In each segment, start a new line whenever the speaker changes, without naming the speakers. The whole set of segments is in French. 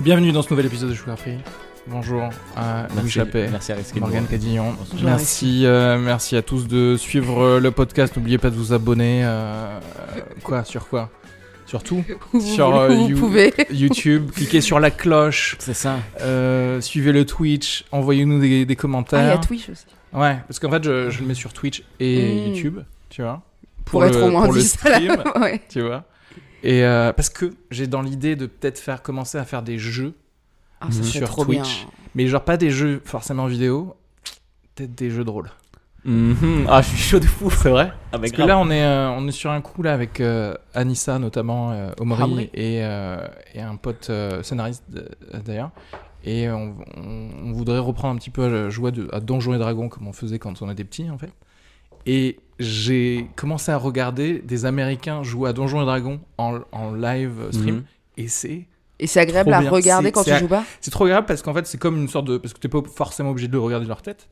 Bienvenue dans ce nouvel épisode de Sugar Free. Bonjour à Louis Chappet.
Merci à Risky de
Morgane
nous-
Cadillon,
Bonjour,
merci, euh, merci à tous de suivre euh, le podcast. N'oubliez pas de vous abonner. euh, quoi Sur quoi Sur tout
Où
Sur,
voulez-
euh,
où
You-
vous pouvez.
YouTube, cliquez sur la cloche,
C'est ça.
euh, suivez le Twitch, envoyez-nous des, des
Ah, il y a
commentaires.
Twitch aussi.
ouais, parce qu'en fait, je, je le mets sur Twitch et
Mm.
YouTube, tu vois.
Pour,
le-
être au moins
pour le
10 à la-
stream,
ouais.
tu vois. Et euh, parce que j'ai dans l'idée de peut-être faire commencer à faire des jeux,
Ah, ça serait
Sur
trop
Twitch.
bien.
mais genre pas des jeux forcément vidéo, peut-être des jeux de rôle.
Ah, je suis chaud de fou.
C'est vrai
Ah, mais
Parce que
grave.
là, on est, euh, on est sur un coup là avec euh, Anissa notamment, euh, Omri
Hamri.
et, euh, et un pote euh, scénariste d- euh, d'ailleurs. Et on, on- on voudrait reprendre un petit peu à jouer de- à Donjons et Dragons comme on faisait quand on était petit en fait. Et j'ai commencé à regarder des Américains jouer à Donjons et Dragons en, en live stream.
Mhm.
Et c'est
Et c'est agréable
Trop
à
bien. C'est-
regarder quand
c'est-
tu joues pas.
c'est trop grave parce qu'en fait, c'est comme une sorte de. Parce que t'es pas forcément obligé de le regarder de leur tête.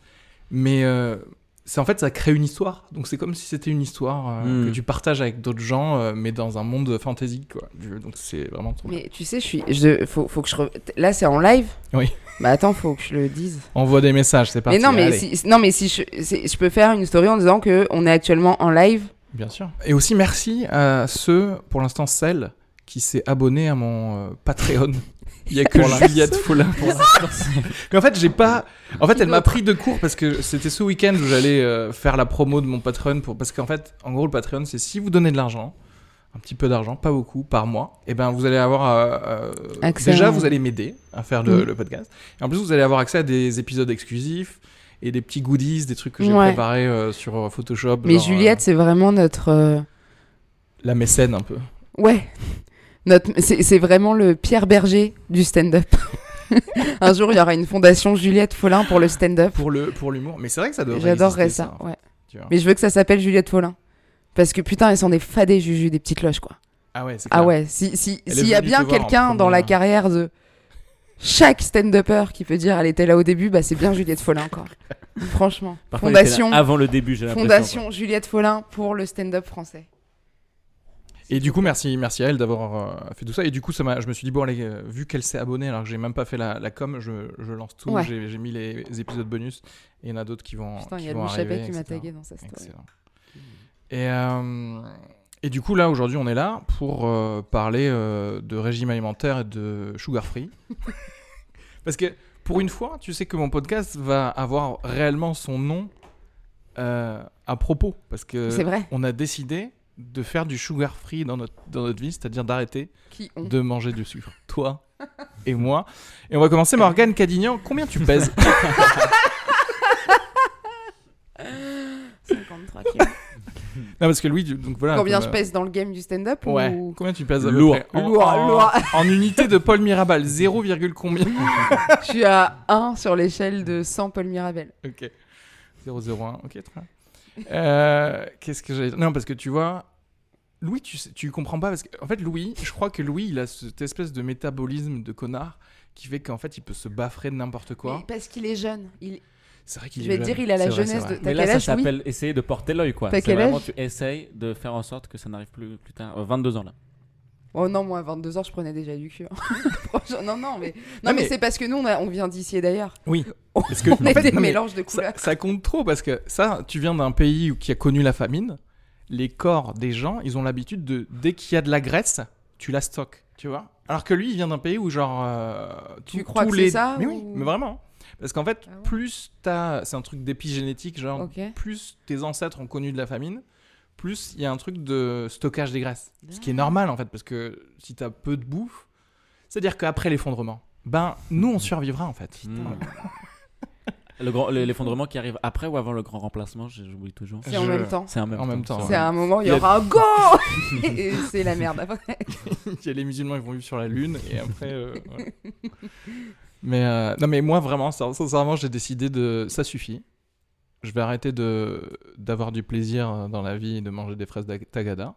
Mais euh, c'est en fait, ça crée une histoire. Donc c'est comme si c'était une histoire euh,
Mm.
que tu partages avec d'autres gens, euh, mais dans un monde fantasy, quoi. Du- Donc c'est vraiment trop bien.
Mais tu sais, je suis. Je, faut, faut que je. re- Là, c'est en live.
Oui.
Bah attends, faut que je le dise.
Envoie des messages, c'est parti.
mais non, mais
allez.
si, non, mais si je, c'est- je peux faire une story en disant que on est actuellement en live.
Bien sûr. Et aussi, merci à ceux, pour l'instant, celles qui s'est abonné à mon euh, Patreon. Il y a que
Pour l'instant.
Juliette Follin pour l'instant. Mais en fait, j'ai pas. En fait, elle m'a pris de court parce que c'était ce week-end où j'allais euh, faire la promo de mon Patreon pour. Parce qu'en fait, en gros, le Patreon, c'est si vous donnez de l'argent, un petit peu d'argent, pas beaucoup, par mois, et ben vous allez avoir. euh, euh,
Accès
déjà,
à-
vous allez m'aider à faire le,
Mm.
le podcast. Et en plus, vous allez avoir accès à des épisodes exclusifs et des petits goodies, des trucs que j'ai
Ouais.
préparés euh, sur euh, Photoshop.
Mais
genre, euh,
Juliette, c'est vraiment notre. euh,
la mécène un peu.
Ouais. Notre, c'est, c'est vraiment le Pierre Berger du stand-up. un jour, il y aura une fondation Juliette Follin pour le stand-up.
pour le pour l'humour mais c'est vrai que ça devrait
J'adorerais
exister,
ça.
en fait,
ouais.
tu vois.
Mais je veux que ça s'appelle Juliette Follin. Parce que putain, elles sont des fadés, Juju, des petites loches, quoi.
ah ouais c'est
Ah
clair.
ouais, si- si-
Elle
s'il
est
y a
venue te
bien
voir en hein.
quelqu'un dans la
première.
carrière de chaque stand-upper qui peut dire elle était là au début, bah c'est bien Juliette Follin, quoi. Franchement.
Par contre,
fondation
j'étais là avant le début, j'ai l'impression.
fondation Juliette Follin pour le stand-up français.
et du coup merci merci à elle d'avoir euh, fait tout ça et du coup ça m'a je me suis dit bon allez euh, vu qu'elle s'est abonnée alors que j'ai même pas fait la, la com je, je lance tout
Ouais.
j'ai j'ai mis les, les épisodes bonus et il y en a d'autres qui vont
Putain,
Oh, qui
il y a
vont
Louis Chappet
arriver,
qui m'a
etc..
tagué dans sa story.
Excellent. Et, euh, et du coup, là, aujourd'hui, on est là pour euh, parler euh, de régime alimentaire et de sugar free. Parce que, pour une fois, tu sais que mon podcast va avoir réellement son nom euh, à propos. Parce que
C'est vrai.
on a décidé de faire du sugar free dans notre, dans notre vie, c'est-à-dire d'arrêter
Qui ont
de manger du sucre. Toi et moi. Et on va commencer, Morgane Cadignan, combien tu pèses
53 kilos.
Non, parce que Louis, tu- donc voilà.
Combien
comme,
je
euh,
pèse dans le game du stand-up
Ouais.
ou...
Combien tu pèses à peu
Lourd.
près en,
Lourd,
en-
lourd.
en unité de Paul Mirabal, 0, combien
Je suis à 1 sur l'échelle de 100 Paul Mirabel.
Ok. 001, ok, très bien. Euh, Qu'est-ce que j'allais dire Non, parce que tu vois, Louis, tu, sais- tu comprends pas. Parce que, en fait, Louis, je crois que Louis, il a cette espèce de métabolisme de connard qui fait qu'en fait, il peut se baffrer de n'importe quoi.
Mais Parce qu'il est jeune. Il...
C'est vrai qu'il
Je
est
vais te
jeune.
dire, il a
C'est
la
vrai,
jeunesse
c'est
de.
vrai.
T'as
Mais là, ça
quel âge, Louis
s'appelle essayer de porter l'œil, quoi.
T'as
C'est
quel
vraiment,
âge
tu essayes de faire en sorte que ça n'arrive plus plus tard. Euh, 22 ans, là.
Oh non, moi à 22 ans, je prenais déjà du cul. Franchement, non, non, mais, non,
Non,
mais,
mais-
c'est parce que nous, on, a- on vient d'ici et d'ailleurs.
Oui.
On,
Parce que-
on est
en fait,
des
non, mais
mélanges de couleurs.
Ça, ça compte trop parce que ça, tu viens d'un pays où- qui a connu la famine. Les corps des gens, ils ont l'habitude de, dès qu'il y a de la graisse, tu la stockes, tu vois. Alors que lui, il vient d'un pays où genre, euh,
Tu
tout-
crois
tous
que
les...
c'est ça
Mais
ou-
oui, mais vraiment. hein. Parce qu'en fait,
Ah ouais.
plus t'as, c'est un truc d'épigénétique, genre
Ok.
plus tes ancêtres ont connu de la famine, plus il y a un truc de stockage des graisses. Ce
Ah.
qui est normal en fait, parce que si t'as peu de bouffe, c'est-à-dire qu'après l'effondrement, ben nous on survivra en fait.
Mm. Le grand- le- L'effondrement qui arrive après ou avant le grand remplacement, je- j'oublie toujours.
C'est en
Je-
même temps.
C'est en même
En
temps.
même temps,
C'est à un moment, il y
Il y a-
aura un go Et c'est la merde après.
Il y a les musulmans ils vont vivre sur la lune et après euh, voilà. mais euh, non mais moi vraiment sin- sincèrement j'ai décidé de ça suffit je vais arrêter de d'avoir du plaisir euh, dans la vie et de manger des fraises d'ag- tagada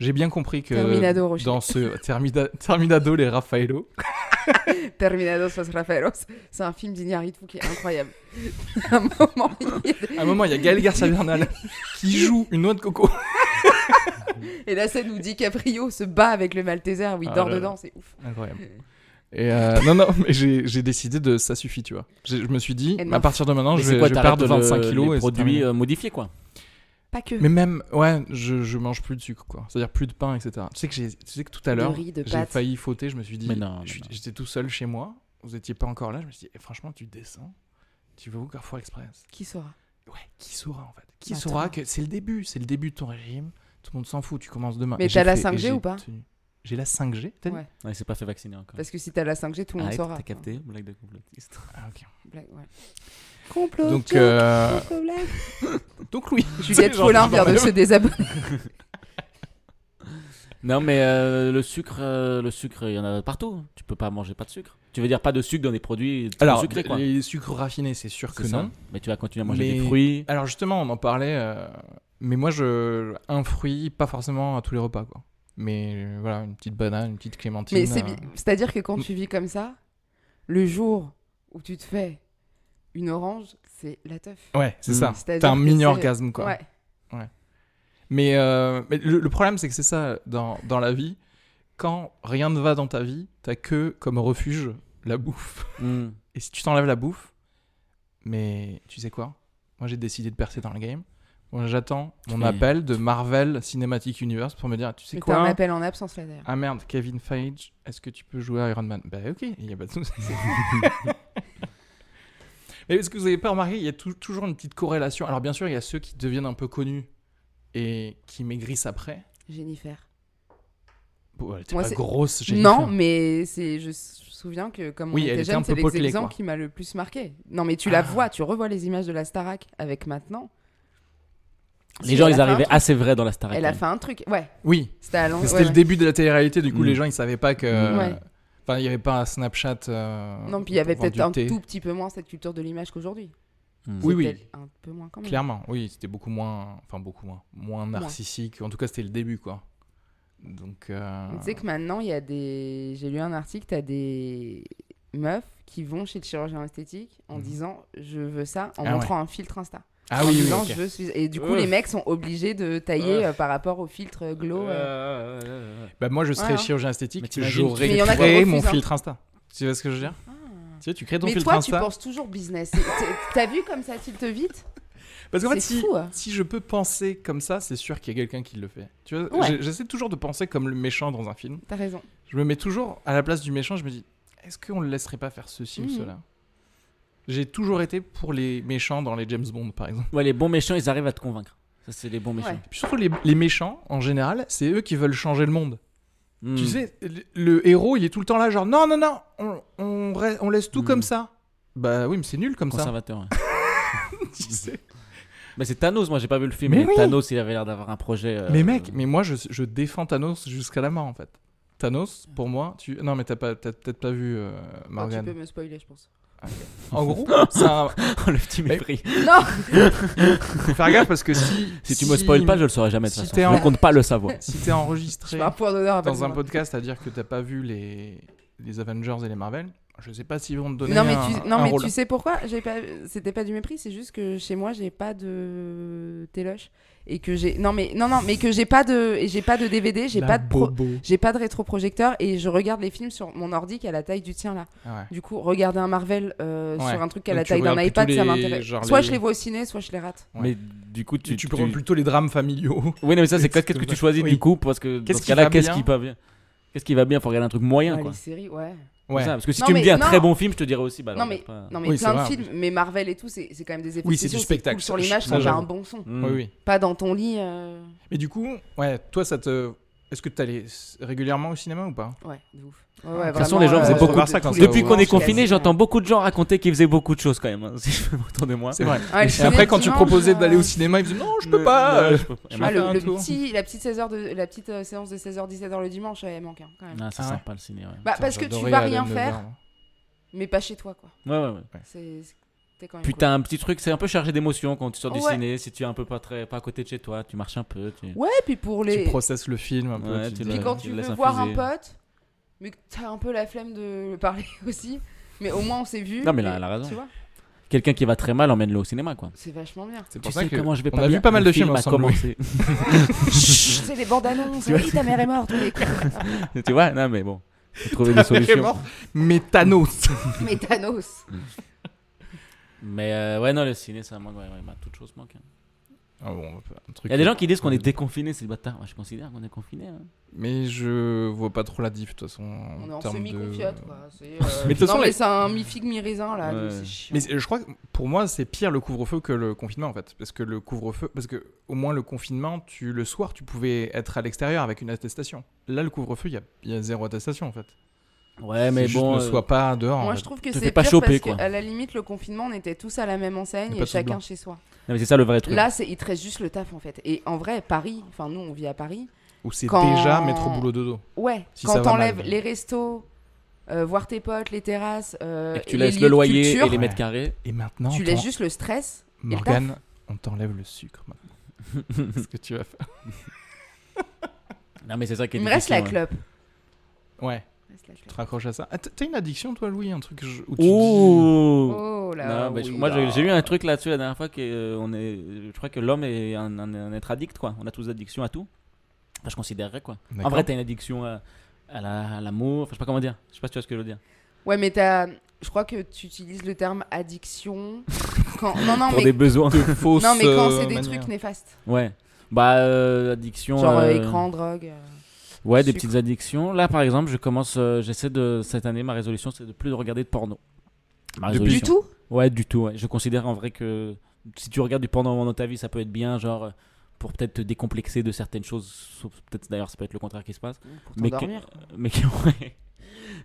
j'ai bien compris que
Terminado, Rocher.
dans ce Termida- terminado les Raffaello
Terminados los Rafaelos. C'est un film d'Iñárritu qui est incroyable. à un moment, il est-
à un moment il y a Gaël Garcia Bernal qui joue une noix de coco
Et la scène où DiCaprio se bat avec le Malteser, où il
Ah
dort
là là.
dedans, c'est ouf.
incroyable et euh, non non mais j'ai j'ai décidé de ça suffit tu vois J'ai- je me suis dit
Et non.
à partir de maintenant
Mais
je,
c'est
vais-
quoi,
je
t'arrêtes
pars de
le-
25 kilos
les
et c'est terminé.
produits euh, modifiés, quoi.
Pas que.
Mais même, ouais, je, je mange plus de sucre, quoi. C'est-à-dire plus de pain, etc. Tu sais que, j'ai- tu sais que tout à
De
l'heure,
riz, de
j'ai
pâtes.
failli fauter, je me suis dit,
Mais non, mais
je suis-
non.
j'étais tout seul chez moi, vous étiez pas encore là, je me suis dit, eh, franchement, tu descends, tu vas au Carrefour Express.
Qui saura
Ouais, qui saura en fait Qui
Attends.
saura que c'est le début, c'est le début de ton régime, tout le monde s'en fout, tu commences demain.
Mais
Et
t'as
j'ai
la
fait- et
5G
j'ai
ou pas
tenu. J'ai la 5G t'as dit
Ouais.
Ouais, il s'est pas fait vacciner encore.
Parce que si t'as la 5G, tout le monde
Arrête,
saura.
T'as capté Blague de complotiste.
Ah, ok.
Blague, ouais. Complot.
Donc,
joke,
euh,
complot blague.
donc oui.
Juliette
Genre,
Follin
je
vient de se désabonner.
Non, mais euh, le sucre, euh, le sucre, il y en a partout. Tu peux pas manger pas de sucre. Tu veux dire pas de sucre dans des produits trop
Alors,
sucrés, quoi.
les sucres raffinés, c'est sûr
C'est
que
ça.
non.
Mais tu vas continuer à manger
Mais-
des fruits.
Alors justement, on en parlait, euh, mais moi, je un fruit, pas forcément à tous les repas, quoi. Mais euh, voilà, une petite banane, une petite clémentine.
Mais c'est
euh,
bi- c'est-à-dire que quand tu vis comme ça, le jour où tu te fais une orange, c'est la teuf.
Ouais, c'est
Mm.
ça.
C'est-à-dire
T'as un
que
mini
c'est-
orgasme, quoi.
Ouais.
Mais, euh, mais le, le problème, c'est que c'est ça dans, dans la vie. Quand rien ne va dans ta vie, t'as que comme refuge la bouffe.
Mm.
Et si tu t'enlèves la bouffe, mais tu sais quoi Moi, j'ai décidé de percer dans le game. Moi, J'attends mon
fais-
appel de Marvel Cinematic Universe pour me dire, tu sais
Mais
quoi
t'as un appel en absence là d'ailleurs.
Ah merde, Kevin Feige, est-ce que tu peux jouer à Iron Man Bah ok, il n'y a pas de souci. Mais est-ce que vous n'avez pas remarqué, il y a tou- toujours une petite corrélation. Alors bien sûr, il y a ceux qui deviennent un peu connus et qui maigrissent après.
Jennifer.
Bon, elle était
Moi,
pas
c'est-
grosse, j'ai
Non, mais c'est je s- je me souviens que comme
Oui,
on
elle
était
était
jeune,
un
c'est
peu potelée,
l'exemple
quoi. Ah.
qui m'a le plus marqué. Non, mais tu la vois, tu revois les images de la Starac avec maintenant.
Les gens,
Elle a
ils
fait un
arrivaient
truc.
assez vrais dans la Star
Elle a fait un truc. Ouais,
Oui,
c'était à Londres.
c'était
ouais,
le
ouais.
début de la télé-réalité, du coup
Mm.
les gens ils savaient pas que...
Ouais.
Enfin, il n'y avait pas un Snapchat. euh,
Non, puis il y avait
pour vendre
peut-être
du
un
thé.
tout petit peu moins cette culture de l'image qu'aujourd'hui.
Oui,
C'est
oui.
peut-être Un peu moins quand même.
Clairement, oui, c'était beaucoup moins... Enfin, beaucoup moins. Moins narcissique. En tout cas, c'était le début, quoi. Donc... euh,
Mais Tu sais que maintenant, il y a des. J'ai lu un article, tu as des meufs qui vont chez le chirurgien esthétique en
Mhm.
disant je veux ça
Ah
en
ouais.
montrant un filtre Insta.
Ah
en
oui, oui,
disant,
ok.
je suis... Et du coup, les
Ouf.
mecs sont obligés de tailler euh, par rapport au filtre glow. euh.
Bah moi je serais
Ouais, hein.
chirurgien esthétique,
Mais t'imagines-
j'aurais
Mais y en a qui
créé
refusent,
mon
hein.
filtre Insta. Tu vois ce que je veux dire Tu sais, tu crées ton
Ah. Mais
filtre
toi, tu
Insta.
penses toujours business. Et t'es- T'as vu comme ça tilte vite
Parce qu'en fait,
c'est
si,
fou, hein.
si je peux penser comme ça, c'est sûr qu'il y a quelqu'un qui le fait. Tu vois,
Ouais.
j'ai- j'essaie toujours de penser comme le méchant dans un film.
T'as raison.
Je me mets toujours à la place du méchant, je me dis, est-ce qu'on le laisserait pas faire ceci ou
Mhm.
cela J'ai toujours été pour les méchants dans les James Bond, par exemple.
Ouais, les bons méchants, ils arrivent à te convaincre. Ça, c'est les bons méchants.
Ouais.
Et puis surtout, les, les méchants, en général, c'est eux qui veulent changer le monde.
Mm.
Tu sais, le, le héros, il est tout le temps là, genre, non, non, non, on, on, re- on laisse tout
Mhm.
comme ça. Bah oui, mais c'est nul comme ça.
conservateur. ouais.
Tu sais.
Mais c'est Thanos, moi j'ai pas vu le film.
Mais
Mais,
oui.
Thanos, il avait l'air d'avoir un projet. euh,
Mais mec, mais moi je, je défends Thanos jusqu'à la mort en fait. Thanos, pour moi, tu. Non mais t'as pas- t'as peut-être pas vu euh,
Oh, tu peux
Morgan. Ah,
me spoiler, je pense.
En gros, ça.
Oh, le petit mépris.
non
Faut faire gaffe parce que si.
Si tu me spoil pas, je le saurai jamais de
si
toute façon.
t'es
Je
en-
ne compte pas le savoir.
Si t'es enregistré
Je fais un point d'honneur à
dans un
Baltimore.
podcast à dire que t'as pas vu les les Avengers et les Marvel,
Je sais pas s'ils vont te donner
Non, mais,
un,
tu, non,
un
mais
rôle.
tu sais pourquoi J'ai pas... C'était pas du mépris, c'est juste que chez moi, j'ai pas de téloche. Et que j'ai. Non, mais, non, non, mais que j'ai pas de. et J'ai pas de DVD, j'ai
La
pas de. pro-
bobo.
J'ai pas de rétroprojecteur et je regarde les films sur mon ordi qui a la taille du tien là.
Ah ouais.
Du coup, regarder un Marvel euh,
Ouais.
sur un truc qui a
Donc
la
tu
taille d'un
regardes plutôt
iPad, ça
les-
m'intéresse.
genre
Soit
les-
je les vois au ciné, soit je les rate.
Ouais.
Mais du coup,
Tu,
tu.
tu prends plutôt les drames familiaux.
Oui, non, mais ça, c'est
C'est
quoi- qu'est-ce que
comme
tu
ça.
choisis
Oui.
du coup Parce que dans
Qu'est-ce
ce
qui va
cas-là, qu'est-ce
bien
qui va bien Qu'est-ce qui va bien Faut regarder un truc moyen,
Ouais,
quoi.
les séries, ouais.
C'est
Ouais.
ça, parce que si
Non,
tu me
mais-
dis un très
non.
bon film, je te dirais aussi, bah non,
Non,
regarde pas.
Non, mais
Oui, c'est
plein
vrai, en
de films, mais Marvel et tout, c'est c'est quand même des effets
Oui, c'est
spéciaux,
du spectacle.
cool sur
Ça,
l'image
je-
sans
ça,
faire un
j'avoue.
bon son.
Mm.
Oui, oui.
Pas dans ton lit. euh,
Mais du coup, ouais, toi, ça te. Est-ce que tu allais s- régulièrement au cinéma ou pas
Ouais, de ouf. Ouais,
De
ouais,
toute
façon,
vraiment,
les gens faisaient
euh,
beaucoup
de
de ça quand
tous les
Depuis qu'on est
dimanches,
confiné,
quasi,
j'entends
ouais.
beaucoup de gens raconter qu'ils faisaient beaucoup de choses quand même. hein, si je- Autour de moi.
C'est vrai.
Ouais, le
Et
ciné
après,
du
quand tu
dimanche,
proposais
euh,
d'aller au cinéma, ils disaient non, je peux pas.
Non,
euh,
je peux pas.
je-
Ah,
Ah,
Faire un
le, le
tour.
petit, la petite, 16 heures de, la petite euh, séance de 16h-17h le dimanche, elle manque hein, quand même.
c'est
Ah ouais.
sympa le ciné. Ouais,
Bah, parce que tu vas rien faire, mais pas chez toi, quoi.
ouais, ouais. ouais.
C'est c'est- t'es quand même.
Puis t'as un petit truc, c'est un peu chargé d'émotions quand tu sors du
Ouais.
ciné. Si tu es un peu pas, très, pas à côté de chez toi, tu marches un peu. tu-
cool. Ouais, puis pour les.
Tu processes le film un peu.
Ouais,
tu
tu
dis- euh,
Puis
le-
quand
tu
tu
le
veux
laisses
voir un
infuser.
pote, mais que t'as un peu la flemme de le parler aussi, mais au moins on s'est vu.
Non, mais là,
et-
elle a raison.
Tu vois,
Quelqu'un qui va très mal, emmène-le au cinéma, quoi.
c'est vachement bien.
C'est
Tu
pour ça
sais
que.
comment je vais
on
pas
a
bien,
vu pas mal
le
de films
film a
ensemble.
commencé.
c'est les bandes annonces. Oui, ta mère est morte. on est con.
tu vois Non, mais bon. Faut trouver des solutions.
Mais Thanos
Mais Thanos.
Mais euh, ouais, non, le ciné, ça manque. Ouais, ouais, bah, toute chose manque.
Ah bon, on va faire un truc.
Il y a des gens qui disent qu'on est déconfiné, c'est bâtards. Moi, je considère qu'on est confiné. hein.
Mais je vois pas trop la diff, de toute façon.
On est
en
en
termes de.
semi-confiote, quoi. C'est, euh,
Mais de toute façon,
non,
les-
mais c'est un mi-figue, mi-raisin, là. donc
Ouais.
c'est chiant.
Mais c'est- je crois que pour moi, c'est pire le couvre-feu que le confinement en fait. Parce que le couvre-feu, parce que au moins le confinement, tu, le soir, tu pouvais être à l'extérieur avec une attestation. Là, le couvre-feu, il y a, il y a zéro attestation en fait.
Ouais,
C'est
mais
juste
bon.
ne
euh,
sois pas dehors. en
Moi,
fait.
je trouve que
te
c'est
fais
pire
pas choper,
parce
quoi.
que, à la limite, le confinement, on était tous à la même enseigne
Mais pas
et
tous blancs.
chacun chez soi.
Non, mais c'est ça le vrai truc.
Là, c'est, il te reste juste le taf, en fait. Et en vrai, Paris, enfin, nous, on vit à Paris.
Ou c'est
quand-
déjà mettre au boulot dodo.
Ouais,
Si ça
quand
va
t'enlèves
mal.
les restos, euh, voir tes potes, les terrasses, euh,
et que tu
les
laisses
lieux
le
de
loyer et les
culture,
mètres carrés.
Et maintenant,
tu laisses juste le stress. et le taf.
Morgane, on t'enlève le sucre maintenant. Qu'est-ce que tu vas faire
Non, mais c'est ça qui est
Il me reste la
difficile, ouais.
clope.
Ouais,
Il me reste la clope.
tu te raccroches à ça. Ah, t- T'as une addiction toi, Louis Un truc je- où tu
Ouh
Oh là
Non, mais je-
oui,
moi
là.
j'ai- j'ai eu un truc là-dessus la dernière fois que euh, on est, je crois que l'homme est un, un- un être addict quoi. On a tous addiction à tout. Enfin, je considérerais quoi.
dis-
En vrai, t'as une addiction à, à la- à l'amour. Enfin, je sais pas comment dire. Je sais pas si tu vois ce que je veux dire.
Ouais, mais t'as. Je crois que tu utilises le terme addiction. quand... Non, non,
Pour des
mais.
besoins.
fausse.
Non, mais quand
euh,
c'est des
manière.
trucs néfastes.
Ouais. Bah euh, addiction.
Genre euh,
euh,
écran, drogue. euh.
Ouais, des
sucre.
petites addictions. Là, par exemple, je commence. euh, J'essaie de cette année, ma résolution, c'est de plus de regarder de porno. Ma
Depuis-
Du
résolution.
tout
Ouais, du tout. ouais. Je considère en vrai que si tu regardes du porno dans ta vie, ça peut être bien, genre euh, pour peut-être te décomplexer de certaines choses. sauf- Peut-être d'ailleurs, ça peut être le contraire qui se passe.
Mmh, Pour
Mais que,
t'endormir.
mais que, ouais.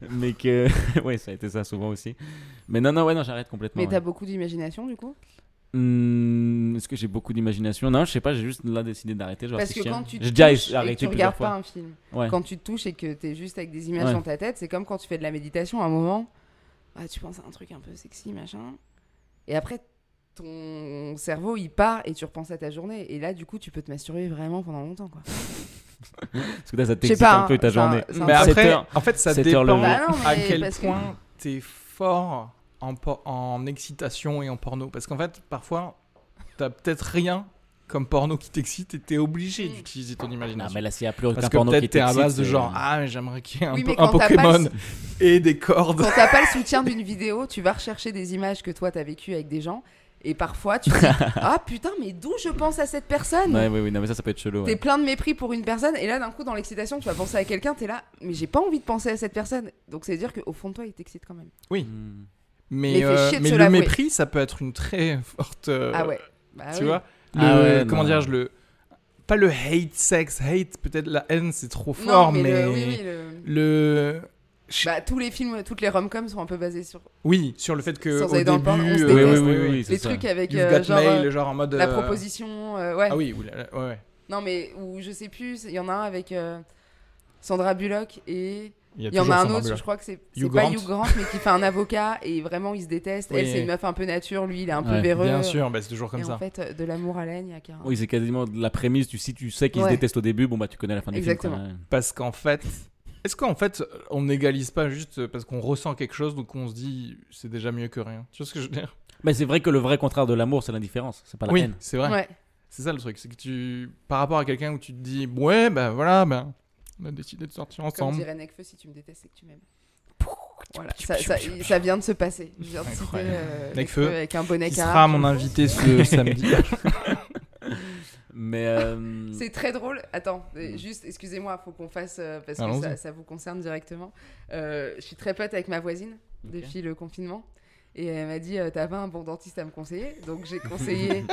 mais que, ouais, ça a été ça souvent aussi. Mais non, non, ouais, non, j'arrête complètement.
Mais t'as
ouais.
beaucoup d'imagination du coup
Hmm, Est-ce que j'ai beaucoup d'imagination Non, je sais pas. J'ai juste là décidé d'arrêter. je vois,
Parce
c'est
que
chiant.
quand tu te
j'ai déjà
touches et que
arrêté
tu
plusieurs
regardes pas
fois.
un film,
Ouais.
quand tu te touches et que t'es juste avec des images
Ouais.
dans ta tête, c'est comme quand tu fais de la méditation à un moment, ah, tu penses à un truc un peu sexy, machin, et après ton cerveau il part et tu repenses à ta journée, et là du coup tu peux te masturber vraiment pendant longtemps quoi.
Euh, Parce que là, ça
Je sais
t'excite
pas,
un peu ta
hein, ça-
journée.
ça-
Mais
Sept
après,
heures.
en fait, ça
Sept heures
dépend
le
Bah non,
à
mais
quel
parce que-
point t'es fort en, por- en excitation et en porno. Parce qu'en fait, parfois, t'as peut-être rien comme porno qui t'excite et t'es obligé
Mm.
d'utiliser ton
Non,
imagination.
Ah, mais là, s'il y a plus aucun
Parce que
porno qui
peut-être t'es à
t'excite, euh,
base de
c'est-
genre, ah, mais j'aimerais qu'il y ait un,
Oui,
po-
mais
un
quand t'as pas
Pokémon
le-
et des cordes.
Quand t'as pas le soutien d'une vidéo, tu vas rechercher des images que toi t'as vécues avec des gens, et parfois tu te dis ah putain mais d'où je pense à cette personne
Ouais, ouais, ouais, non, mais ça, ça peut être chelou.
T'es
ouais.
plein de mépris pour une personne et là d'un coup dans l'excitation tu vas penser à quelqu'un t'es là mais j'ai pas envie de penser à cette personne donc c'est à dire qu'au fond de toi il t'excite quand même
Hmm.
Mais,
Mais fais
euh,
chier de
mais
se
le
l'avouer.
mépris, ça peut être une très forte. euh,
ah ouais Bah
Tu
oui.
vois le,
Ah ouais,
Comment
non.
dire, le. Pas le hate sex, hate, peut-être la haine, c'est trop
Non,
fort, mais.
le- oui, oui, le-
le...
Bah, tous les films toutes les rom-coms sont un peu basés sur
Oui, sur le fait que
Sans
au
aller
début,
dans le porno, on se
euh,
Oui, oui, oui,
déteste.
oui, oui, c'est
les
ça.
trucs avec
You've
euh,
got
genre
mail,
euh,
genre en mode
la
euh,
proposition euh, ouais
Ah oui, oulala, ouais, ouais.
non mais ou je sais plus il y en a un avec euh, Sandra Bullock et il y en
toujours
a un
Sandra
autre
Bullock.
je crois que c'est
Hugh
c'est pas
Grant.
Hugh Grant mais qui fait un avocat et vraiment ils se détestent
Oui.
elle c'est une meuf un peu nature lui il est un peu
Ouais,
véreux
Bien sûr, bah, c'est toujours comme
et
ça.
en fait euh, de l'amour à l'aigne il y a qu'un
Oui, c'est quasiment de la prémisse. Tu, si tu sais qu'ils se
Ouais.
détestent au début, bon, bah, tu connais la fin du
Exactement.
film. quoi.
Parce qu'en fait, Est-ce qu'en fait, on n'égalise pas juste parce qu'on ressent quelque chose, donc on se dit c'est déjà mieux que rien Tu vois ce que je veux dire
Mais c'est vrai que le vrai contraire de l'amour, c'est l'indifférence, c'est pas la
Oui,
haine.
c'est vrai.
Ouais.
C'est ça le truc, c'est que tu, par rapport à quelqu'un où tu te dis ouais, ben voilà, ben on a décidé de sortir
Comme
ensemble.
dirait Nekfeu, si tu me détestes, c'est que tu m'aimes. Voilà, ça, ça, ça vient de se passer. Je viens de citer
Incroyable.
euh,
Nekfeu,
Nekfeu avec un bonnet
Qui
carré.
sera mon invité ce samedi
Mais euh,
C'est très drôle. Attends, euh, juste, excusez-moi, faut qu'on fasse euh, parce que
Mm. Allons-y.
ça, ça vous concerne directement. Euh, je suis très pote avec ma voisine
Ok.
depuis le confinement et elle m'a dit euh, T'as pas un bon dentiste à me conseiller Donc j'ai conseillé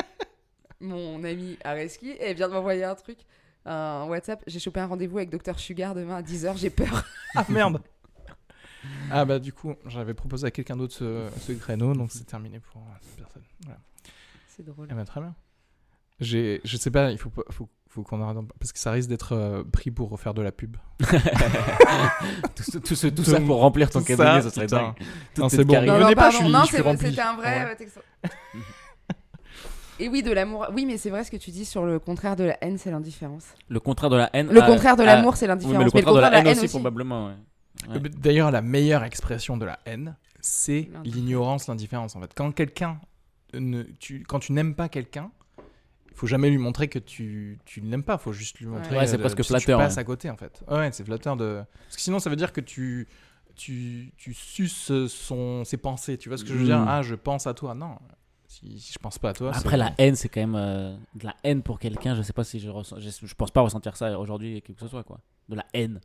mon ami Areski et elle vient de m'envoyer un truc. Un WhatsApp, j'ai chopé un rendez-vous avec Dr Sugar demain à 10h, j'ai peur.
Ah merde Ah bah du coup, j'avais proposé à quelqu'un d'autre ce, ce créneau, donc c'est terminé pour euh, cette personne. Voilà.
C'est drôle.
Eh ben très bien. J'ai, je sais pas, il faut, pas- faut, faut qu'on arrête d'en- parce que ça risque d'être euh, pris pour refaire de la pub.
tout, ce- tout, ce- tout ça pour remplir ton
Tout ça,
cabinet, ça serait
putain.
dingue. Toute
Non,
cette
c'est bon.
carrière.
Venez pas, je suis-
non,
je suis
c'est vrai,
rempli.
c'était un vrai
Ouais.
euh, texto. Et oui, de l'amour. Oui, mais c'est vrai ce que tu dis sur le contraire de la haine, c'est l'indifférence.
Le contraire de la haine.
Le
ah,
contraire de
ah,
l'amour, c'est
oui,
l'indifférence.
mais le contraire de la haine aussi,
aussi.
probablement. ouais. Ouais.
Mais ben, D'ailleurs, la meilleure expression de la haine, c'est
L'indifférence.
l'ignorance, l'indifférence. En fait, quand quelqu'un, ne, tu, quand tu n'aimes pas quelqu'un, il faut jamais lui montrer que tu, tu ne l'aimes pas. Il faut juste lui montrer.
Ouais, c'est
euh,
presque
parce
flatteur,
Tu passes
ouais.
à côté, en fait. Ouais, c'est flatteur de. Parce que sinon, ça veut dire que tu, tu, tu suces son, ses pensées. Tu vois ce que je veux dire
Mm.
Ah, je pense à toi. Non. Si, si je pense pas à toi. c'est-
Après, la haine, c'est quand même euh, de la haine pour quelqu'un. Je sais pas si je ressens. Je, je pense pas ressentir ça aujourd'hui, que ce soit quoi. De la haine.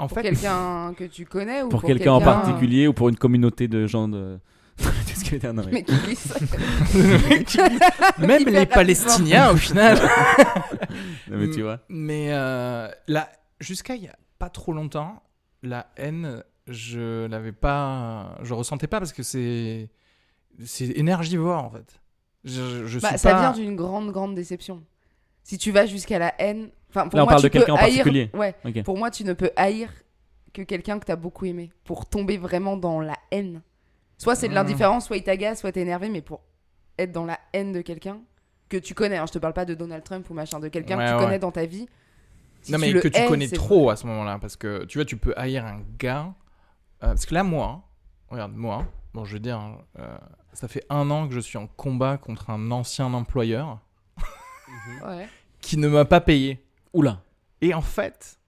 En
Pour
fait,
quelqu'un que tu connais ou
Pour,
pour
quelqu'un en particulier ou pour une communauté de gens de. Qu'est-ce que non, mais-
Mais qui glisse.
même les
Hyper rapidement.
Palestiniens, au final.
non, mais tu vois.
Mais euh, la- jusqu'à il y a pas trop longtemps, la haine, je l'avais pas, je ressentais pas parce que c'est c'est énergivore en fait. Je, je- je
Bah,
suis
ça
pas-
vient d'une grande, grande déception. Si tu vas jusqu'à la haine. Enfin, pour
Là, on
moi,
parle
tu
de quelqu'un
peux
en
haïr-
particulier.
Ouais.
Ok.
Pour moi, tu ne peux haïr que quelqu'un que t'as beaucoup aimé. Pour tomber vraiment dans la haine. Soit c'est de
Mm.
l'indifférence, soit il t'agace, soit t'es énervé, mais pour être dans la haine de quelqu'un que tu connais. hein, je te parle pas de Donald Trump ou machin, de quelqu'un
Ouais,
que tu
ouais.
connais dans ta vie. Si
non mais
le
que tu
hais,
connais
c'est-
trop à ce moment-là parce que tu vois tu peux haïr un gars euh, parce que là moi, regarde moi, bon je veux dire, hein, euh, ça fait un an que je suis en combat contre un ancien employeur
Ouais.
qui ne m'a pas payé.
Oula.
Et en fait,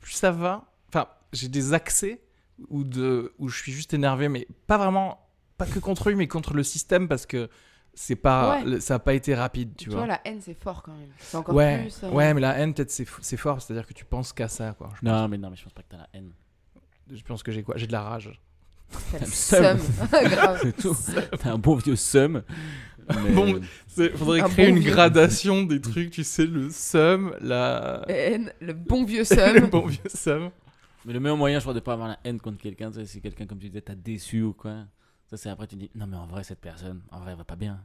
plus ça va, enfin, j'ai des accès où, de, où je suis juste énervé, mais pas vraiment, pas que contre lui, mais contre le système parce que c'est pas,
Ouais.
le- ça n'a pas été rapide, tu,
Tu
vois.
vois, la haine, c'est fort quand même. C'est encore
ouais,
plus. euh,
ouais, mais la haine, peut-être c'est f- c'est fort, c'est-à-dire que tu penses qu'à ça, quoi. Je,
Non, mais non, mais je pense pas que t'as la haine.
je pense que j'ai quoi J'ai de la rage.
T'as le
Seum.
seum. Grave.
C'est tout. T'as un bon vieux seum. mais-
Bon, Il faudrait
Un
créer
bon
une
vieux.
gradation des trucs, tu sais, le seum, la.
haine, le bon vieux
le
seum.
bon vieux seum.
Mais le meilleur moyen, je crois, de pas avoir la haine contre quelqu'un, tu sais, si quelqu'un, comme tu disais, t'as déçu ou quoi. Ça, c'est après, tu dis, non, mais en vrai, cette personne, en vrai, elle va pas bien.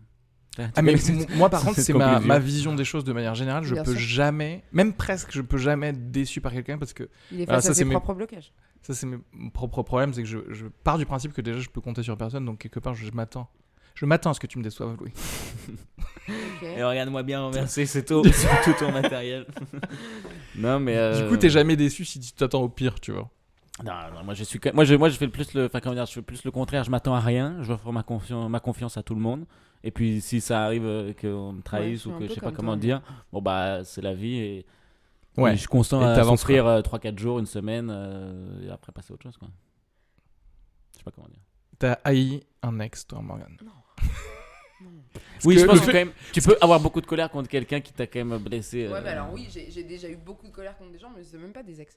Ah, mais m- moi, par
c'est
contre,
cette
c'est ma,
conclusion.
ma vision des choses de manière générale. Je
Bien
peux
sûr.
jamais, même presque, je peux jamais être déçu par quelqu'un parce que
Il est
Voilà,
face
Ah, ça,
à
c'est
ses
mes-
propres blocages.
Ça, c'est mon propre problème, c'est que je, je pars du principe que déjà je peux compter sur personne, donc quelque part je m'attends. Je m'attends à ce que tu me déçoives, Louis.
ok.
Et regarde-moi bien renverser, c'est tout, c'est tout ton matériel. non, mais. euh,
Du coup, t'es jamais déçu si tu t'attends au pire, tu vois.
Non, non, moi je suis, moi je, moi je fais le plus le, enfin comment dire, je fais plus le contraire. Je m'attends à rien. Je offre ma confiance, ma confiance à tout le monde. Et puis si ça arrive euh, qu'on
Ouais,
me
je
trahisse
suis
ou
un
que je
peu
sais pas
comme
comment
toi.
dire, bon bah c'est la vie et, et
Ouais.
je suis constant
Et
à
t'avances,
souffrir 3-4 jours, une semaine euh, et après passer à autre chose quoi. Je sais pas comment dire.
T'as haï un ex, toi, Morgan.
Oui,
que
je
le
pense que
fait-
quand même, tu peux avoir beaucoup de colère contre quelqu'un qui t'a quand même blessé.
Ouais, mais
euh,
alors oui, j'ai j'ai déjà eu beaucoup de colère contre des gens, mais c'est même pas des ex.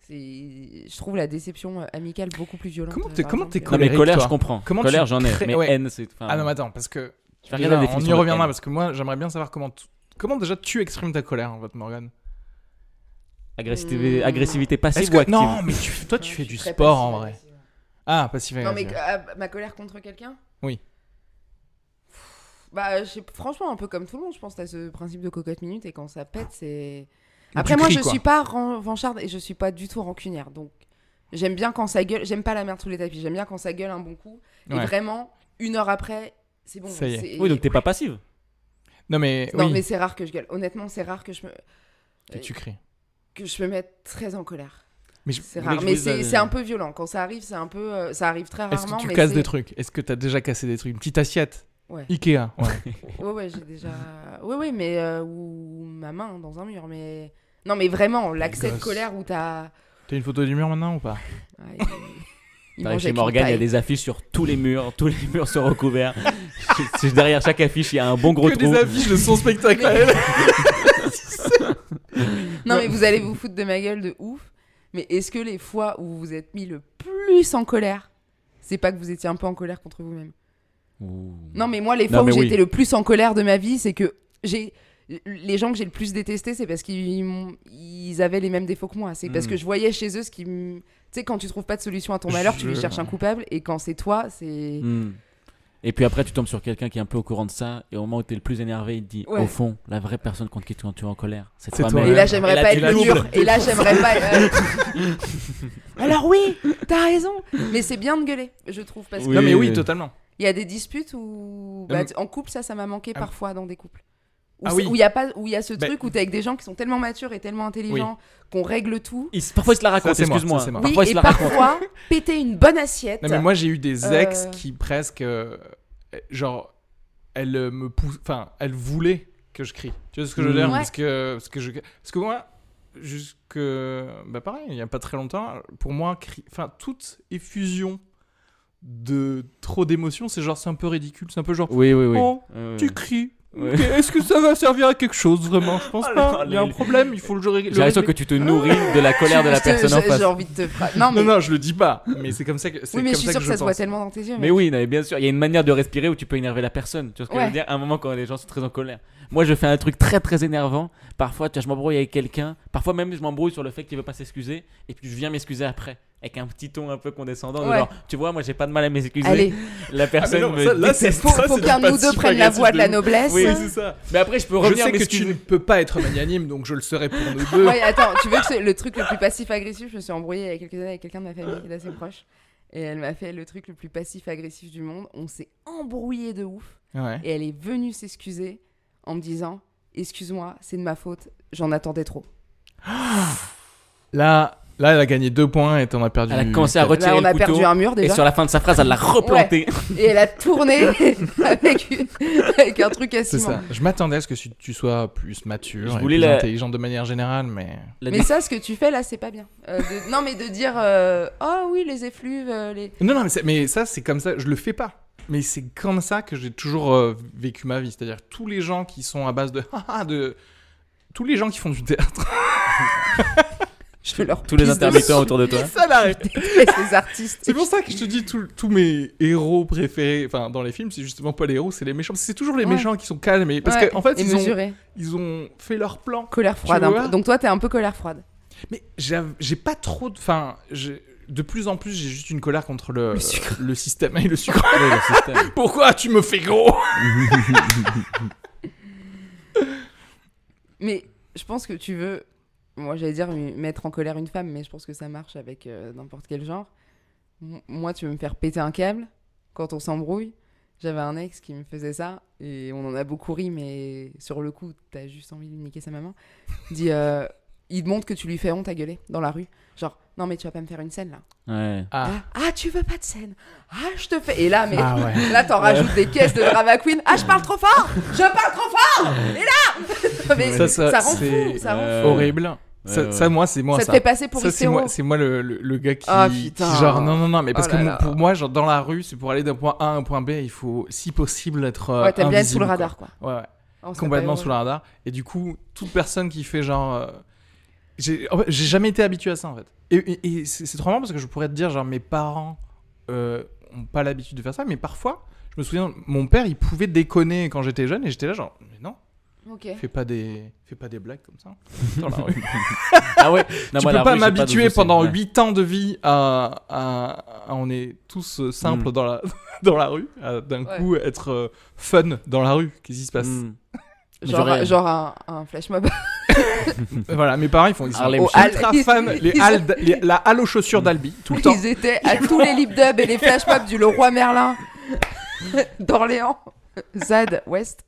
C'est- Je trouve la déception euh, amicale beaucoup plus violente.
Comment
euh,
t'es-
par
comment
exemple,
t'es
que-
Non mais
Colérique,
colère,
toi.
je comprends.
Comment tu
colère, j'en ai.
crées-
Mais
ouais.
haine, c'est. enfin,
Ah non, mais attends, parce que.
je vais regarder
Déjà, on
la définition
y
de
reviendra,
haine.
parce que moi, j'aimerais bien savoir comment, tu- comment déjà tu exprimes ta colère, en fait, Morgan.
agressivité,
Hmm.
agressivité passive
Est-ce
ou
que.
active.
Non, mais tu- toi, tu
Ouais,
fais
je suis
du
très
sport, en vrai.
passive-agressive.
Ah, passif
Non, mais
agressif.
euh, ma colère contre quelqu'un
Oui.
Pff, Bah, je sais- franchement, un peu comme tout le monde, je pense, t'as ce principe de cocotte minute et quand ça pète, c'est.
Ou
Après,
tu
moi,
cries,
je
quoi.
suis pas revancharde et je suis pas du tout rancunière. Donc, j'aime bien quand ça gueule. J'aime pas la merde sous les tapis. J'aime bien quand ça gueule un bon coup.
Ouais.
Et vraiment, une heure après, c'est bon.
Ça y est.
c'est-
Oui, donc t'es pas passive.
Non, mais.
Non,
oui,
mais c'est rare que je gueule. Honnêtement, c'est rare que je me.
que tu cries.
que je peux mettre très en colère.
Mais je-
C'est
Oui,
rare.
je
Mais
vous avais-
c'est c'est un peu violent. Quand ça arrive, c'est un peu. euh, Ça arrive très
euh, Est-ce
rarement.
que tu
mais
casses
c'est-
des trucs Est-ce que t'as déjà cassé des trucs Une petite assiette
Ouais.
Ikea. ouais.
Ouais, ouais, j'ai déjà. Ouais, ouais, mais. euh, ou ma main dans un mur. Mais. Non, mais vraiment, l'accès de
gosse.
colère où t'as.
T'as une photo du mur maintenant ou pas
Ouais, il- il
T'arrives
mange avec
chez
une
Morgane, il y a
paille.
des affiches sur tous les murs, tous les murs sont recouverts. C'est- Derrière chaque affiche, il y a un bon gros
Que
trou.
des affiches de son spectacle à elle.
Non, mais vous allez vous foutre de ma gueule de ouf. Mais est-ce que les fois où vous vous êtes mis le plus en colère, c'est pas que vous étiez un peu en colère contre vous-même Non, mais moi, les
Non,
fois où
mais oui.
j'étais le plus en colère de ma vie, c'est que j'ai. Les gens que j'ai le plus détesté, c'est parce qu'ils m'ont- ils avaient les mêmes défauts que moi. C'est
Hmm.
parce
Mm.
que je voyais chez eux ce qui me. Tu sais, quand tu trouves pas de solution à ton
Je-
malheur, tu lui cherches un coupable. Et quand c'est toi, c'est.
Hmm. Et puis après, tu tombes sur quelqu'un qui est un peu au courant de ça, et au moment où t'es le plus énervé, il te dit
Ouais.
Au fond, la vraie personne contre qui tu, tu es en colère, c'est
C'est
toi-même.
toi.
Et là,
Et
j'aimerais
là,
pas
tu
être le
doubles.
dur. Et là, j'aimerais pas. euh, Alors oui, t'as raison. Mais c'est bien de gueuler, je trouve, parce que
Non mais
Oui.
oui, totalement.
il y a des disputes où, bah,
mais-
tu- en couple, ça, ça m'a manqué
Ah oui.
parfois dans des couples. Où
Ah
c'est-
oui.
où il y a pas, où il y a ce
Bah-
truc où t'es avec des gens qui sont tellement matures et tellement intelligents qu'on règle tout.
Il se- parfois, il se la raconte,
c'est moi,
excuse-moi.
ça, c'est moi.
Parfois,
oui,
il se
et
la raconte.
parfois péter une bonne assiette.
Non mais moi j'ai eu des ex
Euh.
qui presque euh, genre elles euh, me poussent enfin elles voulaient que je crie. Tu vois ce que je veux dire
Mm.
Mmh. Ouais.
parce que parce que je parce que moi jusque bah pareil, il y a pas très longtemps pour moi cri- enfin toute effusion de trop d'émotions, c'est genre c'est un peu ridicule, c'est un peu genre
Oui, oui, oui.
Oh,
Euh,
tu cries.
Ouais.
Ok, Est-ce que ça va servir à quelque chose vraiment Je pense
Oh là
pas.
là,
Il y a un
les-
problème, il faut le gérer.
J'ai
le
l'impression que
régler.
tu te nourris de la colère de la
Je te-
personne en
j'ai-
face.
J'ai envie de te frapper. Non mais,
Non non, je le dis pas, mais c'est comme ça que c'est
oui, mais je
comme
suis
ça
sûre
que
que
je
ça se voit
pense.
tellement dans tes yeux.
Mais oui, non, mais bien sûr, il y a une manière de respirer où tu peux énerver la personne. Tu vois ce que je
Ouais.
veux dire À un moment, quand les gens sont très en colère. Moi, je fais un truc très très énervant. Parfois, tu vois, je m'embrouille avec quelqu'un. Parfois, même, je m'embrouille sur le fait qu'il veut pas s'excuser. Et puis, je viens m'excuser après. Avec un petit ton un peu condescendant. de
Ouais.
genre, tu vois, moi, j'ai pas de mal à m'excuser.
Allez,
La personne
Ah, mais non,
me
ça, là,
déteste.
c'est-
faut,
ça,
faut
c'est
qu'un de
pas
nous deux
super
prenne la
agressif
voix de
de
la
ouf.
noblesse.
Oui,
Oui,
c'est
c'est ça.
Mais après, je peux
Je
revenir
sais que tu ne
m'excuser.
peux pas être magnanime, donc je le serai pour nous deux.
Ouais, attends, tu veux que ce- le truc le plus passif-agressif, je me suis embrouillée il y a quelques années avec quelqu'un de ma famille qui est assez proche. Et elle m'a fait le truc le plus passif-agressif du monde. On s'est embrouillé de ouf.
Ouais.
Et elle est venue s'excuser en me disant Excuse-moi, c'est de ma faute, j'en attendais trop.
Là, là, elle a gagné 2 points et t'en as perdu.
Elle a commencé à
quatre.
retirer
Là, on
le
a
couteau.
perdu un mur
Et
déjà.
sur la fin de sa phrase, elle l'a replanté.
Et elle a tourné avec, une- avec un truc à
C'est
ciment.
ça. Je m'attendais à ce que tu- tu sois plus mature,
Je
et
voulais
plus
la-
intelligente de manière générale, mais.
La
Mais
dis-
ça, ce que tu fais là, c'est pas bien. Euh, de- Non, mais de dire euh, Oh oui, les effluves, euh, les.
Non, non, mais, c'est- mais ça, c'est comme ça. Je le fais pas. Mais c'est comme ça que j'ai toujours euh, vécu ma vie. C'est-à-dire tous les gens qui sont à base de, Ah, ah de, tous les gens qui font du théâtre.
Je leur
Tous les
pisse
intermittents autour de toi.
Ça l'arrête.
dessus, Ces artistes.
C'est pour ça que je te dis tous tous mes héros préférés, enfin dans les films, c'est justement pas les héros, c'est les méchants. C'est toujours les
Ouais.
méchants qui sont calmes, et- parce
Ouais,
qu'en fait
et
ils ont,
mesuré.
ils ont fait leur plan.
Colère froide.
Tu
un
vois
peu. Donc toi, t'es un peu colère froide.
Mais j'av- j'ai pas trop de. Enfin, j'ai- de plus en plus, j'ai juste une colère contre le,
Le sucre.
le système et le sucre.
Ouais, le système.
Pourquoi tu me fais gros
Mais je pense que tu veux, moi j'allais dire une- mettre en colère une femme, mais je pense que ça marche avec euh, n'importe quel genre. M- moi, tu veux me faire péter un câble quand on s'embrouille. J'avais un ex qui me faisait ça et on en a beaucoup ri, mais sur le coup, t'as juste envie de lui niquer sa maman. Il Dit, euh, il te montre que tu lui fais honte à gueuler dans la rue. Genre, non mais tu vas pas me faire une scène là.
Ouais.
Ah.
Ah, ah, tu veux pas de scène. Ah, je te fais. Et là, mais
Ah ouais.
là, t'en rajoutes des caisses de drama queen. Ah, je parle trop fort Je parle trop fort Et là mais
Ça, ça,
rend fou,
c'est-
ça rend
Euh,
fou.
Horrible. ça,
ouais.
ça, moi, c'est moi.
ça te fait passer pour
Ça, c'est
Icero.
moi, c'est moi le, le- le gars qui,
Ah,
qui
putain.
genre non non non mais parce
Oh
que
là
mon-
là.
pour moi genre dans la rue c'est pour aller d'un point A à un point B il faut si possible être euh,
Ouais, t'aimes bien être sous le
invisible,
radar, quoi.
quoi. ouais, ouais.
Oh, c'est
complètement
pas
sous le radar. Et du coup, toute personne qui fait genre. euh, J'ai en fait, j'ai jamais été habitué à ça en fait. Et, et- et c'est c'est trop marrant parce que je pourrais te dire, genre, mes parents euh, ont pas l'habitude de faire ça, mais parfois, je me souviens, mon père il pouvait déconner quand j'étais jeune et j'étais là, genre, mais non,
drôle. Ok.
fais pas des, fais pas des blagues comme ça. Dans la rue.
Ah ouais. oh Non,
tu
moi,
peux
la
pas
rue, j'ai de
m'habituer
soucis.
pendant
Ouais.
8 ans de vie à. à- à- on est tous euh, simples
Mm.
dans, la, dans la rue, à d'un
Ouais.
coup être euh, fun dans la rue. Qu'est-ce qui se passe
Hmm.
Genre,
J'aurais-
genre un, un flash mob.
Voilà, mes parents, ils, font, ils sont
Harlem
au-
Shake.
ultra
Ils-
fans.
ils-
Les halles d- les- la halle aux chaussures d'Albi, tout le temps.
Ils étaient à tous les lip dubs et les flash mobs du Leroy Merlin d'Orléans, Zad, West.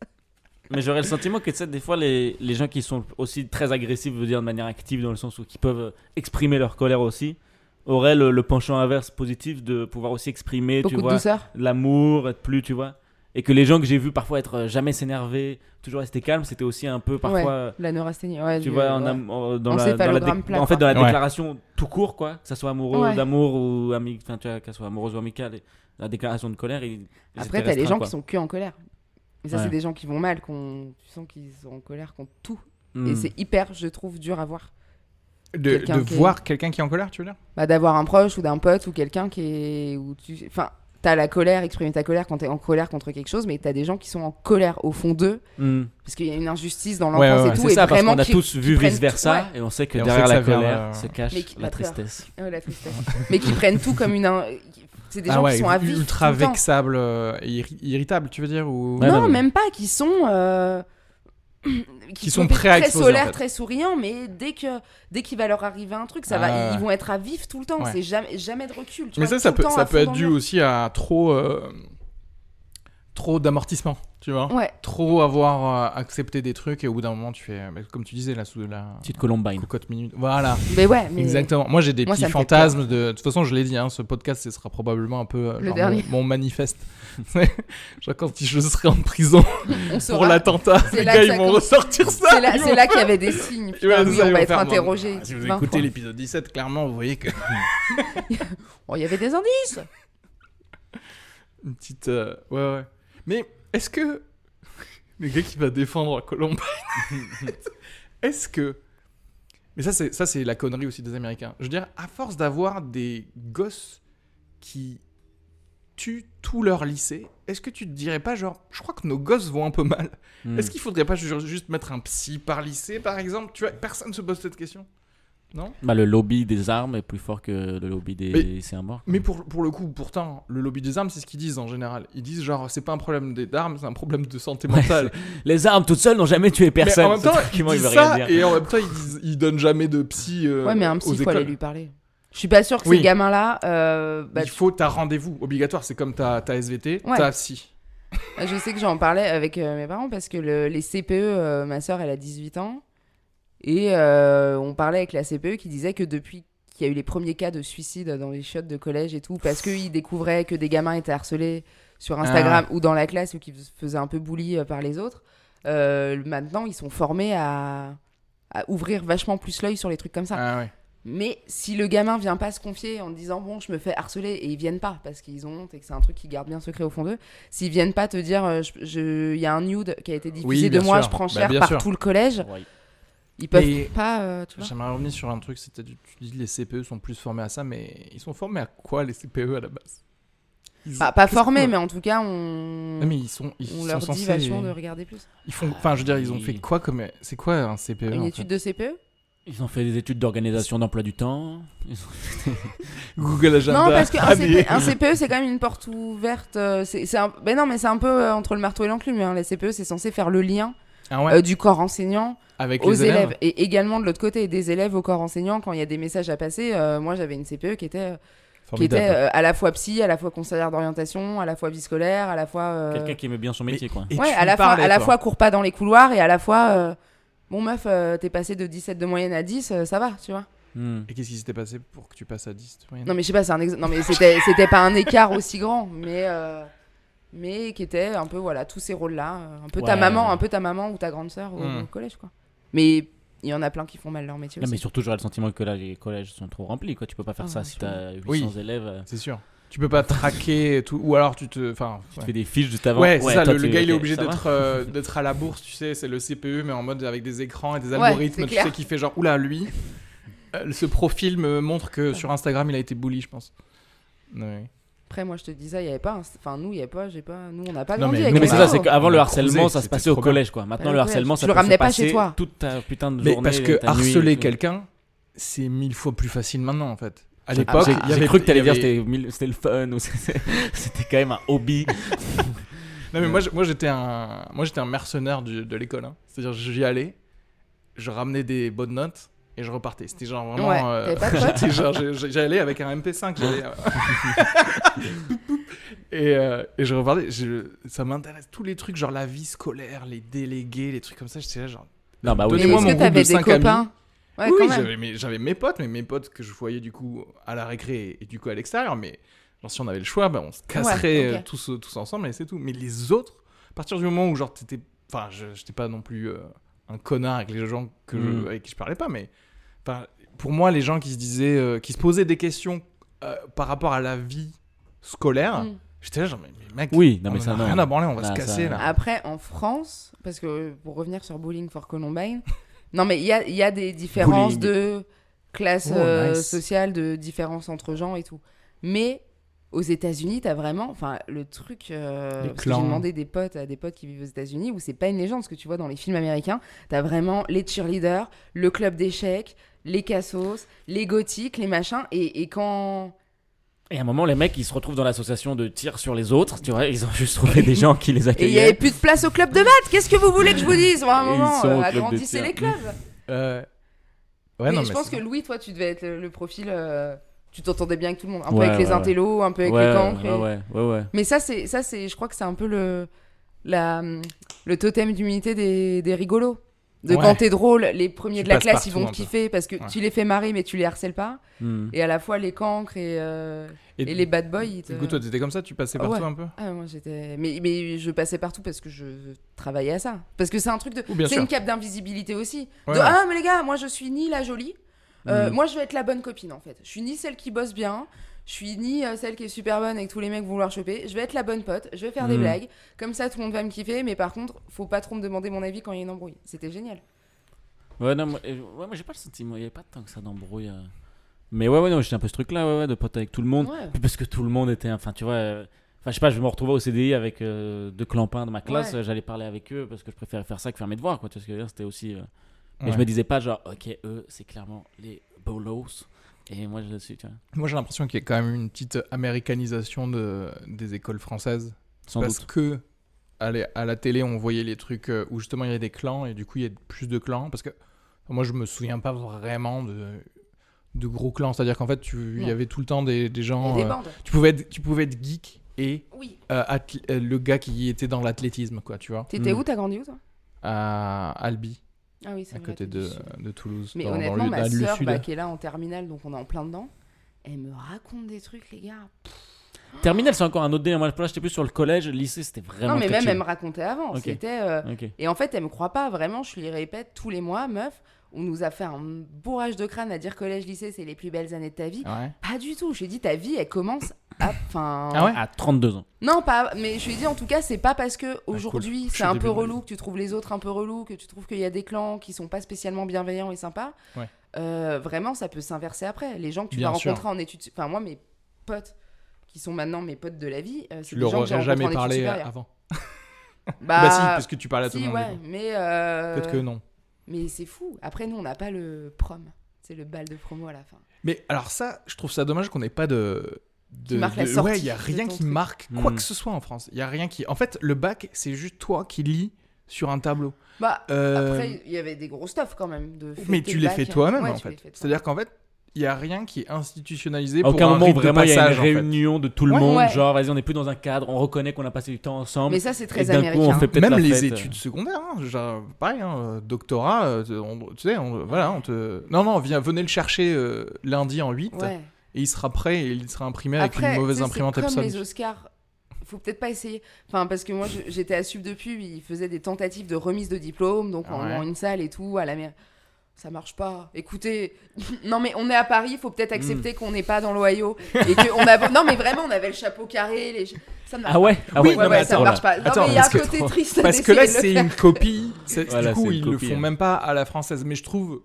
Mais j'aurais le sentiment que, tu sais, des fois, les, les gens qui sont aussi très agressifs, je veux dire, de manière active, dans le sens où qui peuvent exprimer leur colère aussi, auraient le, le penchant inverse positif de pouvoir aussi exprimer,
Beaucoup
tu
de
vois,
douceur.
l'amour, être plus, tu vois. Et que les gens que j'ai vus parfois être euh, jamais s'énerver, toujours rester calme, c'était aussi un peu parfois.
Ouais.
euh,
La neurasthénie. Ouais,
Tu
du-
vois, en
ouais.
am- en- dans,
En
la, dans la
céphalogramme plat,
en fait,
quoi.
dans la
Ouais.
déclaration tout court, quoi, que ça soit amoureux
Ouais.
d'amour ou ami, enfin, tu vois, qu'elle soit amoureuse ou amicale, et la déclaration de colère. il- ils
Après,
étaient
t'as les
restreints,
gens
quoi.
qui sont que en colère. Mais ça,
Ouais.
c'est des gens qui vont mal, qu'on tu sens qu'ils sont en colère contre tout.
Hmm.
Et c'est hyper, je trouve, dur à voir.
De,
Quelqu'un
de
qui est-
voir quelqu'un qui est en colère, tu veux dire
Bah, D'avoir un proche ou d'un pote ou quelqu'un qui est. Où tu... Enfin, t'as la colère, exprimer ta colère quand t'es en colère contre quelque chose, mais t'as des gens qui sont en colère au fond d'eux,
Hmm.
parce qu'il y a une injustice dans
ouais,
l'enfance
ouais.
et
Ah,
tout.
C'est
et
ça, parce
vraiment
qu'on a
qui-
tous
qui
vu
prennent-
vice-versa, et on sait que
Et on sait
derrière
que
la
ça vient,
colère
euh,
se cache
Mais qui-
la
la peur.
tristesse.
Ouais. Ouais, la tristesse. mais qui prennent tout comme une. un- C'est
Ah
des gens qui sont à vif.
Ah ultra
tout le temps.
vexable, euh, et irri- irritable, tu veux dire ou...
Ouais.
non,
non, mais-
même pas, qui sont. euh,
Qui sont
peut-être
prêts à
Très
exploser,
solaires,
en fait.
très souriants, mais dès que dès qu'il va leur arriver un truc, ça
Ah.
va, ils vont être à vif tout le temps.
Ouais.
C'est jamais, jamais de recul. tu
Mais ça,
vois,
ça
tout le
peut,
temps
ça
à
peut
fond
être
dans
dû
le mur.
aussi à trop, euh, trop d'amortissement, tu vois
Ouais.
Trop avoir euh, accepté des trucs et au bout d'un moment, tu fais, bah, comme tu disais, là, sous la
Petite Columbine.
cocotte minute. Voilà.
Mais ouais, mais
Exactement. Moi, j'ai des
Moi, ça
petits
me fait peur.
fantasmes. De... de toute façon, je l'ai dit, hein, ce podcast, ce sera probablement un peu euh,
Le
genre
dernier.
Mon, mon manifeste. Genre, quand je serai en prison
on
pour
saura.
l'attentat,
C'est
les
là
gars,
que
ils
ça
vont
commence.
ressortir ça.
C'est là,
Ils
c'est
vont-
là qu'il y avait des
Ouais,
signes.
c'est
Putain, oui,
ça, ils
on
vont
va être
faire, bon,
interrogé.
Ah, Si vous
20
écoutez
fois.
l'épisode 17, clairement, vous voyez que
Oh, il y avait des indices.
Une petite. euh, Ouais, ouais. Mais est-ce que. Le gars qui va défendre Columbine. est-ce que. Mais ça, c'est, ça, c'est la connerie aussi des Américains. Je veux dire, à force d'avoir des gosses qui tuent tout leur lycée, est-ce que tu te dirais pas, genre, je crois que nos gosses vont un peu mal
Hmm.
Est-ce qu'il faudrait pas ju- juste mettre un psy par lycée, par exemple Tu vois, personne se pose cette question. Non
Bah, le lobby des armes est plus fort que le lobby des
Mais-
lycéens morts.
Mais pour, pour le coup, pourtant, le lobby des armes, c'est ce qu'ils disent en général. Ils disent, genre, c'est pas un problème des- d'armes, c'est un problème de santé mentale.
Les armes toutes seules n'ont jamais tué personne.
Mais en même
Ce
temps, ils
document, il
disent
veut rien
ça
dire.
et en même temps, ils, disent- ils donnent jamais de psy euh,
Ouais, mais un
aux
psy, faut
écoles.
aller lui parler. Je suis pas sûre que
Oui.
ces gamins-là. euh, bah,
Il faut ta rendez-vous obligatoire. C'est comme ta, ta SVT,
Ouais.
ta psy.
Je sais que j'en parlais avec euh, mes parents parce que le- les CPE, euh, ma soeur, elle a 18 ans. Et euh, on parlait avec la CPE qui disait que depuis qu'il y a eu les premiers cas de suicide dans les chiottes de collège et tout, parce qu'ils découvraient que des gamins étaient harcelés sur Instagram ou dans la classe ou qu'ils se faisaient un peu bully euh, par les autres, euh, maintenant ils sont formés à, à ouvrir vachement plus l'œil sur les trucs comme ça.
Ah ouais.
Mais si le gamin vient pas se confier en te disant bon je me fais harceler et ils viennent pas parce qu'ils ont honte et que c'est un truc qu'ils gardent bien secret au fond d'eux, s'ils viennent pas te dire euh, je- je- il y a un nude qui a été diffusé
Oui,
de
bien
moi,
sûr.
je prends
Bah,
cher
bien
par
sûr.
tout le collège,
Ouais.
ils peuvent
Mais-
pas euh, tu vois.
J'aimerais revenir sur un truc. C'était du- tu dis que les CPE sont plus formés à ça, mais ils sont formés à quoi les CPE à la base Ils-
Pas, pas
qu'est-ce qu'on-
formés mais en tout cas on,
Non, mais ils sont, ils
Bah, on
sont
leur dit
censés.
vachement de regarder plus.
Ils font, enfin, je veux dire, ils ont
Oui.
fait quoi comme C'est quoi un CPE
Une
en
étude de E. CPE
Ils ont fait des études d'organisation d'emploi du temps. Ils
Euh,
ont-
fait Google Agenda.
Non parce qu'un
Ah, mais-
CPE, un CPE, c'est quand même une porte ouverte. euh, c'est c'est un... ben non mais c'est un peu euh, entre le marteau et l'enclume. hein. Les CPE c'est censé faire le lien
Ah ouais,
euh, du corps enseignant
Avec
aux
les
élèves. et également de l'autre côté des élèves au corps enseignant quand il y a des messages à passer euh, moi j'avais une CPE qui était euh, qui
Formidable.
était euh, à la fois psy à la fois conseillère d'orientation à la fois vie scolaire à la fois euh,
Quelqu'un qui aimait bien son métier, quoi.
Et
ouais
tu
à
lui
la fois
parlais,
à la
toi.
fois cours pas dans les couloirs et à la fois euh, bon meuf euh, t'es passé de 17 de moyenne à 10 euh, ça va tu vois
Hmm.
Et qu'est-ce qui s'était passé pour que tu passes à 10 toi, Yann
non mais je sais pas c'est un ex- non mais c'était c'était pas un écart aussi grand mais euh, mais qui était un peu voilà tous ces rôles là un peu ta
Ouais.
maman un peu ta maman ou ta grande sœur au,
Hmm.
au collège quoi mais il y en a plein qui font mal leur métier
Non, mais
aussi.
surtout, j'aurais le sentiment que là, les collèges sont trop remplis, quoi. Tu peux pas faire
Ah,
ça si
sûrement.
t'as 800
Oui.
élèves. euh,
C'est sûr. Tu peux pas traquer et tout. Ou alors tu te. Enfin.
Tu te
ouais.
fais des fiches juste avant.
Ouais, c'est ça,
toi,
le, le
tu-
gars il est
ok,
obligé
ça va.
d'être euh, d'être à la bourse, tu sais, c'est le CPE, mais en mode avec des écrans et des
Ouais,
algorithmes,
c'est
tu
clair.
sais, qui fait genre, oula, lui, euh, ce profil me montre que sur Instagram il a été bully, je pense. Ouais.
Après, moi, je te dis ça, il n'y avait pas. un- Enfin, nous, il y a pas. J'ai pas. Nous, on n'a pas
Non,
grandi
mais-
avec
Non,
les
mais c'est
Ouais.
ça, c'est
réseaux.
qu'avant le
On
harcèlement,
crusait,
ça se
c'était
passait au
trop
collège, quoi. Maintenant,
Au
le
collège.
harcèlement,
Bah
ça
Tu le
peut se
ramenais pas chez
passer
toi.
Toute ta putain de
Mais
journée.
parce que
ta nuit,
harceler
tout.
quelqu'un, c'est mille fois plus facile maintenant en fait. À
J'ai-
l'époque,
Ah, j'ai-
il y
j'ai
avait-
cru que t'allais
il y
dire
avait-
c'était mille- c'était le fun ou c'était c'était quand même un hobby.
Non mais moi je- moi j'étais un moi j'étais un mercenaire du- de l'école hein. C'est-à-dire j'y allais, je ramenais des bonnes notes et je repartais. C'était genre vraiment
Ouais,
euh,
t'avais pas de potes
j'étais genre j'ai- j'ai- j'allais avec un MP5, j'allais euh, Et, euh, et je regardais, je- ça m'intéresse tous les trucs, genre la vie scolaire, les délégués, les trucs comme ça. J'étais là, genre.
Non, bah oui.
Mais
Donnez-moi
est-ce
mon groupe
que
de
t'avais des
cinq amis.
copains Ouais,
oui,
quand même.
j'avais mes, j'avais mes potes, mais mes potes que je voyais du coup à la récré et, du coup à l'extérieur. Mais genre, si on avait le choix, bah, on se casserait
Ouais, ok.
euh, tous, tous ensemble et c'est tout. Mais les autres, à partir du moment où genre t'étais. Enfin, je j'étais pas non plus euh, un connard avec les gens que
Mm.
je, avec qui je parlais pas, mais. enfin, Pour moi, les gens qui se disaient. euh, qui se posaient des questions euh, par rapport à la vie scolaire,
Mm.
j'étais là, genre, mais, mais mec,
Oui, non,
on
mais
en
ça,
a
non.
rien à branler, on va se
Ah, ça,
casser
non.
là.
Après, en France, parce que euh, pour revenir sur Bowling for Columbine, non, mais il y a, il y a des différences
Bowling.
de classe
Oh,
euh,
nice.
sociale, de différences entre gens et tout. Mais aux États-Unis, t'as vraiment. Enfin, le truc. euh,
Les
parce que
clans.
J'ai demandé des potes à des potes qui vivent aux États-Unis où c'est pas une légende, ce que tu vois dans les films américains. T'as vraiment les cheerleaders, le club d'échecs, les cassos, les gothiques, les machins. Et, et quand.
Et à un moment, les mecs, ils se retrouvent dans l'association de tir sur les autres, tu vois, ils ont juste trouvé des gens qui les
Et il n'y avait
accueillaient.
plus de place au club de maths Qu'est-ce que vous voulez que je vous dise Bon, à un
Et ils
moment,
sont au
euh,
club de
agrandissez
tir.
les clubs
Euh, ouais,
Mais
non,
je
mais
pense
c'est-
que Louis, toi, tu devais être le, le profil. euh, tu t'entendais bien avec tout le monde. Un peu
Ouais,
avec
ouais,
les intellos, un peu avec
ouais,
les cancres.
ouais,
et-
ouais, ouais, ouais.
Mais ça, c'est, ça c'est, je crois que c'est un peu le, la, le totem d'humilité des, des rigolos. De
Ouais.
quand t'es drôle, les premiers
Tu
de la
passes
classe, ils
partout
vont
un
te
peu.
kiffer parce que
Ouais.
tu les fais marrer, mais tu les harcèles pas.
Hmm.
Et à la fois, les cancres et, euh, et les bad boys. ils te-
Du coup, toi, t'étais comme ça, tu passais
Ah
partout
ouais.
un peu
Ah, moi, j'étais... Mais, mais je passais partout parce que je travaillais à ça. Parce que c'est un truc de...
Ou bien
c'est
sûr.
une cape d'invisibilité aussi.
Ouais,
de,
ouais.
Ah, mais les gars, moi, je suis ni la jolie, euh,
Mm.
moi, je vais être la bonne copine, en fait. Je suis ni celle qui bosse bien, je suis ni euh, celle qui est super bonne et que tous les mecs vont vouloir choper. Je vais être la bonne pote, je vais faire des
Mm.
blagues. Comme ça, tout le monde va me kiffer, mais par contre, faut pas trop me demander mon avis quand il y a une embrouille. C'était génial.
Ouais, non, moi, euh, ouais, moi, j'ai pas le sentiment, il y avait pas tant que ça d'embrouille. euh. Mais ouais, ouais, non, j'étais un peu ce truc-là, ouais, ouais, de pote avec tout le monde.
Ouais.
Puis Parce que tout le monde était, enfin, tu vois, euh, enfin, je sais pas, je me retrouvais au CDI avec euh, deux clampins de ma classe,
Ouais.
euh, j'allais parler avec eux parce que je préférais faire ça que faire mes devoirs, quoi. Tu vois ce que je veux dire, c'était aussi. euh, Mais
Ouais.
je me disais pas, genre, ok, eux, c'est clairement les bolos. Et moi, je suis, tu vois,
Moi, j'ai l'impression qu'il y a quand même une petite américanisation de, des écoles françaises.
sans
parce
doute.
que à la, à la télé, on voyait les trucs euh, où justement il y a des clans et du coup, il y a plus de clans. Parce que moi, je me souviens pas vraiment de, de gros clans. C'est-à-dire qu'en fait, tu- il y
Non.
avait tout le temps des, des
Il y a
gens.
des
euh,
bandes.
tu, pouvais être, tu pouvais être geek et
Oui.
euh, athl- euh, le gars qui était dans l'athlétisme, quoi, tu vois,
T'étais
Mm.
où T'as grandi où, toi
à Albi,
Ah oui, c'est
à
vrai,
côté
t'es du
de,
sud.
de Toulouse.
Mais
dans- dans le-
honnêtement,
dans
ma
le
sœur,
sud.
bah, qui est là en terminale, donc on est en plein dedans, elle me raconte des trucs, les gars.
Ah,
Terminal, c'est encore un autre délire. Moi, là, j'étais plus sur le collège, le lycée, c'était vraiment.
Non, mais
très
même,
chill.
elle me racontait avant.
Ok.
C'était. euh,
Ok.
Et en fait, elle me croit pas vraiment. Je lui répète tous les mois, meuf, on nous a fait un bourrage de crâne à dire collège-lycée, c'est les plus belles années de ta vie.
Ouais.
Pas du tout. Je lui ai dit, ta vie, elle commence à. Enfin.
Ah ouais
À 32 ans.
Non, pas. Mais je lui ai dit, en tout cas, c'est pas parce que aujourd'hui,
Ah, Je suis
c'est un peu
désolé.
relou, que tu trouves les autres un peu relous, que tu trouves qu'il y a des clans qui sont pas spécialement bienveillants et sympas.
Ouais.
Euh, vraiment, ça peut s'inverser après. Les gens que tu
Bien
vas
sûr.
rencontrer en études. Enfin, moi, mes potes qui sont maintenant mes potes de la vie, euh, c'est
Tu
des
leur
gens que j'ai
aurais
rencontrés en
jamais
études
parlé
supérieures.
avant.
Bah,
Bah si, parce que tu parles à tout
si,
le monde.
ouais,
du coup.
mais euh,
Peut-être que non.
mais c'est fou. Après, nous, on n'a pas le prom. C'est le bal de promo à la fin.
Mais alors ça, je trouve ça dommage qu'on n'ait pas de... de
marque la
de-
sortie
ouais, il y a
de
rien
ton
qui
truc.
marque quoi
Mm.
que ce soit en France. Il y a rien qui... En fait, le bac, c'est juste toi qui lis sur un tableau.
Bah,
Euh,
après, il y avait des gros stuff quand même. De
mais
fêter
tu
le
les
bac.
fais toi-même,
hein.
en
Ouais, tu les
fait.
fais toi.
C'est-à-dire qu'en fait, il y a rien qui est institutionnalisé
À
pour
aucun
un
moment,
rite de
vraiment, il y a
passage,
une
en fait.
réunion de tout le
Ouais.
monde.
Ouais.
Genre, vas-y, on n'est plus dans un cadre, on reconnaît qu'on a passé du temps ensemble.
Mais ça, c'est
et
très
d'un coup,
américain.
on fait peut-être
Même
la
les
fête, euh.
études secondaires, hein, genre, pareil, hein, euh, doctorat, euh, te- on- tu sais, on- voilà, on te... Non, non, viens, venez le chercher euh, lundi en 8,
Ouais.
et il sera prêt, et il sera imprimé avec
Après,
une
tu
mauvaise
sais,
imprimante
c'est
Epson.
Comme les Oscars, faut peut-être pas essayer. Enfin, parce que moi, je- j'étais à Sub depuis, ils faisaient des tentatives de remise de diplôme, donc en,
Ouais.
en une salle et tout, à la mer. Ça marche pas. Écoutez, non mais on est à Paris, faut peut-être
Hmm.
accepter qu'on n'est pas dans l'Ohio et que on a. Non mais vraiment, on avait le chapeau carré, les. Ça ne marche
Ah ouais Ah
Oui,
pas.
non, mais
ouais, ouais, ça
attends,
ne
là.
marche pas. Non
Attends,
mais il y a un
parce que-
côté triste. à
Parce que là,
d'essayer de le
c'est
faire.
une copie. C'est-
Voilà,
du coup,
c'est une
ils
copie,
le font
hein.
même pas à la française. Mais je trouve.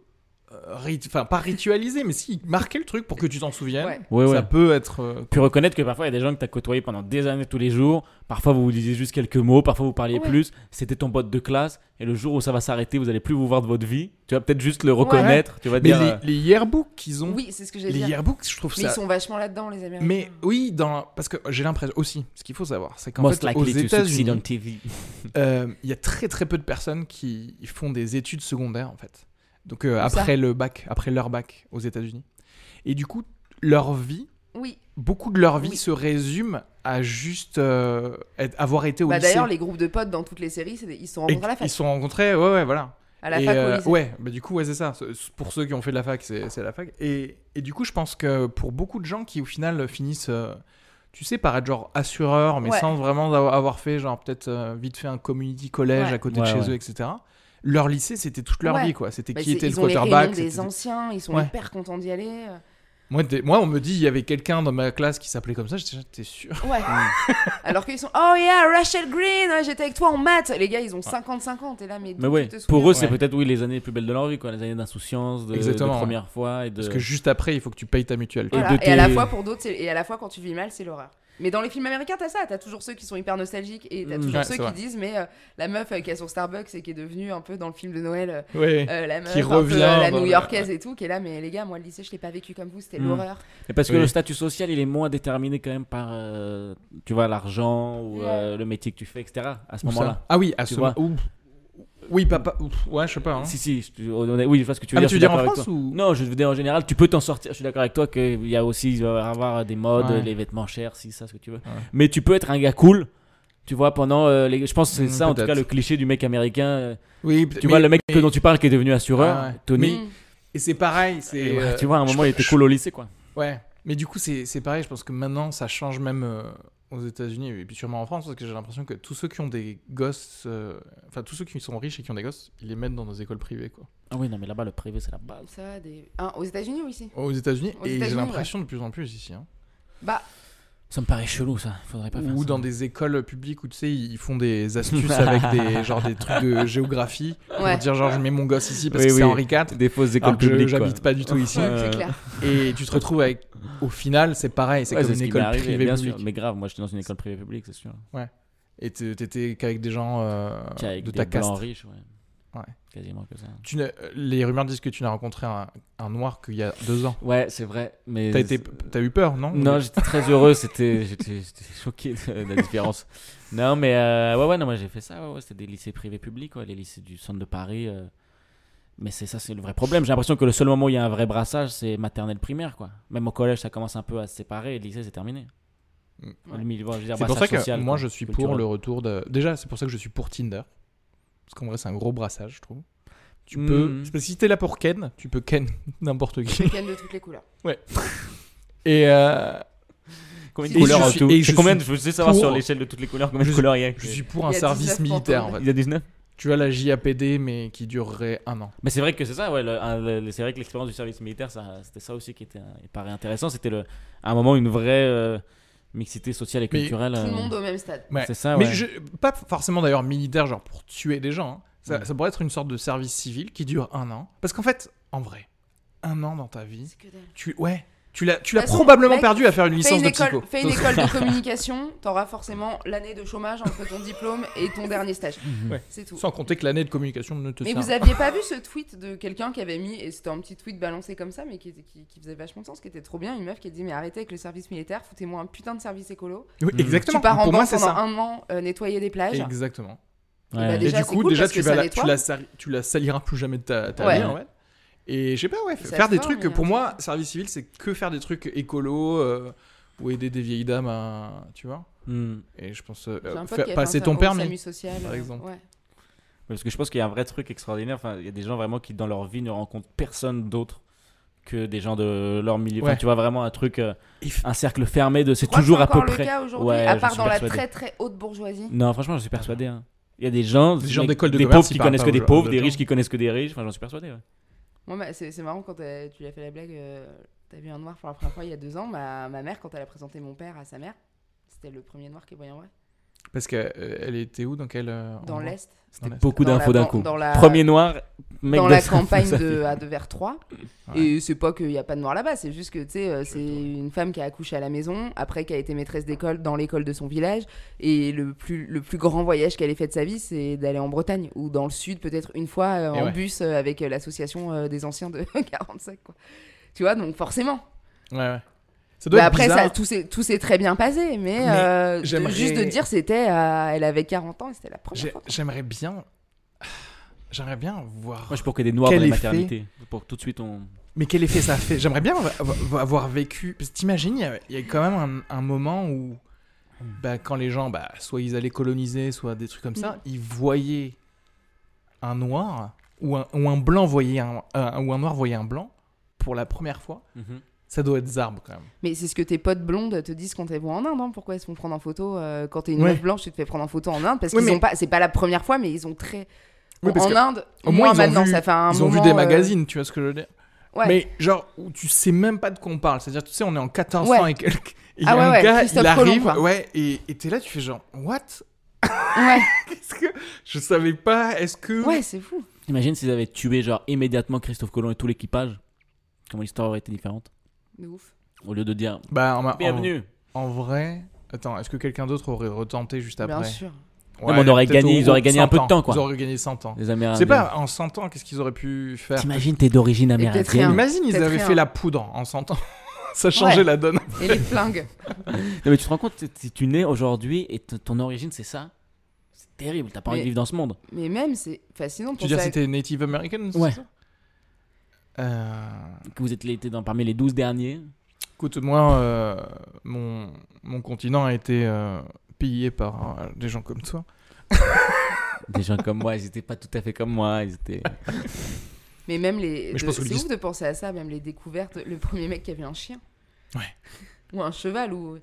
euh, rit- Enfin, pas ritualisé, mais si, marquer le truc pour que tu t'en souviennes.
Ouais.
Ouais, ouais.
Ça peut être. euh,
Puis reconnaître que parfois, il y a des gens que tu as côtoyés pendant des années tous les jours. Parfois, vous vous disiez juste quelques mots. Parfois, vous parliez
Ouais.
plus. C'était ton pote de classe. Et le jour où ça va s'arrêter, vous allez plus vous voir de votre vie. Tu vas peut-être juste le reconnaître. Tu vas
Mais
dire. euh,
les, les yearbooks qu'ils ont.
Oui, c'est ce que j'ai
les
dit.
yearbooks, je trouve
Mais ils
ça.
sont vachement là-dedans, les Américains.
Mais oui, dans parce que j'ai l'impression aussi, ce qu'il faut savoir, c'est qu'en
Most
fait, aux
likely to succeed on
États-Unis,
TV.
euh, il y a très très peu de personnes qui font des études secondaires en fait. Donc euh,
Où ça
après le bac, après leur bac aux États-Unis. Et du coup, leur vie,
Oui,
beaucoup de leur vie
Oui.
se résume à juste euh, être- avoir été au
Bah,
lycée.
d'ailleurs, les groupes de potes dans toutes les séries, c'est des- ils se sont
Et-
rencontrés à la fac.
Ils se sont rencontrés, ouais, ouais, voilà.
À la
Et,
fac, au
euh,
lycée.
ouais, bah du coup, ouais, c'est ça. C'est- c'est Pour ceux qui ont fait de la fac, c'est c'est la fac. Et, et du coup, je pense que pour beaucoup de gens qui, au final, finissent, euh, tu sais, par être genre assureur, mais
Ouais.
sans vraiment avo- avoir fait, genre, peut-être euh, vite fait un community collège
Ouais.
à côté
Ouais,
de chez
ouais.
eux, etc. Leur lycée, c'était toute leur
Ouais.
vie, quoi. C'était
Bah,
qui
c'est-
était le
ils ont les
quarterback.
réunions des
c'était-
anciens, ils sont
Ouais.
hyper contents d'y aller. euh.
Moi, des- Moi, on me dit, il y avait quelqu'un dans ma classe qui s'appelait comme ça. J'étais là, t'es sûr
Ouais. Alors qu'ils sont Oh yeah, Rachel Green, ouais, j'étais avec toi en maths. Les gars, ils ont 50-50. Et là, mais,
Mais
d'où tu
ouais,
te
pour
souviens
eux, c'est
Ouais.
peut-être oui les années les plus belles de leur vie, quoi, les années d'insouciance, de, de
Exactement,
première fois et de.
Parce que juste après, il faut que tu payes ta mutuelle.
Et
Voilà.
de
Et, à la
tes-
fois pour d'autres, c'est- et à la fois quand tu vis mal, c'est l'horreur. Mais dans les films américains, t'as ça. T'as toujours ceux qui sont hyper nostalgiques et t'as
Mm.
toujours
Mmh, Ouais,
ceux
c'est
qui
vrai.
disent mais euh, la meuf euh, qui a son Starbucks et qui est devenue un peu dans le film de Noël, euh,
Ouais.
euh, la meuf
Qui
un peu, euh,
revient
la
dans le- Mmh.
New-Yorkaise et tout, qui est là mais les gars, moi le lycée, je l'ai pas vécu comme vous, c'était
Mm.
l'horreur.
Mais parce que
Oui.
le statut social, il est moins déterminé quand même par, euh, tu vois, l'argent ou
Ouais.
euh, le métier que tu fais, etc. À ce
Ou ça.
moment-là.
Ah oui, à
Tu
ce
vois.
moment. Ouh. Oui, papa. Ouh. Ouais, je sais pas. hein.
Si, si, je te- on est- oui, je vois ce que tu veux
Ah, mais
dire.
tu veux
je suis
dire en
d'accord avec
France
toi.
ou-
Non, je veux dire en général, tu peux t'en sortir. Je suis d'accord avec toi qu'il y a aussi, il va y avoir des modes,
Ouais.
les vêtements chers, si, ça, ce que tu veux. Mais tu peux être un gars cool. Tu vois, pendant euh, les... Je pense que c'est
Mm,
ça, en tout
peut-être.
cas, le cliché du mec américain. euh,
Oui,
Tu vois, le mec que
mais-
dont tu parles qui est devenu assureur,
Ah ouais.
Tony.
Mm.
Et c'est pareil, c'est.
Et ouais,
euh,
tu vois, à un
je
moment, il
pense-
était cool au lycée, quoi.
Ouais. Mais du coup, c'est c'est pareil. Je pense que maintenant, ça change même euh, aux États-Unis et puis sûrement en France, parce que j'ai l'impression que tous ceux qui ont des gosses, euh, enfin tous ceux qui sont riches et qui ont des gosses, ils les mettent dans nos écoles privées, quoi.
Ah oui, non, mais là-bas, le privé, c'est la base.
Ça, des... Ah, aux États-Unis ou ici
Aux États-Unis.
Aux
Et j'ai
États-Unis,
l'impression de plus en plus ici. hein.
Bah,
Ça me paraît chelou, ça. Faudrait pas faire
Ou
ça.
dans des écoles publiques où tu sais, ils font des astuces avec des genre des trucs de géographie
Ouais.
pour dire genre je mets mon gosse ici parce
Oui,
que c'est
oui.
Henri IV.
des fausses écoles
Alors que je-
publiques.
j'habite
quoi.
pas du tout ici.
ouais,
Euh,
c'est clair.
Et tu te retrouves avec. Au final, c'est pareil, c'est
Ouais,
comme
ce
une
qui
école
m'est arrivé,
privée
bien
publique.
sûr. Mais grave, moi j'étais dans une école privée publique, c'est sûr.
Et t'é- t'étais qu'avec des gens euh,
Tiens, avec
de
des
ta caste.
blancs riches, ouais.
Ouais.
Quasiment que ça.
Tu n'as- les rumeurs disent que tu n'as rencontré un, un noir qu'il y a deux ans.
Ouais, c'est vrai, mais.
T'as, été, t'as eu peur, non
Non, j'étais très heureux, c'était, j'étais, j'étais choqué de la différence. non, mais euh, ouais, ouais, non, moi j'ai fait ça, ouais, ouais, c'était des lycées privés publics, ouais, les lycées du centre de Paris. euh, Mais c'est ça, c'est le vrai problème. J'ai l'impression que le seul moment où il y a un vrai brassage, c'est maternelle primaire, quoi. Même au collège, ça commence un peu à se séparer, et le lycée, c'est terminé.
Mm.
Le milieu, je veux dire,
C'est pour ça
brassage
que
bah, social,
moi
quoi,
je suis pour
culturel.
le retour de. Déjà, c'est pour ça que je suis pour Tinder. Parce qu'en vrai, c'est un gros brassage, je trouve. Tu
Mhm.
peux. Parce que si t'es là pour Ken, tu peux Ken n'importe qui.
Ken de toutes les couleurs.
Et. euh,
Combien de
Et
couleurs
je
en
suis-
tout
et
C'est
je
combien
suis
de- Je veux juste savoir
pour-
sur l'échelle de toutes les couleurs, combien
Je
de
suis-
couleurs il y a.
Je suis pour un
Il y a
service
19
militaire, en
fantômes.
fait.
Il y a 19
Tu as la JAPD, mais qui durerait un an.
Mais c'est vrai que c'est ça, ouais, le- un- le- c'est vrai que l'expérience du service militaire, ça- c'était ça aussi qui était, un- il paraît intéressant. C'était le- à un moment une vraie euh, mixité sociale et
Mais
culturelle.
Tout le
euh,
monde au même stade.
Ouais.
C'est ça,
Mais
Ah ouais.
je, pas forcément d'ailleurs militaire, genre pour tuer des gens. hein. Ça,
Ouais.
ça pourrait être une sorte de service civil qui dure un an. Parce qu'en fait, en vrai, un an dans ta vie,
C'est que dalle.
tu, ouais, tu l'as, tu l'as
De toute façon,
probablement
mec,
perdu à faire une
Fais
licence
une,
de
école,
psycho.
fais une école de communication, t'auras forcément l'année de chômage entre ton diplôme et ton dernier stage.
Mmh. Ouais.
C'est tout.
Sans compter que l'année de communication ne te
Mais
sert.
vous aviez pas vu ce tweet de quelqu'un qui avait mis, et c'était un petit tweet balancé comme ça, mais qui, était- qui, qui faisait vachement de sens, qui était trop bien, une meuf qui a dit mais arrêtez avec le service militaire, foutez-moi un putain de service écolo.
Oui,
Mm.
exactement.
Tu pars en
Pour moi,
banque
c'est
pendant
ça.
un an euh, nettoyer des plages.
Exactement.
Ouais.
bah,
Et
Déjà,
du
c'est
coup,
cool
déjà,
parce
tu
que
vas
ça
la,
nettoie.
tu la, sali- tu la saliras plus jamais de ta, ta
Ouais.
vie, en fait. Et je sais pas, ouais,
Ça hein.
faire
se
des
voit,
trucs.
mais
Pour
après-
moi, service civil, c'est que faire des trucs écolos euh, ou aider des vieilles dames à, tu vois.
Hmm.
Et je pense euh,
J'ai un pote
faire-
qui a fait un
passer ton
sa- au SAMU
permis.
social,
par
euh,
exemple.
ouais.
Parce que je pense qu'il y a un vrai truc extraordinaire. Enfin, il y a des gens vraiment qui, dans leur vie, ne rencontrent personne d'autre que des gens de leur milieu. Enfin,
Ouais.
tu vois vraiment un truc, euh,
Et f-
un cercle fermé de c'est
Je crois que
toujours
c'est
à peu
encore le
près.
cas aujourd'hui,
Ouais,
à
je
part
suis
dans la
persuadé.
très très haute bourgeoisie.
Non, franchement, je suis persuadé. hein. Il y a des gens,
Des gens
mecs-
d'école de
des
commerce,
pauvres
ils
qui
parlent
connaissent
pas
que
aux
des
gens-
pauvres,
aux
des
gens.
riches qui connaissent que des riches. Enfin, j'en suis persuadé. ouais.
Moi, ma- c'est c'est marrant quand euh, tu lui as fait la blague, euh, t'as vu un noir pour la première fois il y a deux ans. Ma, ma mère, quand elle a présenté mon père à sa mère, c'était le premier noir qui voyait en vrai.
Parce qu'elle était où Dans quel euh,
Dans
endroit
Mmh.
l'Est,
C'était
Ouais.
beaucoup
Dans la
d'infos d'un
ban-
coup.
dans la-
Premier noir, mec
dans
de
la
sa-
campagne
sa
de,
vie.
à Devers 3.
Ouais.
Et c'est pas qu'il n'y a pas de noir là-bas, c'est juste que tu sais, euh, c'est une femme qui a accouché à la maison, après qui a été maîtresse d'école dans l'école de son village. Et le plus, le plus grand voyage qu'elle ait fait de sa vie, c'est d'aller en Bretagne ou dans le sud, peut-être une fois euh,
Et
en
ouais.
bus euh, avec euh, l'association euh, des anciens de 45. Quoi. Tu vois, donc forcément.
Ouais, ouais. Ça doit
Bah
être
après,
bizarre.
ça, tout s'est tout s'est très bien passé, mais,
Mais
euh, de-
j'aimerais-
juste de dire, c'était, euh, elle avait 40 ans et c'était la première
J'ai-
fois.
J'aimerais bien. J'aimerais bien voir.
Moi, je suis pour qu'il y ait des noirs
Quel
dans les
effet.
maternités. Pour que tout de suite, on.
Mais quel effet ça fait J'aimerais bien av- av- avoir vécu. Parce que t'imagines, il y a- il y, a quand même un, un moment où bah, quand les gens, bah, soit ils allaient coloniser, soit des trucs comme
Mm.
ça, ils voyaient un noir ou un, ou un blanc voyait un, euh, ou un noir voyait un blanc pour la première fois. Ça doit être Zarb quand même.
Mais c'est ce que tes potes blondes te disent quand elles vont en Inde. hein. Pourquoi elles se font prendre en photo euh, quand t'es une
Ouais.
meuf blanche, tu te fais prendre en photo en Inde parce
Oui,
qu'ils
mais-
ont pas. C'est pas la première fois, mais ils ont très.
Oui,
Bon,
parce
en
que
Inde,
Au moins, ils ont
maintenant,
vu-
ça fait un
ils ont vu
moment,
des
euh,
magazines, tu vois ce que je veux dire.
ouais.
Mais genre, où tu sais même pas de quoi on parle. C'est-à-dire, tu sais, on est en 1400
Ouais.
et quelques. Et il y
Ah
a
ouais,
un
ouais,
gars,
Christophe
il arrive,
Colomb, quoi.
ouais, et et t'es là, tu fais genre, what
Ouais,
Qu'est-ce que. Je savais pas, est-ce que.
ouais c'est fou.
Imagine s'ils avaient tué genre immédiatement Christophe Colomb et tout l'équipage. Comment l'histoire aurait été différente
De ouf.
Au lieu de dire
Bah, en, en-
bienvenue.
En, vrai. Attends, est-ce que quelqu'un d'autre aurait retenté juste après
Bien sûr.
Ouais,
Non, mais on aurait
peut-être
gagné-
au-
ils auraient
au
gagné un
100
peu de temps, quoi. Ah,
Ils auraient gagné 100 ans.
Les Amérindiens.
C'est pas, en 100 ans, qu'est-ce qu'ils auraient pu faire
T'imagines, t'es d'origine
peut-être
amérindienne.
rien.
Imagine, ils
Peut-être
avaient
rien.
fait la poudre en 100 ans. Ça changeait
Ouais.
la donne.
Et les flingues.
Non, mais tu te rends compte, si tu nais aujourd'hui et t- ton origine c'est ça, c'est terrible. T'as pas envie
Mais-
de vivre dans ce monde.
Mais même, c'est fascinant
Tu
pour
veux dire,
ça.
c'était Native American c'est
Ouais.
ça Euh,
Que vous êtes les- t'es dans, parmi les 12 derniers.
Écoute, moi, euh, mon, mon continent a été euh, pillé par euh, des gens comme toi.
Des gens comme moi, ils étaient pas tout à fait comme moi. Ils étaient.
Mais même les.
Mais je
de-
pense que
C'est
l'hist-
ouf de penser à ça, même les découvertes. Le premier mec qui avait un chien.
Ouais.
Ou un cheval, ou.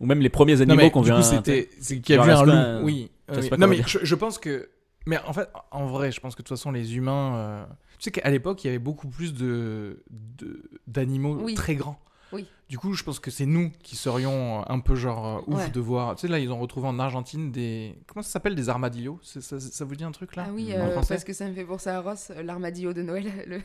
Ou même les premiers
Non,
animaux
mais
qu'on
du
vient.
coup, c'était. C'est qu'il y
Genre
a eu un loup.
Jasper, euh,
Oui. euh,
Jasper,
oui.
comment
Non, mais
dire
je, je pense que. Mais en fait, en vrai, je pense que de toute façon, les humains. euh, Tu sais qu'à l'époque, il y avait beaucoup plus de de- d'animaux
Oui.
très grands.
Oui.
Du coup, je pense que c'est nous qui serions euh, un peu genre euh, ouf
Ouais.
de voir. Tu sais, là, ils ont retrouvé en Argentine des. Comment ça s'appelle Des armadillos C'est- ça, ça vous dit un truc là
Ah oui,
en
euh,
français
parce que ça me fait penser à Ross, euh, l'armadillo de Noël. le- Tu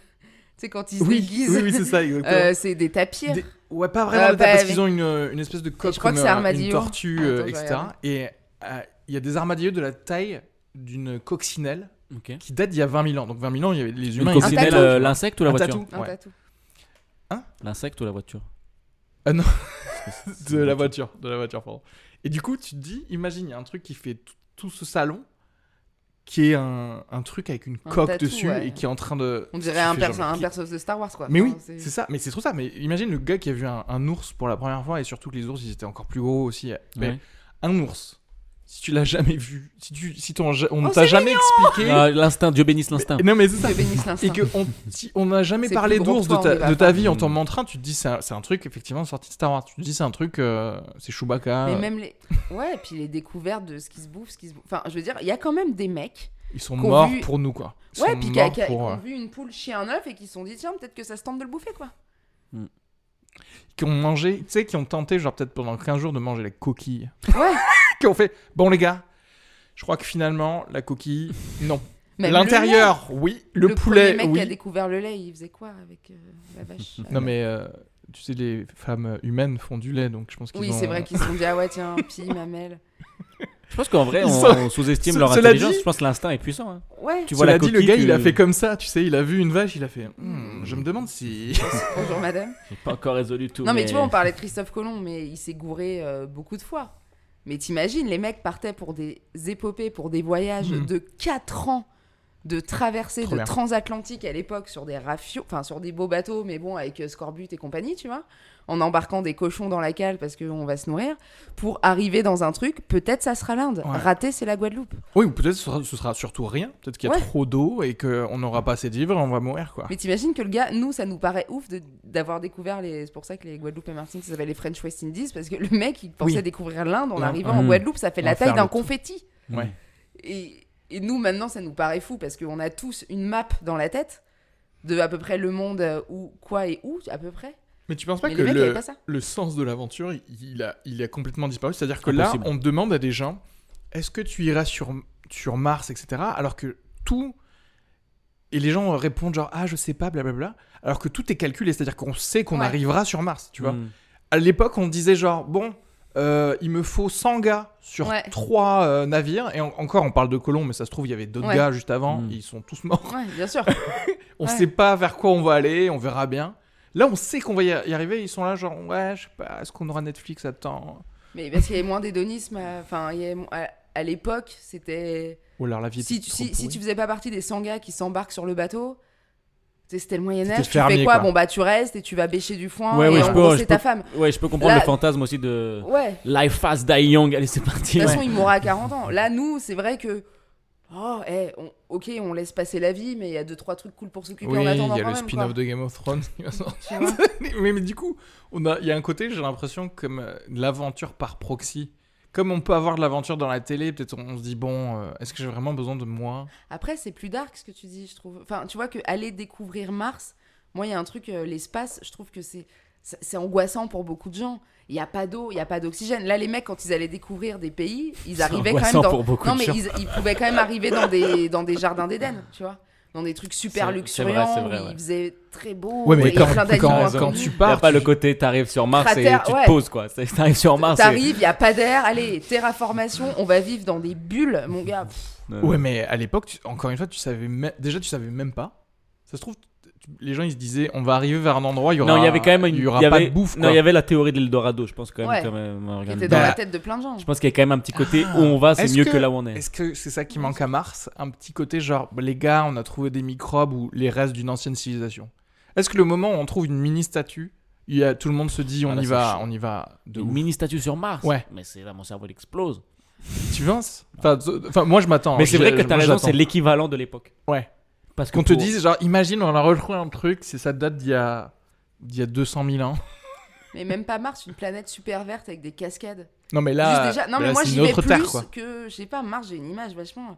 sais, quand ils se
Oui, oui,
déguisent.
oui, c'est ça, exactement.
Euh, c'est des tapirs.
Des- Ouais, pas vraiment
Euh,
les tapes,
bah,
parce
mais-
qu'ils ont une, euh, une espèce de coque
je crois
comme
que c'est
euh, une
armadillo.
tortue,
Attends,
euh,
je vais
etc. Et euh, il y a des armadillos de la taille d'une coccinelle
Ok.
qui date d'il y a 20 000 ans. Donc 20 000 ans, il y avait les
Une
humains. ils étaient
coccinelle,
tatou.
euh, l'insecte ou la
Un
voiture
tatou,
Un
ouais.
tatou.
L'insecte ou la voiture
Ah non.
Parce que c'est- c'est
de la
une
voiture, de la voiture, pardon. Et du coup, tu te dis, imagine, il y a un truc qui fait tout- tout ce salon, qui est un, un truc avec une
Un
coque
tatou,
dessus
ouais.
et qui est en train de.
On
Tu
dirait un,
fais
perso
genre,
un
qui-
perso de Star Wars, quoi.
Mais oui,
Enfin,
c'est ça. Mais c'est trop ça. Mais imagine le gars qui a vu un, un ours pour la première fois et surtout que les ours ils étaient encore plus gros aussi. Mais
Ouais.
un ours, si tu l'as jamais vu, si tu, si t'en- on ne
Oh,
t'a
c'est
jamais expliqué,
Ah, l'instinct, Dieu bénisse l'instinct.
Et non mais c'est ça.
Dieu bénisse l'instinct.
Et que on, si on n'a jamais
C'est
parlé
plus gros
d'ours
que
de
toi, on
ta,
y va
de ta vie en
Mm.
t'en montrant, tu te dis c'est un, c'est un truc effectivement sorti de Star Wars. Tu te dis c'est un truc, euh, c'est Chewbacca.
Mais
euh,
même les. Ouais, et puis les découvertes de ce qui se bouffe, ce qui se bouffe. Enfin, je veux dire, il y a quand même des mecs.
Ils sont
qu'on
morts
vu-
pour nous quoi. Ils
ouais,
sont
puis qui
morts
qui- qui
pour, euh,
ont vu une poule chier un œuf et qui se sont dit, tiens, peut-être que ça se tente de le bouffer, quoi.
qui ont mangé, tu sais, qui ont tenté genre peut-être pendant 15 jours de manger la coquille.
Ouais.
qui ont fait bon les gars, je crois que finalement la coquille non.
Même le lait.
L'intérieur oui, le, poulet
premier mec
oui.
qui a découvert le lait, il faisait quoi avec euh, la vache
Non mais euh, tu sais les femmes humaines font du lait donc je pense qu'ils
Oui,
ont- euh,
c'est vrai qu'ils se sont dit, ah ouais, tiens, pi, mamelle.
Je pense qu'en vrai,
Ils
on,
sont-
on sous-estime
Ce-
leur
cela
intelligence.
dit-
Je pense que l'instinct est puissant. hein.
Ouais.
Tu vois
Cela
la
dit, le
coquille
gars,
que-
il a fait comme ça, tu sais, il a vu une vache, il a fait Hmm, Je me demande si.
Bonjour, madame.
J'ai pas encore résolu tout.
Non, mais tu vois, on parlait de Christophe Colomb, mais il s'est gouré euh, beaucoup de fois. Mais t'imagines, les mecs partaient pour des épopées, pour des voyages
Mhm.
de 4 ans de traversée
Trop
de
bien.
transatlantique à l'époque sur des rafios, enfin sur des beaux bateaux, mais bon, avec euh, Scorbut et compagnie, tu vois, en embarquant des cochons dans la cale parce qu'on va se nourrir, pour arriver dans un truc, peut-être ça sera l'Inde.
Ouais.
Raté, c'est la Guadeloupe.
Oui, ou peut-être ce sera, ce sera surtout rien. Peut-être qu'il y a
Ouais.
trop d'eau et qu'on n'aura pas assez de vivres, on va mourir, quoi.
Mais t'imagines que le gars, nous, ça nous paraît ouf de- d'avoir découvert les. C'est pour ça que les Guadeloupe et Martinique, ça s'appelle les French West Indies, parce que le mec, il pensait
Oui.
découvrir l'Inde en
Non. Mmh.
arrivant en
Mhm.
Guadeloupe, ça fait
On
la
va
taille
faire
d'un
le tour. Mmh.
confetti.
Ouais.
Et, et nous, maintenant, ça nous paraît fou, parce qu'on a tous une map dans la tête de à peu près le monde euh, où, quoi et où, à peu près.
Mais tu penses pas
Mais
que
les mecs, il y
le,
avait pas ça.
le sens de l'aventure, il- il a, il a complètement disparu C'est-à-dire que là,
Impossible.
on demande à des gens Est-ce que tu iras sur, sur Mars, etc. Alors que tout. Et les gens répondent genre Ah, je sais pas, blablabla. Alors que tout est calculé, c'est-à-dire qu'on sait qu'on
Ouais.
arrivera sur Mars, tu vois.
Mm.
à l'époque, on disait genre, bon, euh, il me faut 100 gars sur
Ouais.
3 navires. Et en- encore, on parle de Colomb, mais ça se trouve, il y avait d'autres
Ouais.
gars juste avant.
Mm.
Ils sont tous morts.
Ouais, bien sûr.
On
Ouais.
sait pas vers quoi on va aller, on verra bien. Là, on sait qu'on va y y arriver. Ils sont là, genre, ouais, je sais pas, est-ce qu'on aura Netflix à temps
mais parce qu'il y avait moins d'hédonisme, euh, enfin, il y avait mo- à- à l'époque, c'était.
Ou alors la vie
si
était
tu,
trop
si, si
pourrie.
tu faisais pas partie des 100 gars qui s'embarquent sur le bateau, sais, C'était le Moyen-Âge.
C'était
Tu
fermier,
fais quoi,
quoi.
Bon, bah, tu restes et tu vas bêcher du foin.
Ouais, ouais,
et
je
en
peux-
gros,
je
c'est
peux-
ta femme.
Ouais, je peux comprendre
Là-
le fantasme aussi de
Ouais.
Life Fast, Die Young. Allez, c'est parti.
De toute
Ouais.
façon, il mourra à 40 ans. Là, nous, c'est vrai que. Oh, eh, on- ok, on laisse passer la vie, mais il y a deux trois trucs cool pour s'occuper
Oui,
en
il
attendant.
y a
quand
le
même,
spin-off
quoi.
de Game of Thrones qui va sortir.
Tu vois
mais, mais du coup, on a- il y a un côté, j'ai l'impression, comme euh, l'aventure par proxy. Comme on peut avoir de l'aventure dans la télé, peut-être on, on se dit, bon, euh, est-ce que j'ai vraiment besoin de moi
Après, c'est plus dark ce que tu dis, je trouve. Enfin, tu vois que aller découvrir Mars, moi, il y a un truc, euh, l'espace, je trouve que c'est c'est c'est angoissant pour beaucoup de gens. Il n'y a pas d'eau, il n'y a pas d'oxygène. Là, les mecs, quand ils allaient découvrir des pays, ils arrivaient quand
angoissant
même dans.
pour beaucoup
non,
de
mais
gens.
ils, ils pouvaient quand même arriver dans des, dans des jardins d'Éden, tu vois. Dans des trucs super
C'est- c'est vrai,
luxuriants,
c'est vrai,
où
ouais.
il faisait très beau,
Ouais, mais
il y a
quand,
plein hein. d'animaux
quand,
inconnus.
quand tu
Il n'y a
pars,
pas
tu-
le côté t'arrives sur Mars
Cratère,
et tu
ouais.
te poses quoi. Ah, C'est- T'arrives sur Mars. et-
T'arrives, il n'y a pas d'air, allez, terraformation, on va vivre dans des bulles, mon gars. Pff,
Ouais.
Ouais, mais à l'époque, tu- encore une fois, tu savais me- déjà, tu savais même pas. Ça se trouve, t- tu- les gens, ils se disaient, on va arriver vers un endroit, il y aura,
Non, il y avait quand même une.
il y aura
il y
pas
avait-
de bouffe.
Non,
quoi.
il y avait la théorie de l'Eldorado, je pense quand même.
Ouais.
quand même,
qui
Morgan.
était dans
Bah,
la tête de plein de gens.
Je pense qu'il y a quand même un petit côté où on va, c'est
Ah. Est-ce
mieux
que-
que là où on est.
Est-ce que c'est ça qui manque à Mars Un petit côté genre, bah, les gars, on a trouvé des microbes ou les restes d'une ancienne civilisation. Est-ce que le moment où on trouve une mini statue, il y a, tout le monde se dit, on
Ah, là,
y
c'est
va,
chaud.
on y va de
une
ouf.
mini statue sur Mars.
Ouais.
Mais c'est là, mon cerveau il explose.
Tu penses Enfin, t- enfin, moi, je m'attends.
mais c'est
Je-
vrai que
je-
t'as
moi,
raison,
j'attends.
c'est l'équivalent de l'époque.
Ouais.
Parce que
Qu'on te
pour-
dise, genre, imagine, on a retrouvé un truc, c'est ça date d'il y a, d'il y a 200 000 ans.
Mais même pas Mars, une planète super verte avec des cascades.
Non, mais là,
Juste déjà- non,
là,
mais moi
c'est
j'y
une
vais
autre
plus
terre, quoi.
que, je sais pas, Mars, j'ai une image vachement.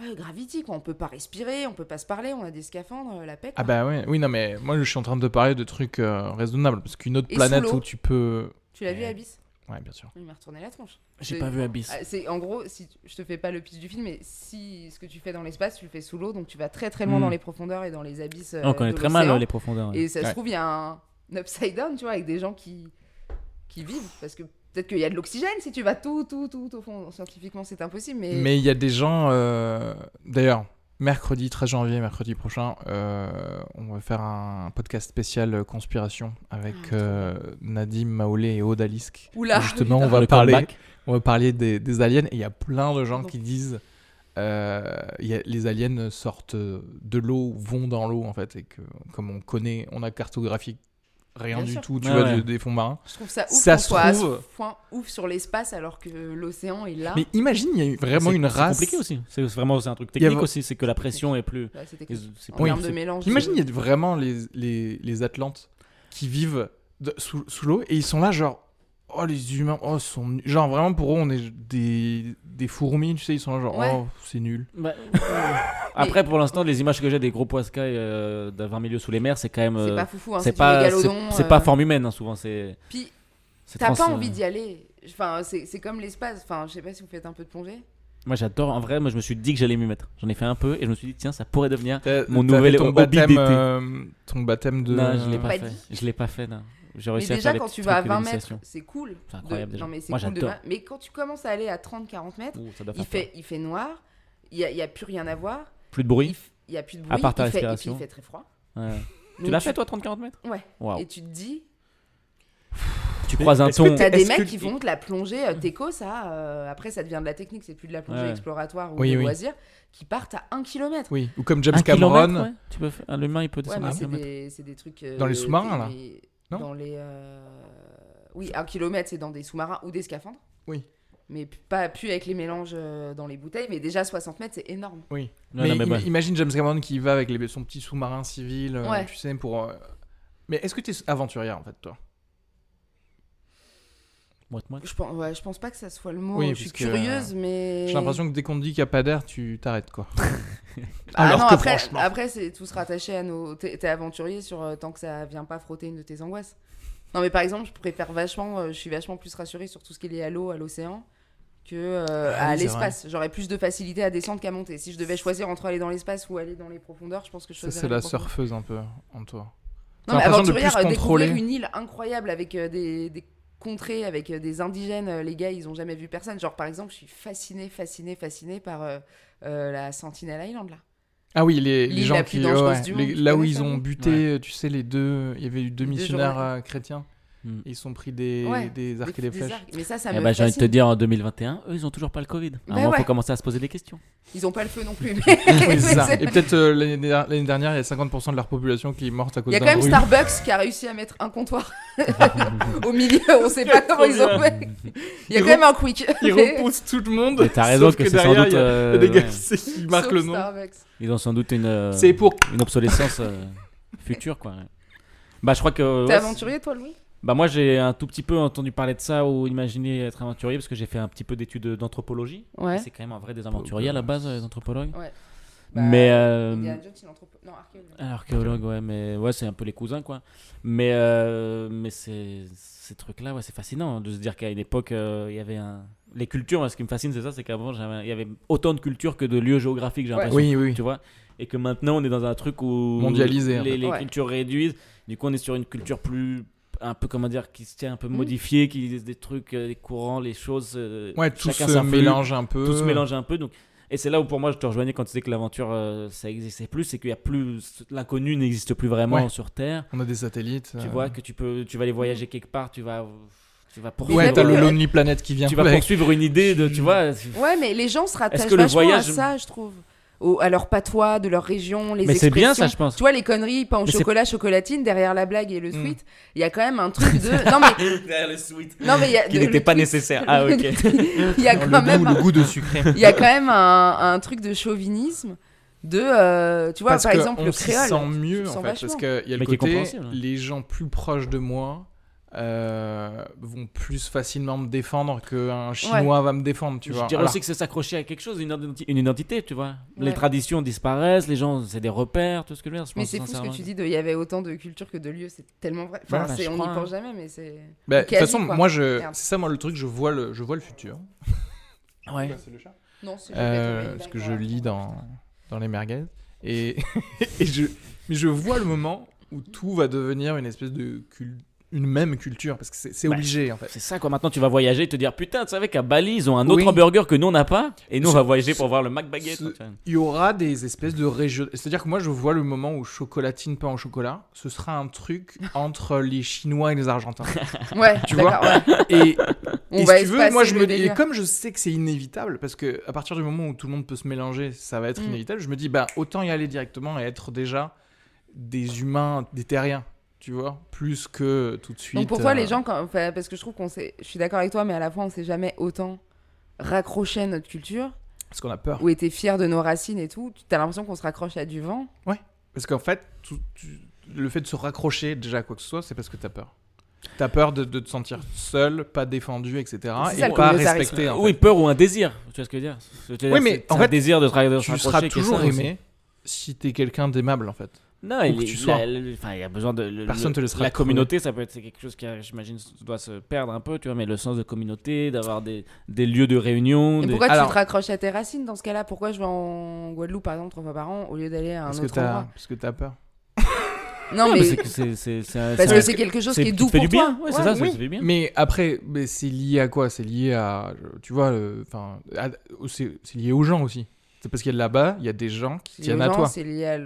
ouais, gravity, quoi. On peut pas respirer, on peut pas se parler, on a des scaphandres, euh, la paix. quoi.
Ah bah ouais, oui, non mais moi je suis en train de te parler de trucs euh, raisonnables, parce qu'une autre
Et sous
planète
l'eau.
où tu peux...
Tu l'as vu,
Ouais.
Abyss
Ouais, bien sûr.
Il m'a retourné la tronche.
J'ai
C'est-
pas vu Abyss.
Ah, C'est en gros, si tu- je te fais pas le pitch du film, mais si ce que tu fais dans l'espace, tu le fais sous l'eau, donc tu vas très très loin
Mm.
dans les profondeurs et dans les abysses. euh,
on connaît
de
très mal
l'océan.
euh, les profondeurs. ouais.
Et ça
Ouais.
se trouve, il y a un upside down, tu vois, avec des gens qui, qui vivent. Parce que peut-être qu'il y a de l'oxygène si tu vas tout, tout, tout au fond. Scientifiquement, c'est impossible, mais.
Mais il y a des gens... euh, D'ailleurs, mercredi 13 janvier, mercredi prochain, euh, on va faire un podcast spécial euh, Conspiration avec
Ah, trop
euh, Nadim Maoulé et Odalisk.
Oula
Justement, on
Le
va, parler,
comeback.
on va parler des, des aliens, et il y a plein de gens
Pardon.
qui disent... euh, il y a- les aliens sortent de l'eau, vont dans l'eau en fait, et que comme on connaît, on a cartographié rien
Bien
du
sûr.
tout, tu
Ouais,
vois,
ouais.
de- des fonds marins.
Je trouve ça ouf
Ça
qu'on
se
soit à ce
trouve-
point ouf sur l'espace alors que l'océan est là.
Mais imagine, il y a eu vraiment
C'est-
une race.
C'est compliqué aussi. C'est vraiment c'est un truc
Il y a-
technique aussi. C'est que la pression est plus.
Ouais, Bah, c'était
Ils-
cool.
c'est
En
pas-
Oui,
termes de
c'est-
mélange.
Imagine, il y a vraiment les, les, les Atlantes qui vivent de- sous, sous l'eau et ils sont là, genre, oh les humains, oh, ils sont nuls. Genre, vraiment pour eux, on est des, des fourmis, tu sais, ils sont là, genre,
Ouais.
oh, c'est nul.
Bah, euh, Après, pour l'instant, les images que j'ai des gros poiscailles euh, de 20 milieux sous les mers, c'est quand même.
C'est
euh,
pas foufou, hein,
c'est
c'est euh, pas,
pas, c'est- c'est pas forme humaine hein, souvent. C'est.
Puis,
c'est
t'as
trans-
pas envie d'y aller. Enfin, c'est c'est comme l'espace. Enfin, je sais pas si vous faites un peu de plongée.
Moi, j'adore. En vrai, moi, je me suis dit que j'allais m'y mettre. J'en ai fait un peu et je me suis dit tiens, ça pourrait devenir. Mon
T'as
nouvel
fait ton
hobby
baptême,
d'été.
euh, ton baptême de.
Non, je l'ai pas
Pas
fait.
dit.
Je l'ai pas fait. non. J'ai
Mais
réussi à
déjà,
faire des
quand
petits
tu vas à
trucs de
20 mètres,
l'initiation.
c'est cool.
C'est
de-
incroyable, déjà.
Non, mais c'est
Moi,
cool de
j'adore.
20 Mais quand tu commences à aller à 30-40 mètres,
Ouh, ça doit
il
faire peur.
fait, il fait noir, il y a, il y a plus rien à voir,
Plus de bruit.
il f- il y a plus de
À
bruit,
part ta
il, fait, et puis
respiration.
il fait très froid.
Ouais. Tu
Donc
l'as fait toi 30-40 mètres
Ouais.
Waouh.
Et tu te dis,
Tu croises un
Est-ce que
ton.
T'as des
Est-ce
mecs
que-
qui font de la plongée euh, déco, ça. euh, après, ça devient de la technique, c'est plus de la plongée
Ouais.
exploratoire ou
Oui,
des
oui.
loisirs, qui partent à 1 km.
Oui, ou comme James
Un
Cameron.
kilomètre, ouais. Tu peux faire- ah, L'humain, il peut
Ouais,
descendre
mais
un
c'est
kilomètre.
des, c'est des trucs. euh,
Dans les sous-marins,
des- des-
Non
Dans les. euh, Oui, 1 km, c'est dans des sous-marins ou des scaphandres.
Oui.
Mais p- pas plus avec les mélanges euh, dans les bouteilles, mais déjà 60 mètres, c'est énorme.
Oui.
Non,
mais
non, mais
im-
ouais.
imagine James Cameron qui va avec les, son petit sous-marin civil, euh,
Ouais.
tu sais, pour. euh, Mais est-ce que t'es aventurière en fait, toi
Moite-moite.
Je pense, ouais, je pense pas que ça soit le mot.
Oui,
je suis
parce que, euh,
curieuse, mais.
J'ai l'impression que dès qu'on te dit qu'il n'y a pas d'air, tu t'arrêtes quoi.
Ah
Alors
non,
que
après,
franchement-
après c'est tout se rattacher à nos. T'es t'es aventurier sur euh, tant que ça vient pas frotter une de tes angoisses. Non, mais par exemple, je préfère vachement. euh, je suis vachement plus rassurée sur tout ce qui est lié à l'eau, à l'océan, que euh,
Ah oui,
à
c'est
l'espace. J'aurais plus de facilité à descendre qu'à monter. Si je devais choisir entre aller dans l'espace ou aller dans les profondeurs, je pense que je
Ça,
choisirais.
c'est
les
la
profondeurs.
surfeuse un peu en toi. T'as
Non, mais
l'impression de
aventurière,
plus
euh, découvrir
contrôler.
une île incroyable avec euh, des, des contrées, avec euh, des indigènes. euh, les gars, ils ont jamais vu personne. Genre, par exemple, je suis fascinée, fascinée, fascinée par euh, euh, la Sentinel Island là.
Ah oui, les, les
L'île
gens
la plus
qui.
dangereuse du
les-
monde, tu
là où
connais
ils
ça,
ont
non
buté, tu sais, les deux. Il y avait eu deux
Les deux
missionnaires
journalistes.
euh, chrétiens.
Hmm.
Ils sont pris des,
Ouais,
des arcs et des, flèches.
arcs. Mais ça, ça
Eh
me
ben, j'ai envie de te
fascine.
dire, en 2021, eux, ils ont toujours pas le Covid. À
Bah
un moment, faut
ouais.
commencer à se poser des questions.
Ils ont pas le feu non plus.
Oui,
Mais
c'est ça.
c'est-
Et peut-être euh, l'année der- l'année dernière, il y a 50% de leur population qui est morte à
Il
cause
y
d'un
a quand même
bruit.
Starbucks qui a réussi à mettre un comptoir au milieu. On sait pas comment ils ont fait. Il y a
Ils
quand même un quick.
Ils
Mais-
repoussent tout le monde.
Mais t'as raison
sauf
que, c'est sans
derrière,
doute.
il y a- il y a
euh,
des gars
ouais.
qui s- qui
sauf
marquent le nom.
Starbucks.
Ils ont sans doute une, euh,
C'est pour.
une obsolescence euh, future, quoi. ouais. Bah, je crois que.
T'es
ouais,
aventurier toi, Louis
Bah moi j'ai un tout petit peu entendu parler de ça ou imaginé être aventurier parce que j'ai fait un petit peu d'études d'anthropologie.
Ouais.
C'est quand même un vrai des aventuriers à la base, les anthropologues.
Ouais.
mais euh,
Indiana Jones, bah, il entreprend- Non, archéologue.
archéologue ouais mais ouais c'est un peu les cousins quoi. Mais euh, mais c'est ces trucs là ouais c'est fascinant hein, de se dire qu'à une époque euh, il y avait un les cultures moi, ce qui me fascine c'est ça c'est qu'avant j'avais- il y avait autant de cultures que de lieux géographiques j'ai
Ouais.
l'impression
Oui, oui.
tu vois et que maintenant on est dans un truc où
Mondialisé, en
les,
fait.
les
Ouais.
cultures réduisent du coup on est sur une culture plus un peu comment dire qui se tient un
Mm.
peu modifiée qui des trucs euh, les courants les choses euh,
Ouais, tout
chacun
se
s'influe,
mélange un peu.
tout se mélange un peu donc et c'est là où pour moi je te rejoignais quand tu disais que l'aventure euh, ça existait plus c'est qu'il y a plus l'inconnu n'existe plus vraiment
Ouais.
sur terre
On a des satellites.
tu
euh,
vois que tu peux tu vas aller voyager quelque part tu vas tu vas poursuivre
Ouais,
Mais
t'as le
même-
Lonely Planet qui vient
tu vas
avec.
poursuivre une idée de tu vois
Ouais, mais les gens se rattachent
que le
vachement
voyage-
à ça, je trouve. Au- à leur patois, de leur région, les
mais c'est bien
expressions.
ça je pense
Tu vois, les conneries, pain au
Mais c'est- Hmm.
chocolat, chocolatine, derrière la blague et le
Mm.
tweet, il y a quand même un truc de. Non, mais.
derrière le sweet
Non, mais il y a.
qui
de-
n'était
le
pas
tweet,
nécessaire ah ok
Il y a
Le
quand même. hein.
goût,
un-
le goût de sucré.
Il y a quand même un, un truc de chauvinisme. De. euh, tu vois,
Parce
par
que
exemple,
on
le
s'y
créole.
sent mieux
Tu
en fait,
le sens
parce
vachement.
qu'il y a le
Mais qui est
côté,
compréhensible, ouais.
les gens plus proches de moi euh, vont plus facilement me défendre qu'un chinois va me défendre, tu
je
vois.
dirais
Alors,
aussi que c'est s'accrocher à quelque chose, une, identi- une identité, tu vois. Les
Ouais.
traditions disparaissent, les gens, c'est des repères, tout ce que je veux dire. je
Mais
pense
c'est fou ce que
sincèrement.
tu dis de. Il y avait autant de cultures que de lieux, c'est tellement vrai. Enfin,
Voilà,
c'est-
je
on n'y
crois, hein.
pense jamais, mais c'est.
bah, de
Ou
toute façon,
quasi, quoi.
moi je,
Merde.
c'est ça moi le truc, je vois le, je vois le futur.
Ouais.
c'est le chat.
Non, c'est
Euh, ce que je lis dans, dans les merguez. Et, et je, mais je vois le moment où tout va devenir une espèce de cul- une même culture, parce que c'est c'est
Bah,
obligé en fait.
C'est ça, quoi. Maintenant, tu vas voyager et te dire Putain, tu savais qu'à Bali, ils ont un autre
Oui.
hamburger que nous, on n'a pas. Et nous, on
Ce-
va voyager
ce-
pour voir le McBaguette.
ce-
tu vois.
il y aura des espèces de régions. C'est-à-dire que moi, je vois le moment où chocolatine, pain au chocolat, ce sera un truc entre les Chinois et les Argentins.
Ouais,
Tu
d'accord, ouais.
Et,
On
et
va
si tu veux, moi,
espacer
je
le
me dis, et
délire.
comme je sais que c'est inévitable, parce que à partir du moment où tout le monde peut se mélanger, ça va être
Mm.
inévitable, je me dis, bah, autant y aller directement et être déjà des humains, des terriens, tu vois, plus que tout de suite.
Donc pour toi,
euh,
les gens, quand, enfin, parce que je trouve qu'on s'est, je suis d'accord avec toi, mais à la fois on s'est jamais autant raccroché à notre culture
Parce qu'on a peur.
ou été fier de nos racines et tout. T'as l'impression qu'on se raccroche à du vent.
Parce qu'en fait, tout- tu- le fait de se raccrocher déjà à quoi que ce soit, c'est parce que t'as peur. T'as peur de, de te sentir seul, pas défendu, etc.
C'est
Et
ça, le
pas
communautarisme.
respecté. en
Oui,
fait.
peur ou un désir. Tu vois ce que je veux dire Je veux dire,
Oui, mais
c'est- c'est
en
un
fait,
désir de travailler de se
tu
raccrocher,
seras
qui est
toujours
ça aussi.
aimé si t'es quelqu'un d'aimable, en fait.
Non,
Où
il,
que
il-
tu sois.
la- le- enfin, il y a besoin de. le-
Personne
le-
te laissera
La
crever.
communauté, ça peut être c'est quelque chose qui, a- j'imagine, se- doit se perdre un peu, tu vois, mais le sens de communauté, d'avoir des, des lieux de réunion.
Et
des-
pourquoi
Alors-
tu te raccroches à tes racines dans ce cas-là Pourquoi je vais en Guadeloupe par exemple trois fois par an au lieu d'aller à un
Parce que,
autre
t'as,
endroit
parce que t'as peur.
Non
Non,
mais,
mais c'est que c'est- c'est- c'est un-
parce
c'est un-
que c'est quelque chose
c'est-
qui est
te
doux
fait
pour
du bien.
toi.
Ouais, c'est
Ouais.
ça, ça te fait du bien.
Mais après, mais c'est lié à quoi C'est lié à. Tu vois, le- enfin, à- c'est, c'est lié aux gens aussi. C'est parce qu'il y a de là-bas, il y a des gens qui
Les
tiennent à
gens,
toi.
C'est lié à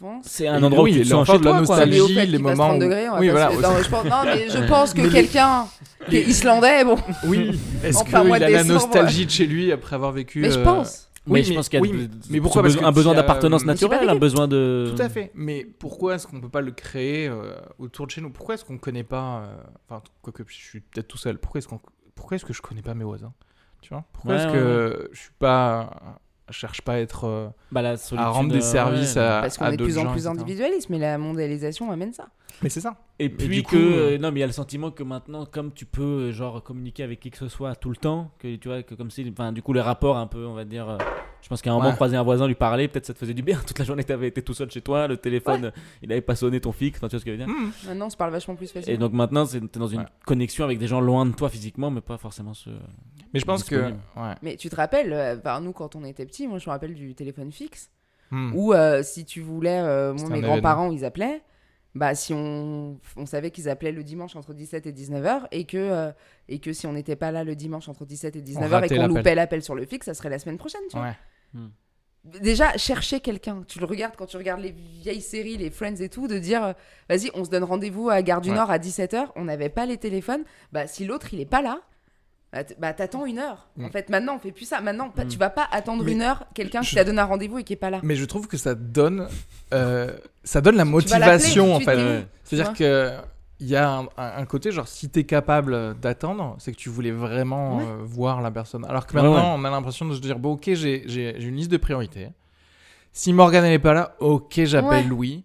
l'enfance.
C'est
Et
un endroit
oui,
où tu te sens
l'enfance
chez
de la
toi, quoi.
C'est lié au
nostalgie,
fait
les
qu'il fasse
moments
30
où-
degrés, on va
Oui,
pas
voilà,
se-
aussi.
non, mais je pense... non, mais je pense que
Mais les-
quelqu'un qui est islandais, bon.
Oui, est-ce qu'il
Enfin,
a
moi,
la
décembre,
nostalgie de chez lui après avoir vécu.
Mais je
euh,
pense.
Mais
Oui,
je
mais-
pense qu'il y a
oui,
de-
mais-
de-
mais pourquoi
un besoin-
Parce que
un besoin
s'il y a-
d'appartenance
Mais
c'est pas
naturelle, un
dégueu.
besoin de.
Tout à fait. Mais pourquoi est-ce qu'on peut pas le créer euh, autour de chez nous Pourquoi est-ce qu'on connaît pas euh, Enfin, quoique je suis peut-être tout seul. Pourquoi est-ce qu'on Pourquoi est-ce que je connais pas mes voisins Tu vois Pourquoi
Ouais,
est-ce
ouais,
que je suis pas euh, je cherche pas à être euh,
Bah, la
à
solitude,
rendre
euh,
des services
ouais.
à,
Parce qu'on
à
est de
d'autres
plus en
gens,
plus
etc.
individualiste, mais la mondialisation amène ça.
Mais c'est ça.
Et
Mais
puis
du
que.
coup, euh,
euh, Non, mais il y a le sentiment que maintenant, comme tu peux, euh, genre, communiquer avec qui que ce soit tout le temps, que tu vois, que comme si. Enfin, du coup, les rapports, un peu, on va dire. euh, Je pense qu'à un moment,
Ouais.
croiser un voisin, lui parler, peut-être ça te faisait du bien. Toute la journée, t'avais été tout seul chez toi, le téléphone, euh, il n'avait pas sonné ton fixe, enfin, tu vois ce que je veux dire.
Mmh.
Maintenant, on se parle vachement plus facilement.
Et donc maintenant, c'est- t'es dans une
Ouais.
connexion avec des gens loin de toi physiquement, mais pas forcément ceux.
Mais je pense que
Disponible.
ouais.
Mais tu te rappelles, euh, par nous quand on était petits, moi je me rappelle du téléphone fixe,
Mmh.
où euh, si tu voulais, euh, moi
C'était un
mes
événement.
grands-parents ils appelaient, bah si on, on savait qu'ils appelaient le dimanche entre 17 et 19h, et que, euh, et que si on n'était pas là le dimanche entre 17 et 19h et
ratait
qu'on
l'appel.
loupait l'appel sur le fixe, ça serait la semaine prochaine, tu vois. Hmm.
Ouais.
Déjà, chercher quelqu'un. Tu le regardes quand tu regardes les vieilles séries, les Friends et tout, de dire euh, vas-y, on se donne rendez-vous à Gare du
Ouais.
Nord à 17h, on n'avait pas les téléphones. Bah, si l'autre, il est pas là, bah, t- bah, t'attends une heure. En
Mm.
fait, maintenant, on fait plus ça. Maintenant, pas-
Mm.
tu vas pas attendre
Hmm. Mais
une heure quelqu'un qui
je-
t'a donné un rendez-vous et qui est pas là.
Mais je trouve que ça donne, euh, ça donne la
Tu vas l'appeler,
motivation en
tu te
fait.
dis, oh,
Ouais.
tu
C'est-à-dire que il y a un, un- un côté genre si t'es capable d'attendre, c'est que tu voulais vraiment
Ouais.
euh, voir la personne. Alors que
Ouais,
maintenant,
ouais.
on a l'impression de se dire bon ok, j'ai j'ai- j'ai une liste de priorités. Si Morgane n'est pas là, ok, j'appelle
Ouais.
Louis.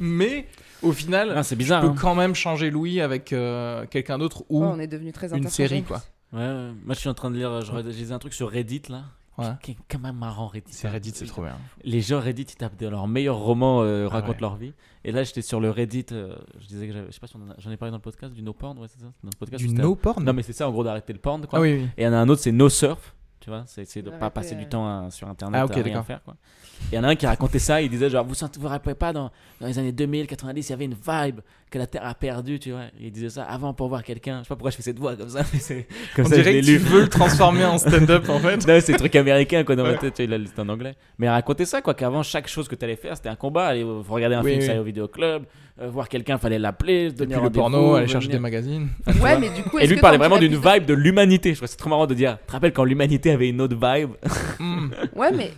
Mais au final,
Ah, c'est bizarre.
je
hein.
peux quand même changer Louis avec euh, quelqu'un d'autre ou
vois. Ouais, on est devenu très
une série,
interchangeables.
quoi.
Ouais, ouais. Moi, je suis en train de lire. euh, Je lisais un truc sur Reddit là.
Ouais.
Qui est quand même marrant Reddit.
C'est
hein.
Reddit, c'est trop bien.
Les gens Reddit, ils tapent de leurs meilleurs romans, euh,
Ah
racontent
ouais.
leur vie. Et là, j'étais sur le Reddit. euh, je disais que j'avais- je sais pas si on en a- j'en ai parlé dans le podcast du no porn, ouais, c'est ça. Dans le podcast.
Du
c'était-
no porn.
Non, mais c'est ça, en gros, d'arrêter le porn. Quoi.
ah oui, oui.
Et il y en a un autre, c'est no surf. Tu vois, c'est c'est de
Ouais,
pas
ouais,
passer
ouais.
du temps à- sur internet
Ah, ok,
à rien
d'accord.
faire. Quoi. Et il y en a un qui racontait ça, il disait genre, vous sentez- vous rappelez pas, dans, dans les années 2000, 90, il y avait une vibe que la Terre a perdue, tu vois. Il disait ça avant pour voir quelqu'un. Je sais pas pourquoi je fais cette voix comme ça, mais c'est comme
on
ça, je
dirait
l'ai
que tu
lu.
veux le transformer en stand-up en fait.
Non, c'est truc américain quoi dans ma tête, tu vois, là, c'est en anglais. Mais raconter ça quoi, qu'avant chaque chose que t'allais faire, c'était un combat, aller euh, regarder un
Oui,
film,
oui.
ça allait au vidéoclub, euh, voir quelqu'un, fallait l'appeler, se
Depuis
donner
le
rendez-vous,
porno, aller
venir.
chercher des magazines.
Ouais, mais du coup,
Et
est-ce
lui
que
parlait
quand tu
vraiment
l'as
d'une
plus-
vibe de l'humanité. Je trouve c'est trop marrant de dire. Tu te rappelles quand l'humanité avait une autre vibe
Hmm.
Ouais, mais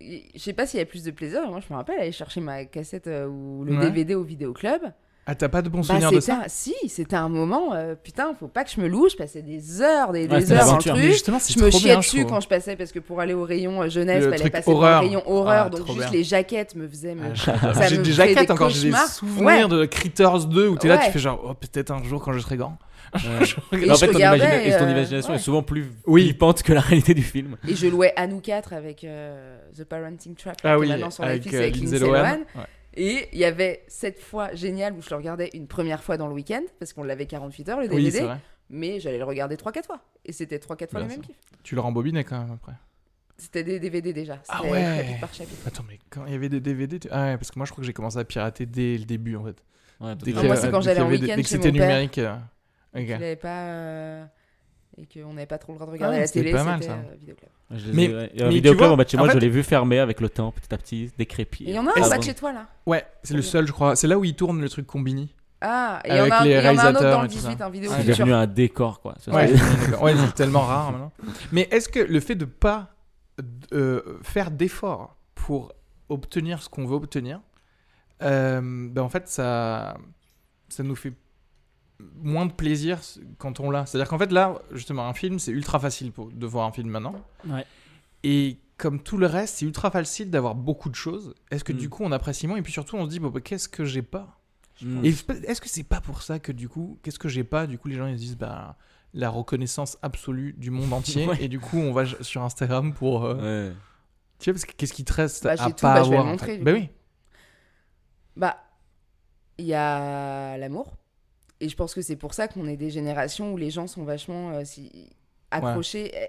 je sais pas s'il y avait plus de plaisir. Moi, je me rappelle aller chercher ma cassette euh, ou le
Ouais.
DVD au vidéoclub.
Ah, t'as pas de bons
Bah,
souvenirs de
c'était
ça
un- Si, c'était un moment, euh, putain, faut pas que je me loue, je passais des heures, des,
Ouais,
des
c'était
heures dans le
l'aventure.
truc.
Mais
justement, c'est
je me
trop
chiais
bien, je
dessus
trouve.
quand je passais parce que pour aller au rayon euh, jeunesse,
Le
fallait
truc
passer
horreur.
par le rayon horreur,
Ah,
donc
trop
juste
bien. Ah.
les jaquettes me faisaient me... ça
J'ai
me
des
fait
jaquettes encore, j'ai des
cauchemars.
souvenirs
Ouais.
de Critters 2 où t'es là, tu
Ouais.
fais genre, oh, peut-être un jour quand je serai grand.
Et
En
je
fait, ton,
regardais,
imagina- et ton
euh,
imagination
ouais.
est souvent plus
Oui.
flippante que la réalité du film.
Et je louais à nous quatre avec euh, The Parenting Trap, qui est maintenant sur Netflix
Ah euh,
avec
Lindsay
Lindsay
Lohan.
Lohan. Et il y avait cette fois géniale où je le regardais une première fois dans le week-end, parce qu'on l'avait 48 heures le
Oui,
DVD,
c'est vrai.
mais j'allais le regarder 3-4 fois. Et c'était 3-4 fois
Bien
le même
sûr.
kiff.
Tu le rembobinais quand même après.
C'était des DVD déjà.
Ah
C'était
ouais.
chapitre par chapitre.
Attends, mais quand il y avait des DVD, tu- ah ouais, parce que moi je crois que j'ai commencé à pirater dès le début en fait. Dès
Ouais,
Non,
qu'il y
Ah, moi,
a-
c'est quand
dès
j'allais
qu'il y
en
avait des-
week-end
Dès que
chez
c'était
mon père.
numérique. euh, ok.
Je l'avais pas. euh, et qu'on n'avait pas trop le droit de regarder
Ah,
la
c'était
télé.
pas mal,
c'était,
ça.
euh, vidéoclub.
Mais-
mais,
mais tu
vidéoclub
vois,
en bas de chez
en
moi, je
fait-
l'ai vu fermer avec le temps, petit à petit, décrépit.
Et Il y en a un
Ah
en
bon
bas de chez toi là.
Ouais, c'est le
Trop bien.
seul, je crois. C'est là où il tourne le truc combini.
Ah, et il y en
Avec
a un,
les
il y en a un autre
réalisateurs
dans le
et tout ça.
18, un vidéo
Ah,
C'est
culture.
devenu un décor quoi. Ça,
Ouais,
c'est-
d'accord. Ouais, c'est tellement rare maintenant. Mais est-ce que le fait de pas euh, faire d'efforts pour obtenir ce qu'on veut obtenir, euh, ben en fait, ça, ça nous fait moins de plaisir quand on l'a. C'est-à-dire qu'en fait, là, justement, un film, c'est ultra facile pour, de voir un film maintenant.
Ouais.
Et comme tout le reste, c'est ultra facile d'avoir beaucoup de choses. Est-ce que du
Mm.
coup, on apprécie moins Et puis surtout, on se dit, bon, bah, qu'est-ce que j'ai pas
Mm.
et est-ce que c'est pas pour ça que du coup, qu'est-ce que j'ai pas Du coup, les gens ils se disent bah la reconnaissance absolue du monde entier
Ouais.
et du coup on va sur Instagram pour euh,
Ouais.
tu sais parce que qu'est-ce qui te reste
Bah,
à
j'ai tout,
pas
bah, je vais
avoir
le
en
montrer,
fait
du
Bah
coup.
oui.
Bah, il y a l'amour. Et je pense que c'est pour ça qu'on est des générations où les gens sont vachement euh, si- accrochés, eh,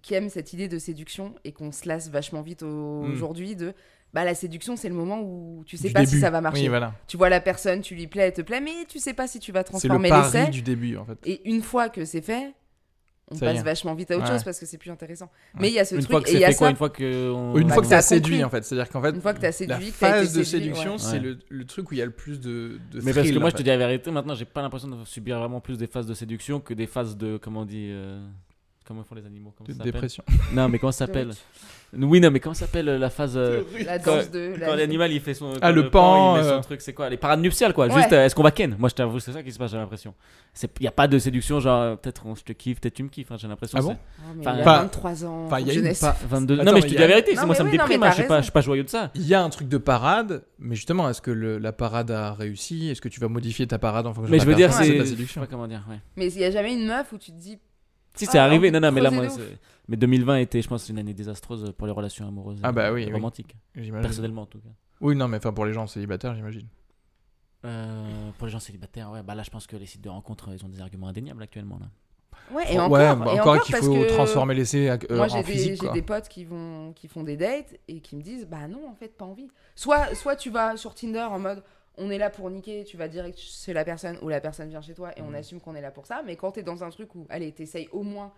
qui aiment cette idée de séduction et qu'on se lasse vachement vite au-
Mm.
aujourd'hui de. Bah, la séduction, c'est le moment où tu sais
Du
pas si
début.
ça va marcher.
Oui, voilà.
Tu vois la personne, tu lui plais, elle te plaît, mais tu sais pas si tu vas
C'est le
transformer l'essai.
pari du début en fait.
Et une fois que c'est fait, on
Ça y est.
passe vachement vite à autre
Ouais.
chose parce que c'est plus intéressant. Mais il y a ce
Une
truc
fois que
et il
c'est
y a
fait quoi
ça.
Une fois que. on-
Une
bah,
fois que
t'as
t'as séduit
conclu.
en fait, c'est-à-dire qu'en fait
Une fois que t'as
la
séduit, que t'as
phase
été
de
séduit, ouais.
séduction, c'est
Ouais.
le, le truc où il y a le plus de, de
Mais parce
thrill,
que moi,
en
je
fait.
te dis la vérité, maintenant, j'ai pas l'impression de subir vraiment plus des phases de séduction que des phases de. Comment on dit euh, Comment font les animaux Comment
De
ça s'appelle
dépression.
Non, mais comment ça s'appelle Oui, non, mais comment ça s'appelle euh, la phase. euh,
La
Quand-
danse de. la-
Quand l'animal il fait son.
Ah,
quand
le pan,
il met
euh.
son truc, c'est quoi Les parades nuptiales quoi.
Ouais.
Juste, euh, est-ce qu'on va ken Moi, je t'avoue, c'est ça qui se passe, j'ai l'impression. Il n'y a pas de séduction, genre, euh, peut-être on- je te kiffe, peut-être tu me kiffes, hein, j'ai l'impression.
Ah bon
c'est
Oh, mais
Enfin,
il a
pas-
23 ans.
Enfin, il y a une
jeunesse.
pa-
22.
Attends,
non, mais
mais
je te
il y
dis
a-
la
Non,
vérité, c'est moi
mais
ça me
oui, non,
déprime,
mais
hein,
t'as
je suis pas-
raison.
je suis pas joyeux de ça.
Il y a un truc de parade, mais justement, est-ce que le- la parade a réussi Est-ce que tu vas modifier ta parade en fonction
Mais
de
je
ta
veux dire,
personne
c'est.
de la
Je sais
séduction
pas comment dire, ouais.
Mais il y a jamais une meuf où tu te dis.
Si
Ah,
c'est
j'ai
arrivé,
envie
non,
de
non, mais là,
creuser
moi,
de ouf.
c'est- mais 2020 était, je pense, une année désastreuse pour les relations amoureuses. et
Ah bah oui, oui.
Romantiques,
J'imagine.
personnellement en tout cas.
Oui, non, mais enfin pour les gens célibataires, j'imagine.
Euh, pour les gens célibataires, ouais, bah là, je pense que les sites de rencontres, euh, ils ont des arguments indéniables actuellement. Là.
Ouais, et encore.
ouais, bah,
et
encore, qu'il
parce
faut
que
transformer l'essai à- euh,
Moi,
en
j'ai des,
physique.
j'ai
quoi.
des potes qui, vont, qui font des dates et qui me disent Bah non, en fait, pas envie. Soit, soit tu vas sur Tinder en mode On est là pour niquer, tu vas direct c'est la personne ou la personne vient chez toi et on
Mm.
assume qu'on est là pour ça. Mais quand t'es dans un truc où, allez, t'essayes au moins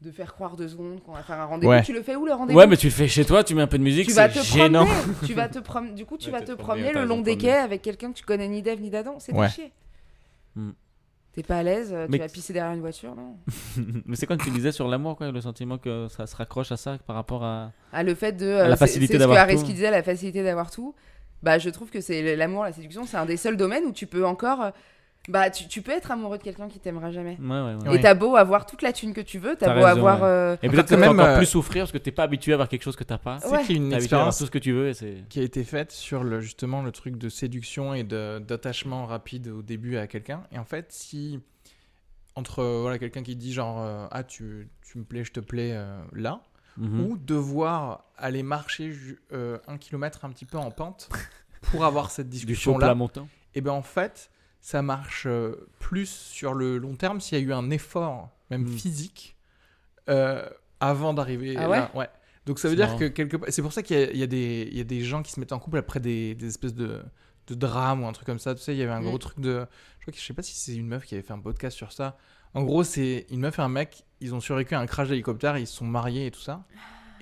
de faire croire deux secondes qu'on va faire un rendez-vous.
Ouais.
Tu le fais où le rendez-vous
Ouais, mais tu le fais chez toi, tu mets un peu de musique,
tu vas
c'est
te
gênant.
promener, tu vas te prom- du coup tu
Ouais,
vas
t'es
te
promené,
promener
t'as
le
raison,
long des
promener.
quais avec quelqu'un que tu connais ni d'Ève ni d'Adam, c'est
Ouais.
ouais. chier.
Hmm.
T'es pas à l'aise, euh, tu
Mais-
vas pisser derrière une voiture, non
mais c'est quand tu disais sur l'amour, quoi, le sentiment que ça se raccroche à ça par rapport à.
Ah, le fait de
À la
euh, c'est-
facilité
c'est ce
d'avoir
que Areski
tout.
disait, la facilité d'avoir tout. Bah je trouve que c'est l'amour, la séduction, c'est un des seuls domaines où tu peux encore euh, bah tu, tu peux être amoureux de quelqu'un qui t'aimera jamais.
Ouais, ouais, ouais.
Oui.
Et t'as beau avoir toute la thune que tu veux, t'as
T'as
beau
raison,
avoir
ouais.
euh,
Et
En
peut-être
fait,
que
même,
même encore
euh,
plus souffrir parce que t'es pas habitué à avoir quelque chose que t'as pas.
C'est
Ouais.
qu'il y a une
T'es habitué à avoir
expérience
tout ce que tu veux et c'est.
qui a été faite sur le, justement le truc de séduction et de- d'attachement rapide au début à quelqu'un. Et en fait, si entre euh, voilà, quelqu'un qui dit genre euh, Ah, tu, tu me plais, je te plais euh, là,
Mhm.
ou devoir aller marcher ju- euh, un kilomètre un petit peu en pente pour avoir cette
Du chaud
discussion-là,
plat montant.
et bien Eh ben, en fait, ça marche euh, plus sur le long terme s'il y a eu un effort, même
Mm.
physique, euh, avant d'arriver
Ah
là. Ouais. Donc ça veut
C'est
dire
marrant.
que quelque part. C'est pour ça qu'il y a, il y a des, il y a des gens qui se mettent en couple après des, des espèces de, de drames ou un truc comme ça. Tu sais, il y avait un
Mm.
gros truc de. Je crois que je sais pas si c'est une meuf qui avait fait un podcast sur ça. En gros, c'est une meuf et un mec, ils ont survécu à un crash d'hélicoptère, ils se sont mariés et tout ça.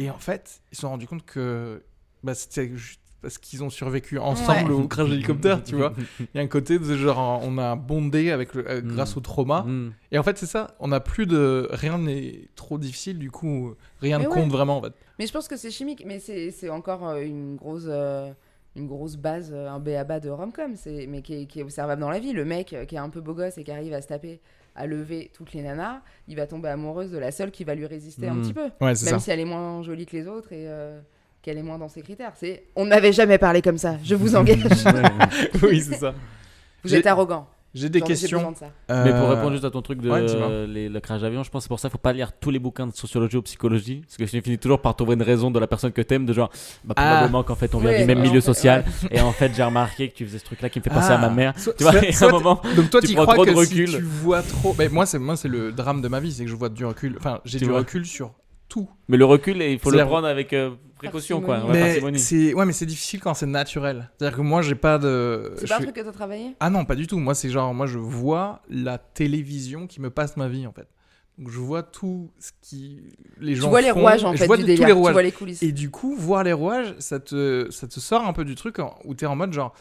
Et en fait, ils se sont rendus compte que bah, c'était juste parce qu'ils ont survécu ensemble
Ouais.
au crash d'hélicoptère, tu vois. Il y a un côté de genre, on a bondé avec le- euh,
Mm.
grâce au trauma.
Mhm.
Et en fait, c'est ça, on n'a plus de. Rien n'est trop difficile, du coup, rien
Mais
ne
ouais.
compte vraiment, en fait.
Mais je pense que c'est chimique, mais c'est c'est encore euh, une grosse, euh, une grosse base, euh, un béaba de rom-com, c'est- mais qui est, qui est observable dans la vie. Le mec euh, qui est un peu beau gosse et qui arrive à se taper, à lever toutes les nanas, il va tomber amoureuse de la seule qui va lui résister un
Mm.
petit peu,
Ouais, Hmm. c'est
même si elle est moins jolie que les autres et euh, qu'elle est moins dans ses critères. C'est on n'avait jamais parlé comme ça, je vous engage.
oui, c'est ça.
vous
J'ai-
êtes arrogant.
J'ai des
J'en ai- j'ai
questions.
besoin de ça.
Mais pour
euh,
répondre juste à ton truc de
ouais, dis-moi.
les- le crash d'avion, je pense que c'est pour ça qu'il faut pas lire tous les bouquins de sociologie ou psychologie, parce que je finis toujours par trouver une raison de la personne que t'aimes, de genre, bah,
Ah.
probablement qu'en fait on vient
Ouais,
du même
ouais,
milieu
en fait,
social, et en fait j'ai remarqué que tu faisais ce truc-là qui me fait penser à
Ah.
ma mère.
Soit-
Tu vois,
soit-
il y a
soit-
un moment,
Donc toi,
Tu
tu
prends
crois
trop de
que si
recul.
tu vois trop. Mais moi, c'est moi, c'est le drame de ma vie, c'est que je vois du recul. Enfin, j'ai
Tu
du
vois.
recul sur tout.
mais le recul, il faut le
C'est-à-dire-
prendre avec euh, précaution, quoi.
Parcimonie.
Ouais,
mais
parcimonie.
c'est ouais, mais c'est difficile quand c'est naturel. C'est-à-dire que moi, j'ai pas de.
C'est
je
pas un
fais-
truc que t'as travaillé
Ah non, pas du tout. Moi, c'est genre, moi, je vois la télévision qui me passe ma vie, en fait. Donc, je vois tout ce qui. Les gens.
Tu vois les
font.
rouages en
Je
fait
vois
du
de-
délire,
tous les
tu
rouages.
vois les coulisses.
Et du coup, voir les rouages, ça te, ça te sort un peu du truc en- où t'es en mode genre.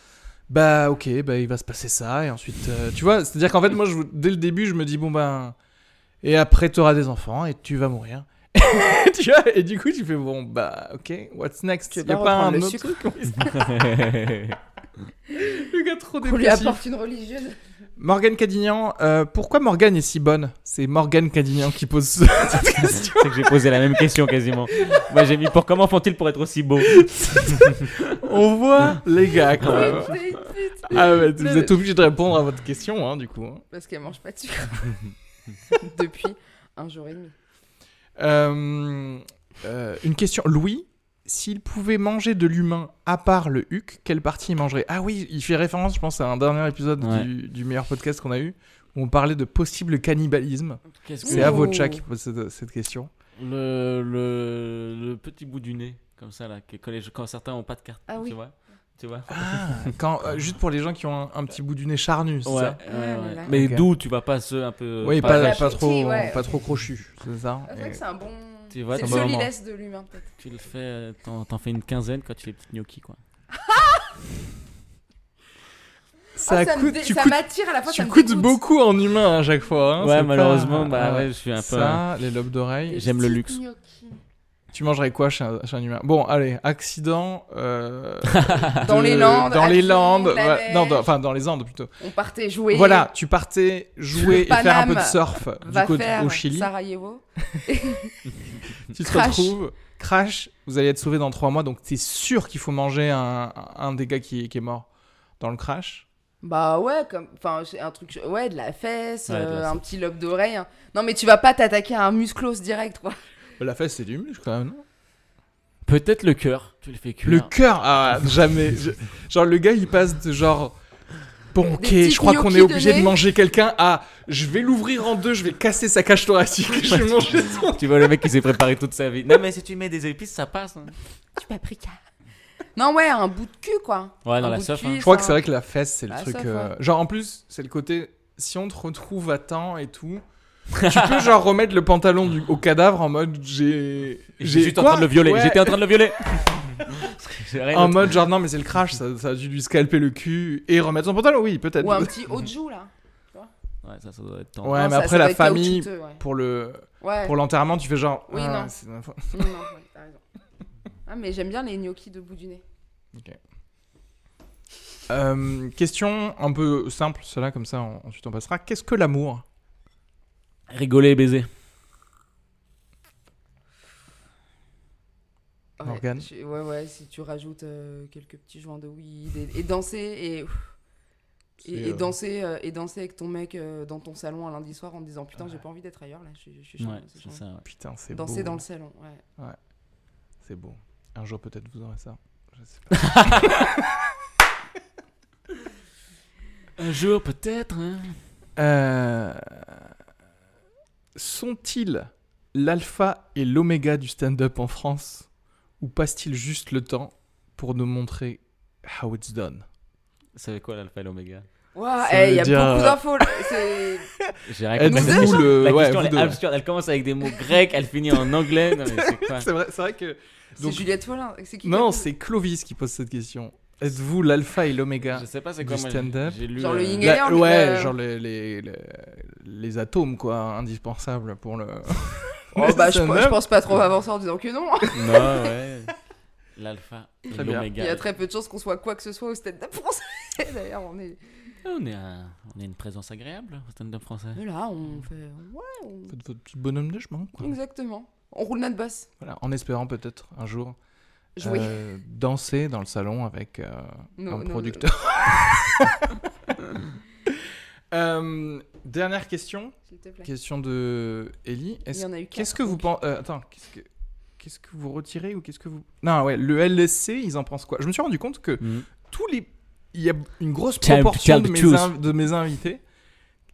Bah, ok, bah, il va se passer ça, et ensuite. euh, tu vois, c'est-à-dire qu'en fait, moi, je, dès le début, je me dis, bon, ben. Et après, t'auras des enfants, et tu vas mourir. tu vois, et du coup, tu fais, bon, bah, ok, what's next
Tu veux
Y a
pas
pas
reprendre
un
le
autre
sucre
truc Le gars trop
On lui
dépressif.
apporte une religieuse.
Morgane Cadignan, euh, pourquoi Morgane est si bonne C'est Morgane Cadignan qui pose ce- cette question.
C'est que j'ai posé la même question quasiment. Moi j'ai mis pour comment font-ils pour être aussi beaux
On voit les gars quand même. Ah ouais, vous êtes obligé de répondre à votre question, hein, du coup. hein.
Parce qu'elle mange pas de sucre. Depuis un jour et demi.
Euh, euh, une question. Louis, s'il pouvait manger de l'humain à part le huc, quelle partie il mangerait Ah oui, il fait référence, je pense, à un dernier épisode
Ouais.
du, du meilleur podcast qu'on a eu, où on parlait de possible cannibalisme.
Qu'est-ce
C'est à
Ouh.
Votchak qui pose cette, cette question.
Le, le, le petit bout du nez, comme ça, là, que, quand, les- quand certains ont pas de carte.
Ah oui.
Tu vois, tu vois
Ah, quand, euh, juste pour les gens qui ont un, un petit bout du nez charnu, c'est
Ouais,
ça
Ah,
ouais, ouais.
Ouais, ouais.
Mais
Ok.
d'où tu vas Euh, pas ceux un peu.
Oui,
pas-
pas,
la
pas
petite,
trop,
ouais,
pas
ok.
trop crochu, c'est ça.
Ah, C'est vrai que c'est un bon.
Tu vois,
c'est le
t'as un bon
solilès de l'humain, peut-être.
Tu le fais, euh, t'en, t'en fais une quinzaine quand tu fais petits gnocchi quoi.
Ah,
Ça,
ça me
coûte,
dé-
tu
ça
coûtes,
m'attire à la fois.
tu
ça me
coûtes
dégoûte.
beaucoup en humain à chaque fois. hein, c'est
ouais,
pas-
malheureusement, bah
Ah
ouais, je suis un peu. hein.
Ça, les lobes d'oreille.
Des
J'aime le
petites
luxe.
gnocchis.
Tu mangerais quoi chez un, chez un humain Bon, allez, accident. euh,
Dans
Ah,
de-
les Landes,
Dans les
accident,
Landes.
la
ouais,
neige.
non, dans- enfin, dans les Andes plutôt.
On partait jouer.
Voilà, tu partais jouer et faire un peu de
Paname.
surf
Va
du côté
faire
au Chili.
Sarajevo.
Tu te
Crash.
retrouves, crash, vous allez être sauvé dans trois mois, donc t'es sûr qu'il faut manger un, un des gars qui, qui est mort dans le crash.
Bah ouais, comme, enfin, c'est un truc, ouais, de la fesse,
Ouais, de la
euh,
fesse.
un petit lobe d'oreille. hein. Non, mais tu vas pas t'attaquer à un musclos direct, quoi.
La fesse, c'est du muscle quand même, non
Peut-être le cœur, tu le fais cuire.
Le cœur, ah, jamais. Je- genre, le gars, il passe de genre. Bon, ok,
Des petits
je crois qu'on est
gnocchis de
obligé de
lait.
manger quelqu'un à. Je vais l'ouvrir en deux, je vais casser sa cage thoracique, je vais manger son.
Tu vois le mec qui s'est préparé toute sa vie. Non, mais si tu mets des épices, ça passe. hein.
Tu paprika. Non, ouais, un bout de cul, quoi.
Ouais, dans
Un
la
bout de
surf,
cul,
hein.
Je crois que
enfin,
c'est vrai que la fesse, c'est le
Ah,
truc.
ça,
euh, Genre, en plus, c'est le côté. Si on te retrouve à temps et tout, tu peux genre remettre le pantalon du- au cadavre en mode j'ai.
J'étais juste en
quoi
train de le violer.
Ouais.
J'étais en train de le violer. J'ai rien
En
d'autre.
mode genre non mais c'est le crash, ça, ça a dû lui scalper le cul et remettre son pantalon, oui peut-être.
Ou un petit haut de joue, là.
Ouais, ça, ça doit être temps.
Ouais
Non,
mais
ça-
après
ça doit
la
être
famille
caoutchouteux, Ouais.
pour le
Ouais.
pour l'enterrement tu fais genre.
Oui,
ah,
non.
c'est de ma faute.
Non, non, ouais, t'as raison. Ah, mais j'aime bien les gnocchis debout du nez.
Euh, question un peu simple, celle-là comme ça on- ensuite on passera. Qu'est-ce que l'amour
Rigoler et baiser.
Ouais,
Morgane
je- ouais, ouais, si tu rajoutes euh, quelques petits joints de weed et, et danser et, et,
C'est,
et
euh,
danser euh, et danser avec ton mec euh, dans ton salon un lundi soir en te disant putain j'ai pas envie d'être ailleurs là, je suis je suis chiant,
Ouais,
c'est
c'est
chiant.
ça. ouais.
Putain c'est beau. hein.
Danser dans le salon, ouais.
C'est beau. Un jour peut-être vous aurez ça. Je sais pas.
Un jour, peut-être. hein.
Euh, Sont-ils l'alpha et l'oméga du stand-up en France ou passent-ils juste le temps pour nous montrer how it's done
Vous savez quoi, l'alpha et l'oméga
Waouh,
Ça
eh, il
veut
y a
dire,
beaucoup
euh,
d'infos là. C'est
J'ai
Eh,
rien
du
nous
compris.
deux,
coup,
genre
le-
La
ouais, vous
question, elle, est
deux, ouais.
absurde. Elle commence avec des mots grecs, elle finit en anglais. Non, mais c'est quoi
C'est vrai, c'est vrai que
c'est
Donc-
Juliette Follin, c'est qui
non,
qui a-
c'est Clovis qui pose cette question. Êtes-vous l'alpha et l'oméga
Je sais pas, c'est quoi
Du
moi,
stand-up.
j'ai lu,
Genre le
euh,
yin
La-
et yang,
Ouais,
euh,
genre les, les, les, les atomes quoi, indispensables pour le.
Oh, bah, je,
Ça
je
meurt.
pense pas trop avancer en disant que non.
Non, ouais. L'alpha et
Très bien.
Il y
l'oméga.
a très peu de chances qu'on soit quoi que ce soit au stand-up français. D'ailleurs, on est
On est, un- on est une présence agréable au stand-up français.
Mais là, on fait ouais, on-
Faites votre petit bonhomme de chemin
Mm.
quoi.
exactement. On roule notre boss.
Voilà, en espérant peut-être un jour
Jouer.
euh, danser dans le salon avec euh,
Non,
un
non,
producteur. Euh, dernière question,
S'il te plaît.
question de Ellie.
Il y
Est-ce-
en a eu
Qu'est-ce
quatre,
que vous
donc.
pensez Attends, qu'est-ce que qu'est-ce que vous retirez ou qu'est-ce que vous Non, ouais, le LSC, ils en pensent quoi Je me suis rendu compte que
Mm.
tous les il y a une grosse
Child-
proportion de
child
mes,
choose.
in- de mes invités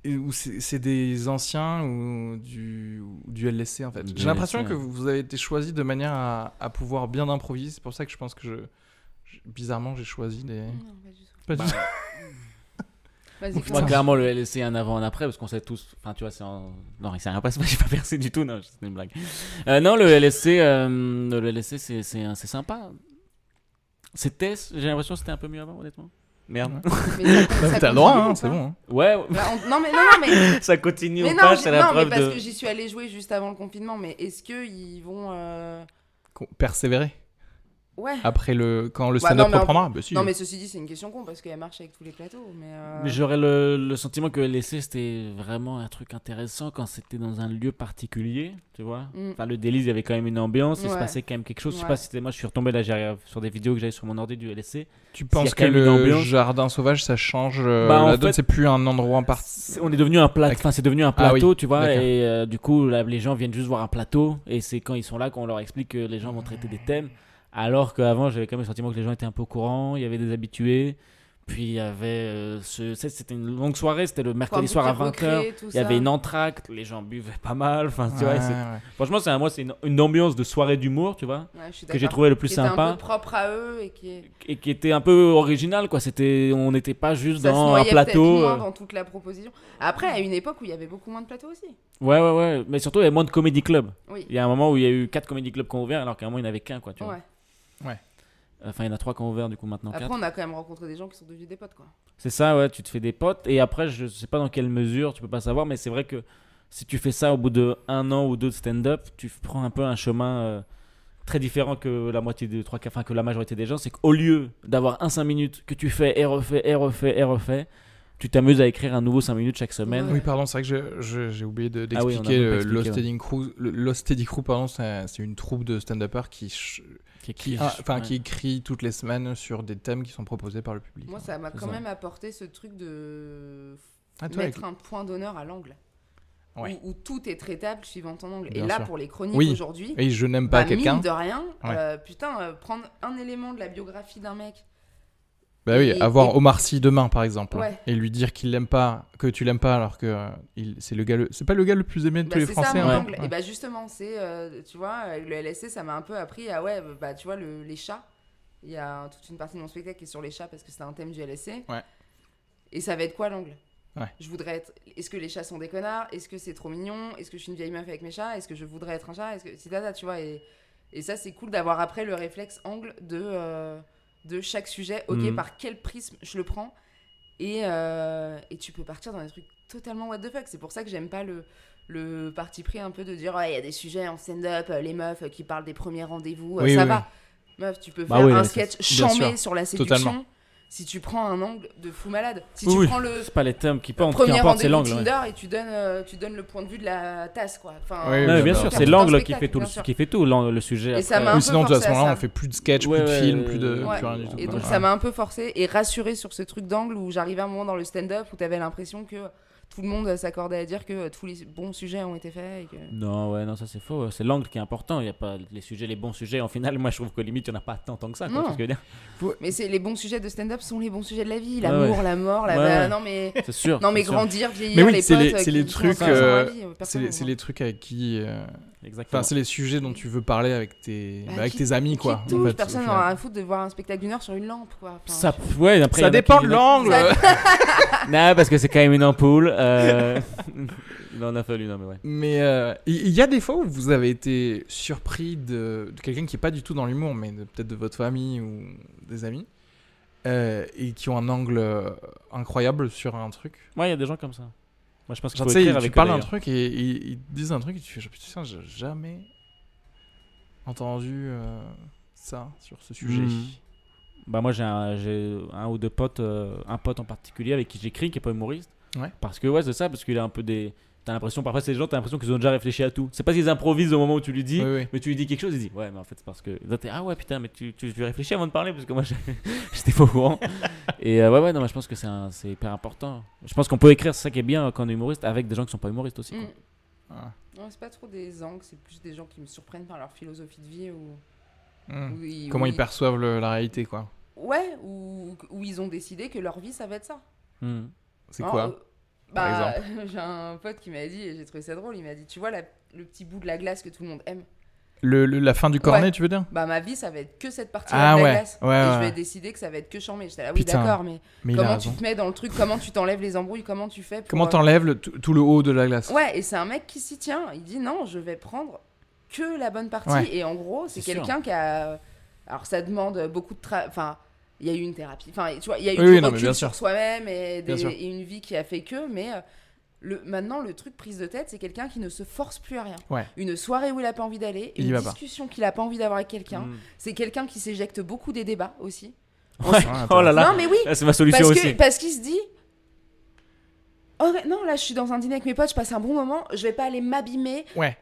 et où c'est c'est des anciens ou du, ou du LSC en fait.
Du
J'ai l'impression
LSC,
que
ouais.
vous vous avez été choisi de manière à, à pouvoir bien improviser. C'est pour ça que je pense que je, je- bizarrement j'ai choisi des.
Non,
Pas
pas du tout.
du tout.
Bah,
Vas-y,
Moi,
commence.
clairement, le LSC un avant, un après, parce qu'on sait tous. Enfin, tu vois, c'est en. Non, il s'est rien passé, j'ai pas percé du tout, non, c'est une blague. Euh, non, le LSC, euh, le LSC c'est, c'est, un- c'est sympa. C'était, j'ai l'impression que c'était un peu mieux avant, honnêtement. Merde.
Mais ça- ça
T'as le
continue
droit,
ou
hein,
pas
c'est bon. hein.
Ouais,
Là, on- Non, mais non, non, mais.
ça continue
Mais
ou
non,
pas,
j'ai-
c'est la
non, mais
preuve
parce
de.
que j'y suis allée jouer juste avant le confinement, mais est-ce qu'ils vont. euh,
Qu'on- Persévérer
Ouais.
après le quand le
Bah,
stand-up
non, mais en-
reprendra. Bah, Ah, si.
Non, mais ceci dit, c'est une question con parce qu'elle marche avec tous les plateaux. Mais. euh,
Mais J'aurais le, le sentiment que LSC c'était vraiment un truc intéressant quand c'était dans un lieu particulier, tu vois.
Mm.
Enfin, le délice, il y avait quand même une ambiance, il se
Ouais.
passait quand même quelque chose. Je sais
Ouais.
pas si c'était moi, je suis retombé là, j'ai- sur des vidéos que j'avais sur mon ordi du LSC.
Tu
S'il y
penses
a
que
quand même une
le
ambiance-
jardin sauvage ça change euh,
Bah, en
la donne
fait-
C'est plus un endroit en
C'est-
partie.
On est devenu un plateau, enfin c'est devenu un
Ah oui,
plateau, tu vois,
d'accord.
et euh, du coup là, les gens viennent juste voir un plateau, et c'est quand ils sont là qu'on leur explique que les gens vont traiter des thèmes, alors qu'avant j'avais quand même le sentiment que les gens étaient un peu au courant, il y avait des habitués, puis il y avait, euh, ce... ça, c'était une longue soirée, c'était le
faut un
mercredi
peu
soir à
qu'ils
20h,
recréent tout
il y avait
ça.
une entracte, les gens buvaient pas mal, enfin tu vois,
Ouais,
c'est-
ouais.
franchement c'est un- moi c'est une, une ambiance de soirée d'humour, tu vois,
Ouais, je suis
que j'ai
d'accord.
trouvé le plus
Qui était un
sympa.
peu propre à eux et qui est.
Et qui était un peu original, quoi. C'était, on n'était pas juste
Ça se
dans un
noyait peut-être
plateau.
moins
euh,
dans toute la proposition. Après, à une époque où il y avait beaucoup moins de plateaux aussi.
Ouais, ouais, ouais. Mais surtout, il y avait moins de comédie club.
Oui.
Il y a un moment où il y a eu 4 comédie clubs qui ont ouvert, alors qu'à un moment, il n'y en avait qu'un, quoi. Tu vois.
Ouais.
Enfin, il y en a 3 qui ont ouvert, du coup, maintenant
Après,
4.
on a quand même rencontré des gens qui sont devenus des potes, quoi.
C'est ça, ouais, tu te fais des potes. Et après, je sais pas dans quelle mesure, tu peux pas savoir, mais c'est vrai que si tu fais ça au bout de un an ou deux de stand-up, tu prends un peu un chemin euh, très différent que la moitié des trois, quarts- enfin, que la majorité des gens. C'est qu'au lieu d'avoir un 5 minutes que tu fais et refais et refais et refais, tu t'amuses à écrire un nouveau 5 minutes chaque semaine.
Ouais.
Oui, pardon, c'est vrai que je- je- j'ai oublié de-
Ah oui, on a
d'expliquer
même
le
pas
Lost
expliqué,
Steady Crew. le Lost Steady Crew, pardon, c'est c'est une troupe de stand-uppers qui, ch- qui, ah, enfin,
ouais.
qui écrit toutes les semaines sur des thèmes qui sont proposés par le public.
Moi, ça m'a
c'est
quand
ça.
même apporté ce truc de
Ah, toi,
mettre
avec-
un point d'honneur à l'angle.
Ouais.
Où, où tout est traitable suivant ton angle.
Bien
et là,
sûr.
pour les chroniques
Oui.
aujourd'hui,
Et je n'aime pas
bah,
quelqu'un.
mine de rien,
Ouais.
euh, putain, euh, prendre un élément de la biographie d'un mec.
Bah oui,
et-
avoir
et-
Omar Sy demain, par exemple,
Ouais.
et lui dire qu'il l'aime pas, que tu l'aimes pas, alors que euh, il- c'est le gars, le- c'est pas le gars le plus aimé de
Bah,
tous les
c'est ça
Français.
mon
hein.
angle.
Ouais.
Et bah justement, c'est, euh, tu vois, euh, le LSC, ça m'a un peu appris à, ouais, bah tu vois, le- les chats. Il y a toute une partie de mon spectacle qui est sur les chats parce que c'est un thème du LSC.
Ouais.
Et ça va être quoi l'angle
Ouais.
Je voudrais être. Est-ce que les chats sont des connards Est-ce que c'est trop mignon Est-ce que je suis une vieille meuf avec mes chats Est-ce que je voudrais être un chat Est-ce que c'est ça, tu vois et... et ça, c'est cool d'avoir après le réflexe angle de euh, de chaque sujet. Ok,
Mhm.
par quel prisme je le prends et, euh, et tu peux partir dans des trucs totalement what the fuck. C'est pour ça que j'aime pas le, le parti pris un peu de dire Ouais, il y a des sujets en stand-up, euh, les meufs euh, qui parlent des premiers rendez-vous, euh,
Oui,
ça
oui.
va. Meuf, tu peux
Bah
faire
oui,
un
mais ça,
sketch
c'est- bien
chambé
sûr.
sur la séduction
Totalement.
si tu prends un angle de fou malade. Si
Oui,
tu
oui.
prends le
C'est pas les thèmes qui portent, qui
premier
importe, c'est
rendez-vous
l'angle. ouais.
Tinder et tu donnes, euh, tu donnes le point de vue de la tasse, quoi. Enfin,
Oui,
Non, mais
bien
bien
sûr.
sûr,
Tout
c'est
un
l'angle
spectacle,
qui fait tout, le,
bien sûr.
qui fait tout l'an- le sujet.
Et ça
après.
m'a un
Ou
peu
sinon, à ce
forcé à
moment-là,
ça.
on fait plus de sketch,
Ouais,
plus de
ouais,
film,
euh,
plus de
Ouais.
plus rien du tout.
Et
quoi.
donc
Ouais.
ça m'a un peu forcé et rassuré sur ce truc d'angle où j'arrivais à un moment dans le stand-up où t'avais l'impression que tout le monde s'accordait à dire que tous les bons sujets ont été faits. et que-
Non, ouais, non, ça c'est faux. C'est l'angle qui est important. Il y a pas les sujets, les bons sujets. En final, moi je trouve que limite, il n'y en a pas tant, tant que ça. quoi,
Non.
tu vois ce que je veux dire
Mais c'est les bons sujets de stand-up sont les bons sujets de la vie,
Ouais,
l'amour,
ouais.
la mort, la
Ouais, ouais.
non mais
C'est sûr.
non mais
c'est sûr.
grandir, vieillir,
Mais oui,
les
c'est
potes,
les-
euh,
c'est
qui
les
font
trucs,
ça dans la
euh,
vie, personne
C'est
ne
les,
le
c'est
voit.
les trucs avec qui. euh,
Exactement.
Enfin, c'est les sujets dont tu veux parler avec tes,
Bah,
bah, avec
qui-
tes amis, quoi.
Qui
en
touche,
fait, au
personne hein.
final.
n'aura à foutre de voir un spectacle d'une heure sur une lampe quoi. Enfin,
Ça, ouais, après, il
Ça euh.
y en a qui-
dépend de
il y en a-
l'angle.
Ça-
Non, parce que c'est quand même une ampoule. euh, il en a fallu, non, mais ouais.
Mais euh, il il y a des fois où vous avez été surpris de, de quelqu'un qui est pas du tout dans l'humour, mais de- peut-être de votre famille ou des amis, euh, et qui ont un angle euh, incroyable sur un truc.
Moi, il y a des gens comme ça. Moi, je pense que
Genre,
faut
tu sais,
écrire
ils- tu
avec eux,
parles d'un
d'ailleurs.
truc et ils, ils te disent un truc et tu fais genre, putain, j'ai jamais entendu euh, ça sur ce sujet.
Mhm. Bah moi j'ai un, j'ai un ou deux potes, euh, un pote en particulier avec qui j'écris qui est pas humoriste.
Ouais.
Parce que ouais c'est ça, parce qu'il a un peu des... T'as l'impression, parfois c'est des gens, t'as l'impression qu'ils ont déjà réfléchi à tout. C'est pas qu'ils improvisent au moment où tu lui dis,
Oui, oui.
mais tu lui dis quelque chose, il dit ouais mais en fait c'est parce que... Et toi, t'es, ah ouais putain mais tu, tu, tu réfléchis avant de parler parce que moi j'ai- j'étais pas au courant. Et euh, ouais ouais non mais je pense que c'est, un- c'est hyper important. Je pense qu'on peut écrire, c'est ça qui est bien quand on est humoriste, avec des gens qui sont pas humoristes aussi. quoi.
Mm.
Ah.
Non, c'est pas trop des angles, c'est plus des gens qui me surprennent par leur philosophie de vie ou.
Mhm.
ou ils-
Comment
ou
ils perçoivent le- la réalité, quoi.
Ouais, ou, ou ils ont décidé que leur vie ça va être ça.
Mm.
C'est
Hein,
quoi
euh,
par
bah, J'ai un pote qui m'a dit, et j'ai trouvé ça drôle, il m'a dit Tu vois la- le petit bout de la glace que tout le monde aime
le, le- La fin du cornet,
Ouais.
tu veux dire
Bah, ma vie ça va être que cette partie
Ah
de la
ouais,
glace.
ouais,
et
ouais,
je
ouais.
vais décider que ça va être que chambé. J'étais là, oui,
Putain,
d'accord, mais
Mais il a
comment
raison.
tu te mets dans le truc Comment tu t'enlèves les embrouilles Comment tu fais pour,
Comment
euh,
t'enlèves le- tout tout le haut de la glace
Ouais, et c'est un mec qui s'y tient. Il dit non, je vais prendre que la bonne partie.
Ouais.
Et en gros, c'est
C'est sûr.
quelqu'un qui a. Alors, ça demande beaucoup de travail. Enfin, il y a eu une thérapie. Enfin, tu vois, il y a eu
Oui,
du
oui, non, mais
recul
bien sûr.
sur soi-même et,
Bien
des-
sûr.
et une vie qui a fait que. Mais euh, le... maintenant, le truc prise de tête, c'est quelqu'un qui ne se force plus à rien.
Ouais.
Une soirée où il a pas envie d'aller,
Il y
une
va pas.
discussion qu'il a pas envie d'avoir avec quelqu'un.
Mm.
C'est quelqu'un qui s'éjecte beaucoup des débats aussi.
Ouais. Oh là là,
non, mais oui,
Là, c'est ma solution
parce
aussi.
que parce qu'il se dit oh mais non là je suis dans un dîner avec mes potes je passe un bon moment je vais pas aller m'abîmer
Ouais.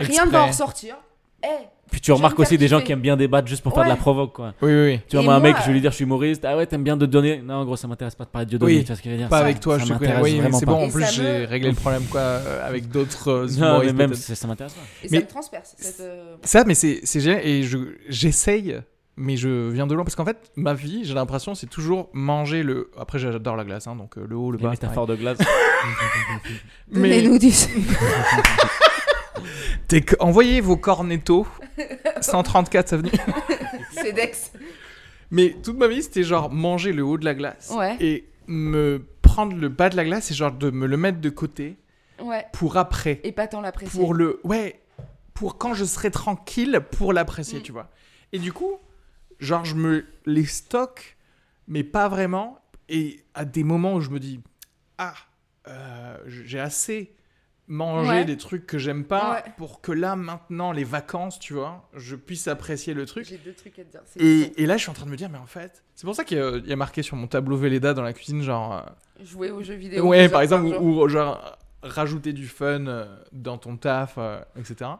rien ne va en ressortir Eh,
Puis tu remarques
J'aime
aussi
faire
des gens
kiffer.
qui aiment bien débattre juste pour faire de la
Ouais.
provoque quoi.
Oui, oui, oui.
Tu vois,
Et
moi, un
moi, euh,
mec, je vais lui dire, je suis humoriste. Ah ouais, t'aimes bien Dieudonné Non, en gros, ça m'intéresse pas de parler de Dieudonné.
Oui,
tu vois ce que je veux dire
Pas
Ça-
avec toi,
ça
je te connais.
m'intéresse
Oui, mais
vraiment
c'est
pas.
bon, en
Et
plus,
ça
j'ai
me-
réglé le problème, quoi, euh, avec d'autres euh,
Non, mais
humoristes.
même,
peut-être.
ça, ça m'intéresse pas.
et
Mais-
ça me transperce cette, euh,
Ça, mais c'est c'est génial. Et je- j'essaye, mais je viens de loin. Parce qu'en fait, ma vie, j'ai l'impression, c'est toujours manger le. Après, j'adore la glace, hein, donc euh, le haut, le
Les
bas. c'est pareil.
métaphores de glace.
Mais
Donnez-nous du-
t'es que- envoyez vos cornettos. 134 avenue.
c'est Dex
Mais toute ma vie, c'était genre manger le haut de la glace.
Ouais.
Et me prendre le bas de la glace et genre de me le mettre de côté
ouais
pour après.
et pas tant l'apprécier
pour le ouais pour quand je serai tranquille pour
Mm.
l'apprécier tu vois et du coup genre je me les stocke mais pas vraiment et à des moments où je me dis ah euh, j'ai assez mangé
Ouais.
des trucs que j'aime pas
Ouais.
pour que là maintenant les vacances tu vois je puisse apprécier le truc
j'ai deux trucs à te dire c'est
et, et là je suis en train de me dire mais en fait c'est pour ça qu'il y a- il y a marqué sur mon tableau Velleda dans la cuisine genre euh,
jouer aux jeux vidéo
ouais,
deux
par
heures
exemple,
jour.
ou, ou genre rajouter du fun euh, dans ton taf, euh, etc.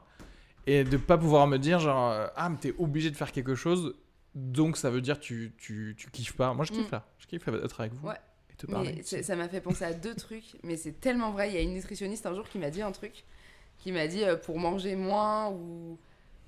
Et de pas pouvoir me dire genre euh, ah mais t'es obligé de faire quelque chose, donc ça veut dire tu tu, tu kiffes pas. Moi je kiffe
Mm.
là, je kiffe être avec vous
Ouais.
et te parler.
Mais c'est- ça m'a fait penser à deux trucs, mais c'est tellement vrai. Il y a une nutritionniste un jour qui m'a dit un truc, qui m'a dit euh, pour manger moins ou,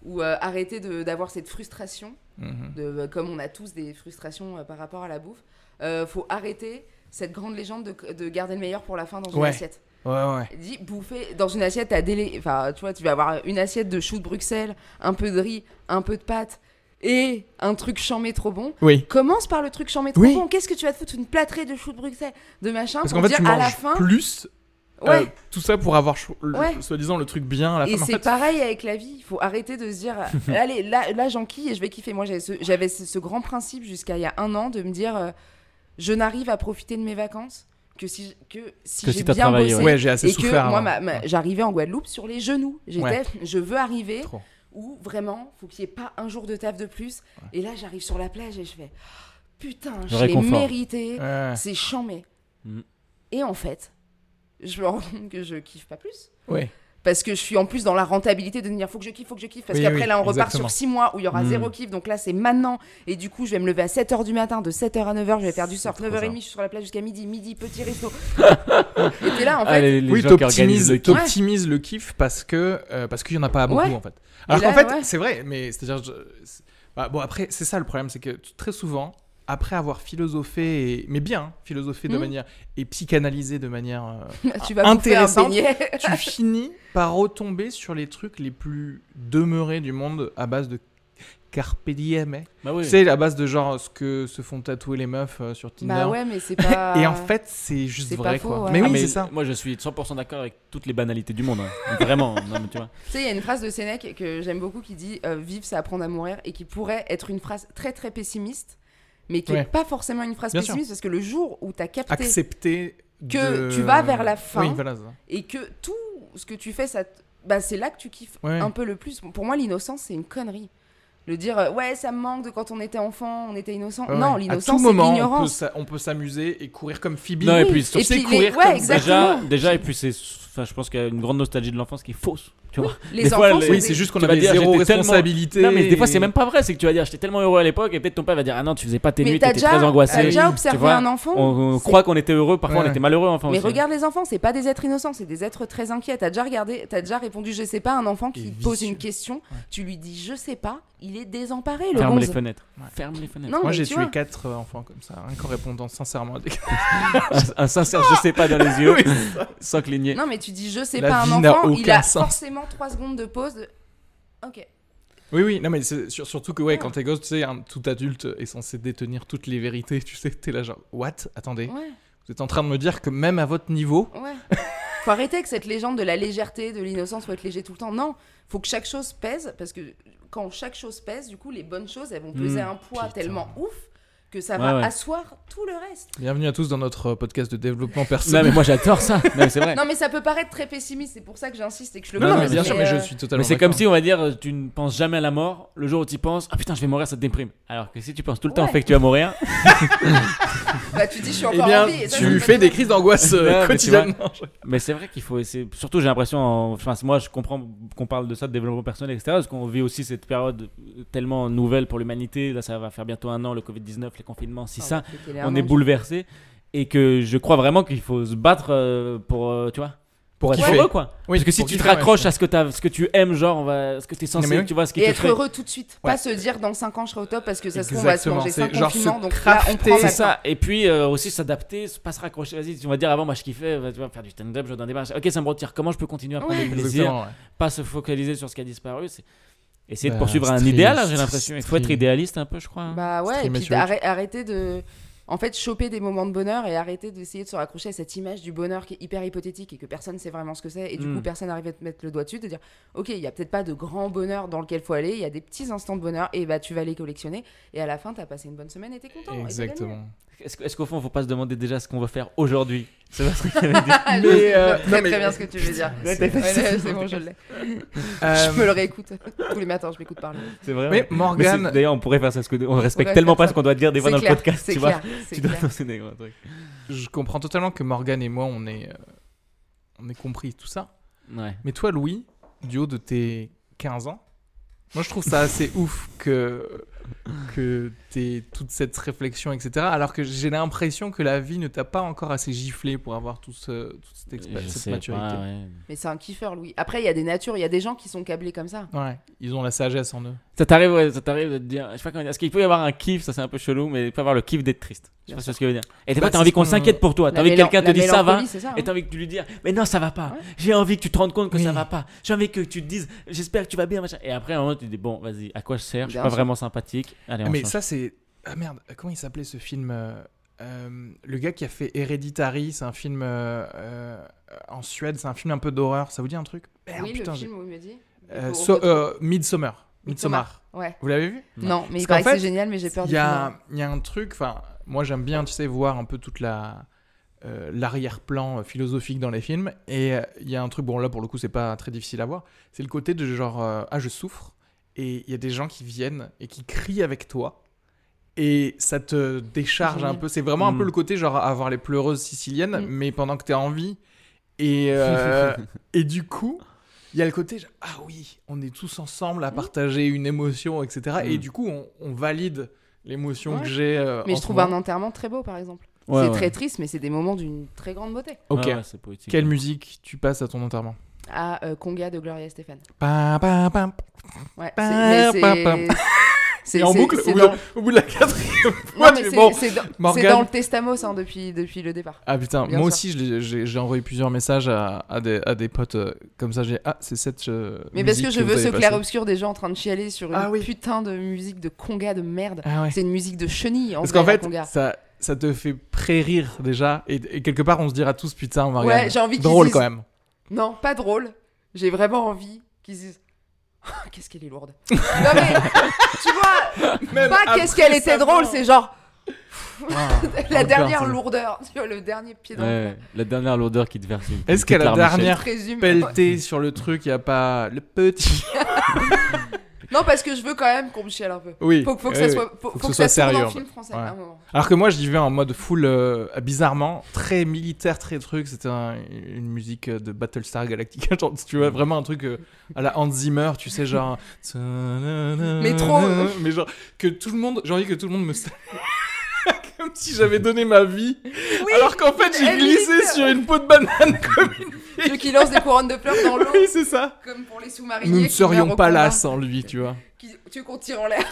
ou euh, arrêter de- d'avoir cette frustration,
Mhm.
de, comme on a tous des frustrations euh, par rapport à la bouffe, euh, faut arrêter cette grande légende de, de garder le meilleur pour la fin dans une
Ouais.
assiette.
Ouais ouais.
Elle Dit bouffer dans une assiette à délai. Enfin, tu vois, tu vas avoir une assiette de choux de Bruxelles, un peu de riz, un peu de pâtes. et un truc chambé trop bon,
Oui.
commence par le truc chambé trop
Oui.
bon. Qu'est-ce que tu vas te foutre Une plâtrée de choux de Bruxelles, de machin,
Parce
pour
qu'en fait,
dire
tu
à la
manges
fin.
plus.
Ouais.
euh, tout ça pour avoir, cho- le-
Ouais.
soi-disant, le truc bien à la
Et
fin. En
c'est
fait,
pareil avec la vie, il faut arrêter de se dire allez là, là j'enquille et je vais kiffer. Moi j'avais ce, j'avais ce- ce grand principe jusqu'à il y a un an de me dire euh, je n'arrive à profiter de mes vacances que si que si
Que si
j'ai
t'as
bien
travaillé,
bossé
Ouais, j'ai assez
et que
souffert.
moi
hein.
ma- ma- j'arrivais en Guadeloupe sur les genoux. J'étais
Ouais.
je veux arriver
Trop.
où vraiment faut qu'il n'y ait pas un jour de taf de plus. Et là j'arrive sur la plage et je fais oh, putain
Le
je l'ai
réconfort.
mérité,
Ouais.
c'est chambé.
Mm.
Et en fait je me rends compte que je kiffe pas plus
Ouais.
parce que je suis en plus dans la rentabilité de dire faut que je kiffe, faut que je kiffe, parce
Oui,
qu'après
oui,
là on repart
exactement.
sur 6 mois où il y aura
Mm.
zéro kiff, donc là c'est maintenant, et du coup je vais me lever à 7h du matin, de 7h à 9h, je vais faire du
C'est
surf,
trop
9h30
ça.
je suis sur la plage jusqu'à midi, midi petit resto. et t'es là en fait,
Ah, les, les
oui,
gens qui organisent
t'optimises
le
le,
kit.
le kiff parce que euh, parce qu'il y en a pas beaucoup
Ouais.
en fait. Alors
là,
qu'en fait,
ouais.
c'est vrai, mais c'est-à-dire, je- c'est- bah, bon après, c'est ça le problème, c'est que t- très souvent, après avoir philosophé, et- mais bien hein, philosophé de
Mhm.
manière et psychanalysé de manière, euh,
tu vas bouffer un
Intéressante.
beignet.
tu finis par retomber sur les trucs les plus demeurés du monde à base de carpe diem. hein.
Bah oui.
Tu sais, à base de genre ce que se font tatouer les meufs euh, sur Tinder.
bah ouais, mais c'est pas.
Et en fait, c'est juste
c'est pas
vrai
faux,
quoi.
ouais.
Mais
Ah,
oui,
mais
c'est ça.
Moi, je suis 100% d'accord avec toutes les banalités du monde. hein. Vraiment. non, mais tu vois.
Tu sais, il y a une phrase de Sénèque que j'aime beaucoup qui dit euh, Vivre, c'est apprendre à mourir, et qui pourrait être une phrase très très pessimiste, mais qui n'est
Ouais.
pas forcément une phrase
Bien sûr.
pessimiste, parce que le jour où t'as capté.
Accepter
Que
de-
tu vas vers la fin.
Oui, voilà. c'est ça.
et que tout ce que tu fais, ça, te- bah, c'est là que tu kiffes
Ouais.
un peu le plus. Pour moi, l'innocence, c'est une connerie. Le dire, euh, ouais, ça me manque de quand on était enfant, on était innocent.
Ouais,
non,
ouais.
l'innocence,
À tout
c'est
moment, on peut
l'ignorance.
s'a- on peut s'amuser et courir comme Phoebe.
Non, et
Oui,
puis,
et
surtout,
puis
c'est
les-
courir
ouais,
comme-
exactement.
Déjà, déjà, et puis, c'est. Enfin, je pense qu'il y a une grande nostalgie de l'enfance qui est fausse. Tu vois.
Les
Des fois,
enfants,
les-
sont
oui,
des-
c'est juste qu'on
Tu vas
avait
dire,
zéro
j'étais tellement-
responsabilité.
Non, mais des fois, c'est
et-
même pas vrai. C'est que tu vas dire, j'étais tellement heureux à l'époque, et peut-être ton père va dire, ah non, tu faisais pas tes
Mais
nuits,
t'as
t'étais
déjà,
très
t'as
angoissé.
déjà
Tu
observé
vois,
un enfant
On, on
C'est-
croit qu'on était heureux, parfois
Ouais.
on était malheureux enfin
Mais
aussi. hein.
regarde les enfants, c'est pas des êtres innocents, c'est des êtres très inquiets. T'as déjà regardé, t'as déjà répondu, je sais pas, à un enfant
Et
qui pose
vicieux.
une question, tu lui dis, je sais pas, il est désemparé le
Ferme les
gonze.
fenêtres.
Ouais.
Ferme les fenêtres.
Non,
Moi,
mais
j'ai
tu
tué
vois.
quatre euh, enfants comme ça, rien qu'en répondant sincèrement à des
Un, un sincère, Ah, je sais pas dans les yeux, sans cligner.
Non, mais tu dis, je sais
La
pas, un
vie n'a
enfant, il
aucun
a
sens.
forcément 3 secondes de pause. de- Ok.
Oui, oui, non, mais c'est sur- surtout que,
Ah.
ouais, quand t'es gosse, tu sais, un- tout adulte est censé détenir toutes les vérités, tu sais, t'es là genre, what Attendez,
Ouais.
vous êtes en train de me dire que même à votre niveau,
Ouais. faut arrêter avec cette légende de la légèreté, de l'innocence, faut être léger tout le temps. Non, faut que chaque chose pèse, parce que quand chaque chose pèse, du coup, les bonnes choses, elles vont peser
Mmh,
un poids
putain.
tellement ouf que ça
Ouais,
va
ouais.
asseoir tout le reste.
bienvenue à tous dans notre euh, podcast de développement
Non, mais
personnel.
moi j'adore ça. Non, mais c'est vrai.
Non, mais ça peut paraître très pessimiste, c'est pour ça que j'insiste et que je le
Non, non,
pose,
mais bien sûr, mais je
euh,
suis totalement.
Mais c'est comme
d'accord.
si on va dire euh, tu ne penses jamais à la mort, le jour où tu y penses ah putain je vais mourir ça te déprime. Alors que si tu penses tout le temps au
Ouais.
fait que tu vas mourir,
Bah, tu dis, je suis
Eh
encore en
bien,
vie. et ça,
tu
c'est
fais
pas
des
tout.
crises d'angoisse euh,
Non, mais tu vois-
quotidiennement.
mais c'est vrai qu'il faut c'est surtout j'ai l'impression en- enfin moi je comprends qu'on parle de ça de développement personnel etc parce qu'on vit aussi cette période euh, tellement nouvelle pour l'humanité là ça va faire bientôt un an le Covid 19 les confinements si ça
C'était
on
Ah clairement-
est bouleversé et que je crois vraiment qu'il faut se battre euh, pour euh, tu vois
Pour
être
kiffer.
heureux quoi.
Oui,
parce que si
pour
tu te
kiffer, ouais,
raccroches
je
à ce que, t'as- ce que tu aimes, genre on va- ce que tu es censé,
mais oui.
tu vois, ce qui
Et
te
être
ferait-
heureux tout de suite,
Ouais.
pas se dire dans 5 ans je serai au top parce que ça se trouve on va se
Exactement,
manger
c'est
5
genre se
confinements, donc là on prend
crafter,
ma
C'est ça. Et puis euh, aussi s'adapter, se- pas se raccrocher. Vas-y, tu vas dire avant, moi je kiffais, bah, tu vas faire du stand-up, jouer dans des bars. Ok, ça me retire. Comment je peux continuer à prendre
Ouais.
du plaisir
Exactement, ouais.
Pas se focaliser sur ce qui a disparu. c'est- Essayer de
Bah,
poursuivre un
stream-
idéal, hein, j'ai l'impression. Il faut être
stream.
idéaliste un peu, je crois. hein.
Bah ouais, et
Streamer
puis
sur
arrê- arrêter de. En fait, choper des moments de bonheur et arrêter d'essayer de se raccrocher à cette image du bonheur qui est hyper hypothétique et que personne sait vraiment ce que c'est. Et du
Mm.
Hmm.
coup, personne n'arrive à te mettre le doigt dessus, de dire Ok, il n'y a peut-être pas de grand bonheur dans lequel faut aller, il y a des petits instants de bonheur et bah tu vas les collectionner. Et à la fin, t'as passé une bonne semaine et t'es content. et t'es gagné.
Exactement.
Est-ce que- est-ce qu'au fond, faut pas se demander déjà ce qu'on va faire aujourd'hui C'est pas ce que j'avais dit.
Ah, je
Mais,
sais
euh,
très,
non, mais-
très bien ce que tu veux dire.
Ouais,
Ouais,
t'as fait
ouais, c'est bon, je l'ai.
Euh,
Je me le réécoute. Tous les matins, je m'écoute parler.
C'est vrai. hein.
Mais Morgane-
c'est- D'ailleurs, on pourrait faire ça parce qu'on respecte
pourrait
tellement
faire
pas
ça.
ce qu'on doit dire des fois
C'est
dans
clair,
le podcast,
c'est
tu vois.
clair, c'est
Tu dois
clair.
lancer des gros trucs.
je comprends totalement que Morgane et moi, on est, euh, on est compris tout ça.
Ouais.
Mais toi, Louis, du haut de tes 15 ans, moi je trouve ça assez ouf que, que t'aies toute cette réflexion, etc. Alors que j'ai l'impression que la vie ne t'a pas encore assez giflé pour avoir tout ce, toute cette, expa-
Je
cette
sais
maturité.
pas, ouais.
Mais c'est un kiffeur, Louis. Après, il y a des natures, il y a des gens qui sont câblés comme ça.
ouais. ils ont la sagesse en eux.
Ça t'arrive, ouais, ça t'arrive de te dire, je sais pas comment dire, est-ce qu'il peut y avoir un kiff, ça c'est un peu chelou, mais il peut y avoir le kiff d'être triste. Je sais
Bien
pas
sûr.
ce que je veux dire. Et des
Bah,
fois, t'as
c'est
envie
ce
qu'on
qu'on-
s'inquiète pour toi, t'as
La
envie que
mélan-
quelqu'un te
la
dise ça va,
mélancolie, c'est ça, hein.
et t'as envie que tu lui dises, mais non, ça va pas. J'ai envie que tu te rendes compte que ça
Oui.
va pas. J'ai envie que tu te dises, j'espère que tu vas bien, machin. Et après, à un moment, tu te dis, bon, vas-y, à quoi je sers Je suis
Bien
pas
sûr.
vraiment sympathique. Allez, on
Mais
change.
ça, c'est. Ah merde, comment il s'appelait ce film euh, euh, Le gars qui a fait Hereditary, c'est un film euh, euh, en Suède, c'est un film un peu d'horreur. Ça vous dit un truc Merde,
oui,
Ah putain.
le
j'ai-
film où il me dit.
Euh,
Faut
So-
retrouver-
euh, Midsommar. Midsommar.
Ouais.
Vous l'avez vu
Non.
Non,
Parce
mais il
qu'en
paraît que
fait,
c'est génial, mais j'ai peur
Il
du
y
film.
a, il y a un truc, enfin, moi j'aime bien, tu sais, voir un peu toute la euh, l'arrière-plan euh, philosophique dans les films. Et euh, il y a un truc, bon là pour le coup c'est pas très difficile à voir, c'est le côté de genre, euh, ah je souffre, et il y a des gens qui viennent et qui crient avec toi. Et ça te décharge un
Génial.
peu. C'est vraiment un peu
Mm.
le côté genre avoir les pleureuses siciliennes,
Mm.
mais pendant que t'es en vie. Et, euh, et du coup, il y a le côté, genre, ah oui, on est tous ensemble
Mm.
à partager une émotion, etc. Et
Mm.
du coup, on, on valide l'émotion
Ouais.
que j'ai. euh,
Mais
en
je
ce
trouve un
moment.
enterrement très beau, par exemple.
Ouais,
c'est
ouais.
très triste, mais c'est des moments d'une très grande beauté.
Ok.
Ouais, ouais, c'est poétique.
Quelle musique tu passes à ton enterrement
À euh, Conga de Gloria Stéphane.
Pam, pam, pam.
Ouais.
Pam,
c'est- mais
pam,
c'est-
pam.
C'est
Et en
c'est-
boucle,
c'est
au bout,
dans-
de, au bout de la quatrième fois,
Non, mais
tu fais,
c'est
bon.
c'est dans, c'est
Morgane.
dans le testamos hein, depuis, depuis le départ.
Ah putain,
Bien
moi
sûr.
aussi je l'ai- j'ai j'ai envoyé plusieurs messages à, à des, à des potes euh, comme ça. J'ai ah, c'est cette. euh,
Mais parce que
musique
je
vous
veux
avez
ce
passée.
clair-obscur des gens en train de chialer sur une
Ah oui.
putain de musique de conga de merde.
Ah ouais.
C'est une musique de chenille en
Parce
vrai,
qu'en
la
fait,
conga.
ça, ça te fait pré-rire déjà. Et, et quelque part, on se dira tous putain, on va
Ouais,
regarder.
j'ai envie qu'ils
Oh, Drôle
disent-
quand même.
Non, pas drôle. J'ai vraiment envie qu'ils disent Ah, Qu'est-ce qu'elle est lourde. non mais tu vois, pas qu'est-ce qu'elle était drôle, c'est genre
Ah.
la dernière lourdeur, tu vois, le dernier pied dans le
Ouais, la dernière lourdeur qui te verse une.
Est-ce qu'à
petite
la
larme sèche.
dernière
Résume.
pelleté sur le truc, il a pas le petit.
Non, parce que je veux quand même qu'on me chiale un peu.
Oui.
Faut, faut que
Eh oui,
ça
oui.
soit, faut,
que
faut
ce
que
soit
ça tourne
sérieux, en
en film français
Ouais.
à un moment.
Alors que moi, j'y vais en mode full, euh, bizarrement, très militaire, très truc. C'était un- une musique euh, de Battlestar Galactica, genre, tu
Mm.
vois, vraiment un truc euh, à la Hans Zimmer, tu sais, genre. Mais
trop, euh.
Mais genre, que tout le monde. J'ai envie que tout le monde me. salue. Comme si j'avais donné ma vie. alors qu'en fait, j'ai
elle
glissé
militaire.
sur une peau de banane comme une.
Ceux qui lancent des couronnes de fleurs dans l'eau,
Oui, c'est ça.
comme pour les
Nous
sous-mariniers.
ne
qui
serions
meurent au
pas là
combat,
sans lui, tu vois.
qui- Tu veux qu'on tire en l'air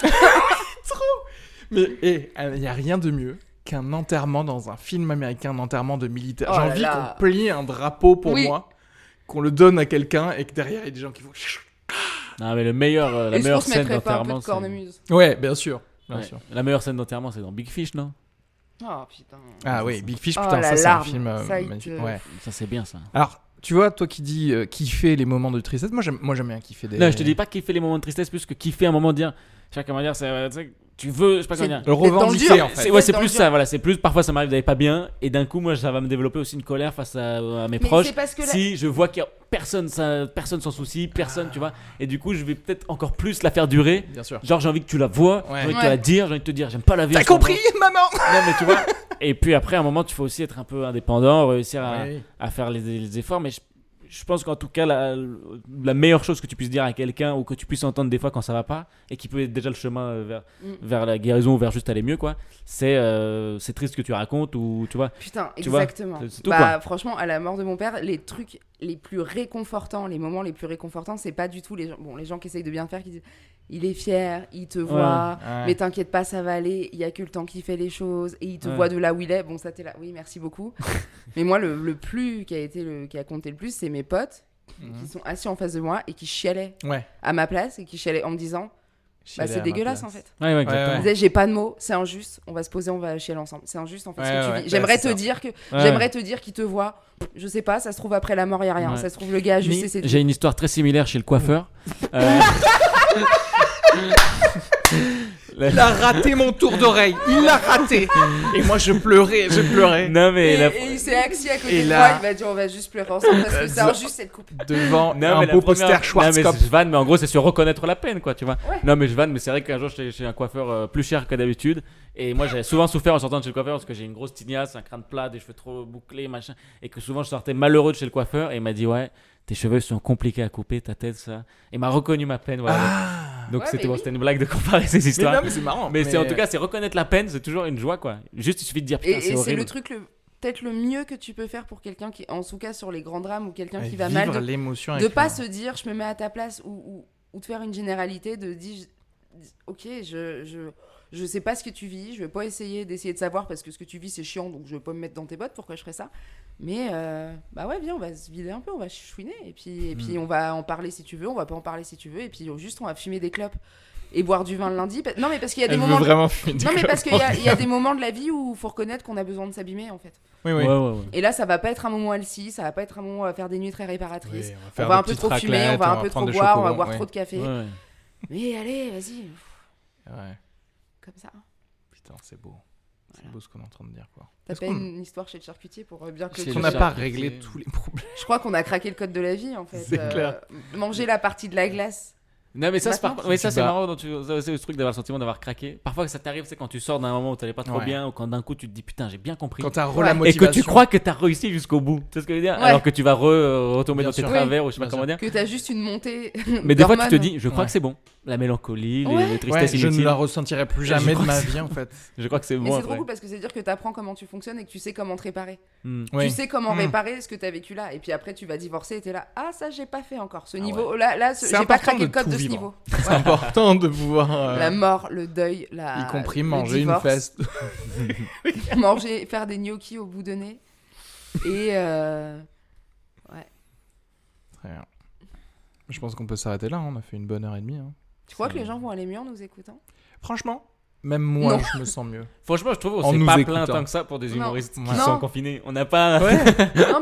Mais hé, il n'y a rien de mieux qu'un enterrement dans un film américain, un enterrement de militaire.
Oh
J'ai
là
envie
là.
qu'on plie un drapeau pour
Oui.
moi, qu'on le donne à quelqu'un et que derrière il y a des gens qui vont.
Non, mais le meilleur, euh,
Est-ce
la
qu'on
meilleure
se
scène
mettrait pas un peu
d'enterrement.
de
c'est-
cornemuse
Ouais, bien sûr. Bien
Ouais.
sûr.
La meilleure scène d'enterrement, c'est dans Big Fish, non
Oh putain.
Ah oui, Big Fish,
Oh,
putain,
la
ça c'est un
larme.
film euh,
Ça, il te-
magnifique. Ouais.
Ça, c'est bien ça.
Alors, tu vois, toi qui dis euh, kiffer les moments de tristesse, moi j'aime moi, j'aime bien kiffer des. Euh,
Non, je te dis pas kiffer les moments de tristesse, plus que kiffer un moment de dire. Je sais pas comment dire, c'est, euh, tu sais, tu veux, je sais pas comment
C'est-
dire.
Le
D'être dans le
revendiquer
dur.
en fait.
C'est, ouais, c'est
dans
plus
le dur.
ça, voilà. C'est plus parfois ça m'arrive d'aller pas bien, et d'un coup, moi, ça va me développer aussi une colère face à, à
Mais
mes proches.
c'est parce que la- Ah.
Si je vois qu'il y a personne, ça, personne sans souci, personne, tu vois, et du coup, je vais peut-être encore plus la faire durer.
Bien sûr.
Genre, j'ai envie que tu la vois,
Ouais.
j'ai envie que
Ouais.
tu la dire, j'ai envie de te dire, j'aime pas la vie.
T'as
je comprends.
compris, maman
Non, mais tu vois. Et puis après, à un moment, tu faut aussi être un peu indépendant, réussir
Ah.
à,
Oui.
à faire les, les efforts. Mais je, je pense qu'en tout cas, la, la meilleure chose que tu puisses dire à quelqu'un ou que tu puisses entendre des fois quand ça va pas et qui peut être déjà le chemin euh, vers,
Mm.
vers la guérison ou vers juste aller mieux, quoi, c'est euh, c'est triste que tu racontes ou tu vois.
Putain,
Tu vois,
exactement.
c'est- c'est tout,
bah, franchement, à la mort de mon père, les trucs les plus réconfortants, les moments les plus réconfortants, c'est pas du tout les gens. Bon, les gens qui essayent de bien faire, qui disent il est fier, il te voit,
Ah Ouais.
mais t'inquiète pas, ça va aller, il y a que le temps qui fait les choses, et il te
Ouais.
voit de là où il est. Bon, ça t'es là, oui, merci beaucoup. mais moi, le, le plus qui a, été le, qui a compté le plus, c'est mes potes
Mmh.
qui sont assis en face de moi et qui chialaient
Mhm. Ouais.
à ma place et qui chialaient en me disant bah, c'est dégueulasse en fait.
Ouais, ouais,
exactement.
Ils
Ouais.
disaient, J'ai pas de mots, c'est injuste, on va se poser, on va chialer ensemble. C'est injuste en fait
Ouais,
ce que
ouais,
tu
ouais,
vis. J'aimerais
c'est
te
ça.
dire que
Ouais.
j'aimerais te dire qu'il te voit. Je sais pas, ça se trouve après la mort, il a rien.
Ouais.
Ça se trouve le gars a juste
Mais
essayé de-
J'ai une histoire très similaire chez le coiffeur. Euh, la-
Il a raté mon tour d'oreille. Il l'a raté. Et moi je pleurais, je pleurais.
Non, mais
Et,
la-
et il s'est axé à
Et
côté de
là-
moi, il m'a dit on va juste pleurer ensemble parce que c'est injuste cette coupe.
Devant
Non,
un
mais la
beau
première-
poster
Non,
Schwarzkopf.
mais je vanne, mais en gros, c'est sur reconnaître la peine, quoi, tu vois.
Ouais.
Non, mais je vanne, mais c'est vrai qu'un jour, j'étais chez un coiffeur euh, plus cher que d'habitude. Et moi, j'avais souvent souffert en sortant de chez le coiffeur parce que j'ai une grosse tignasse, un crâne plat, des cheveux trop bouclés, machin. Et que souvent, je sortais malheureux de chez le coiffeur. Et il m'a dit, ouais, tes cheveux sont compliqués à couper, ta tête, ça. Et il m'a reconnu ma peine, voilà. Donc,
Ouais,
c'était
mais
bon,
oui.
c'était une blague de comparer
Ah.
ces
Mais non,
histoires.
mais
Mais,
c'est marrant.
c'est en tout cas, c'est reconnaître la peine, c'est toujours une joie, quoi. Juste, il suffit de dire,
Et,
putain,
et
c'est
c'est
horrible.
le truc le peut-être le mieux que tu peux faire pour quelqu'un qui, en tout cas sur les grands drames ou quelqu'un
Ouais,
qui va
vivre
mal, de,
l'émotion
de
avec
pas
le-
se dire je me mets à ta place ou, ou, ou de faire une généralité de dire ok, je, je, je sais pas ce que tu vis, je vais pas essayer d'essayer de savoir parce que ce que tu vis c'est chiant, donc je vais pas me mettre dans tes bottes, pourquoi je ferais ça Mais euh, bah ouais, viens, on va se vider un peu, on va chouiner, et puis, et
Hmm.
puis on va en parler si tu veux, on va pas en parler si tu veux, et puis juste on va fumer des clopes et boire du vin le lundi. pa- Non mais parce qu'il y a des
Elle
moments...
veut
de-
vraiment fumer des
Non mais parce qu'il
clopes.
y, a- il y a des moments de la vie où faut reconnaître qu'on a besoin de s'abîmer en fait.
Oui,
Ouais,
oui.
ouais, ouais.
Et là, ça va pas être un moment alci, ça va pas être un moment à faire des nuits très réparatrices.
Oui,
on
faire
va
des
un peu
petites
trop fumer, on
raclettes,
va un peu trop
prendre des
boire, on va
chocobons,
boire
ouais.
trop de café.
Ouais, ouais.
Mais allez, vas-y,
Ouais.
comme ça.
Putain, c'est beau. C'est
Voilà.
beau ce qu'on est en train de dire. quoi.
T'as
Est-ce
pas
qu'on-
une histoire chez le charcutier pour euh, bien
Chez
On
clôturer
le
n'a
ça
pas
charcutier.
Mmh.
réglé tous les problèmes.
Je crois qu'on a craqué le code de la vie en fait. Euh,
C'est clair.
Manger la partie de la glace.
Non, mais ça,
Bah,
c'est par...
Maintenant,
ouais,
tu
ça,
te
c'est
bats.
marrant. dont tu- ça, C'est le truc d'avoir le sentiment d'avoir craqué. Parfois, ça t'arrive, c'est quand tu sors d'un moment où t'allais pas trop
Ouais.
bien ou quand d'un coup tu te dis putain, j'ai bien compris.
Quand t'as re
Ouais.
la
Et que
Et que
motivation.
tu crois que t'as réussi jusqu'au bout. Tu sais ce que je veux dire
Ouais.
Alors que tu vas re- retomber
Bien
dans tes
sûr.
travers ou je sais pas
Bien
comment dire.
Que t'as juste une montée.
Mais des fois, tu te
d'hormones.
dis, je crois
Ouais.
que c'est bon. La mélancolie, les,
Ouais.
les
Ouais,
tristesses
je ne
inutiles.
la ressentirai plus
Je
jamais de
crois
ma
que
vie hein. en fait.
Je crois que c'est
Mais
bon
c'est trop
après.
cool parce que c'est à dire que t'apprends comment tu fonctionnes et que tu sais comment te réparer.
Hmm.
Oui.
Tu sais comment
Mm.
réparer ce que t'as vécu là. Et puis après, tu vas divorcer et t'es là. Ah, ça, j'ai pas fait encore. Ce
Ah
niveau. Là, là ce-
C'est
j'ai pas
important
craqué
de
le code
tout
de ce
vivre.
niveau.
C'est important de pouvoir. euh,
La mort, le deuil, la.
y compris
le
manger une
divorce.
fesse.
manger, faire des gnocchis au bout de nez. Et euh,
Très bien. Je pense qu'on peut s'arrêter là. hein. On a fait une bonne heure et demie. hein.
tu crois que les gens vont aller mieux en nous écoutant
Franchement, même moi,
Non.
je me sens mieux.
Franchement, je trouve
En
que
nous
c'est pas
écoutant.
plein tant que ça pour des
Non.
humoristes qui
Non.
sont confinés. On n'a pas.
Non,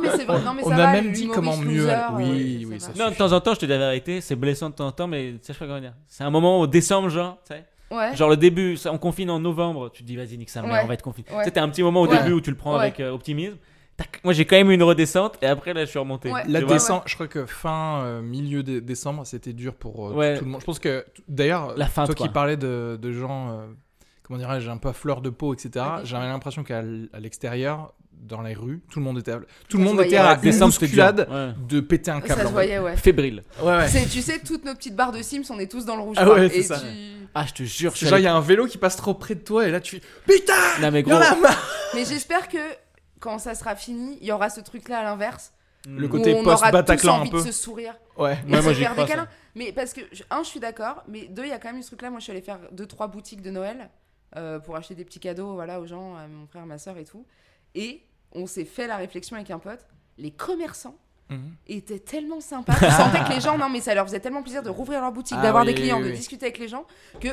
mais c'est vrai. Non, mais
On
ça
a
va,
même dit
l'humoriste
comment mieux
loser,
aller.
euh,
Oui,
ça
oui,
va.
ça
Non, de temps en temps, je te dis la vérité, c'est blessant de temps en temps, mais tu sais, je sais pas comment dire. C'est un moment au décembre, genre, tu sais.
Ouais.
Genre le début, ça, on confine en novembre, tu te dis vas-y, nique sa mère,
Ouais.
on va être confiné.
Ouais.
Tu sais, t'as un petit moment au
Ouais.
début où tu le prends
Ouais.
avec euh, optimisme. Tac. Moi, j'ai quand même eu une redescente, et après, là, je suis remonté.
Ouais.
Tu
La
vois
décembre, je crois que fin, euh, milieu dé- décembre, c'était dur pour euh,
Ouais.
tout le monde. Je pense que, t- d'ailleurs,
La fin,
toi qui
quoi.
parlais de, de gens, euh, comment dirais-je, un peu à fleur de peau, etc.,
Ok.
j'avais l'impression qu'à l- à l'extérieur, dans les rues, tout le monde était à, tout le
se
monde
voyait,
était à
ouais.
une
Décembre, c'était dur.
bousculade
Ouais.
de péter un câble.
Ça
en
se
fait.
voyait, ouais.
Fébrile.
Ouais, ouais.
C'est- Tu sais, toutes nos petites barres de Sims, on est tous dans le rouge.
Ah
quoi.
ouais, c'est
et
ça.
tu-
Ah, je te jure, je suis
Genre, il
allé-
y a un vélo qui passe trop près de toi et là, tu Putain
Non, mais
il y en
gros,
a marre
Mais j'espère que quand ça sera fini, il y aura ce truc-là à l'inverse.
Le
Où
côté
on aura tous
post-Bataclan, un
envie de
peu.
se sourire.
Ouais.
Et
Ouais,
se
moi, j'y
faire des
crois, ça.
câlins. Mais parce que, je- un, je suis d'accord, mais deux, il y a quand même eu ce truc-là. Moi, je suis allée faire deux, trois boutiques de Noël euh, pour acheter des petits cadeaux voilà, aux gens, à mon frère, ma soeur et tout. Et on s'est fait la réflexion avec un pote. Les commerçants
Mhm.
étaient tellement sympas. Je sentais que les gens, non, mais ça leur faisait tellement plaisir de rouvrir leur boutique,
Ah
d'avoir
oui,
des clients,
oui,
de
oui.
discuter avec les gens,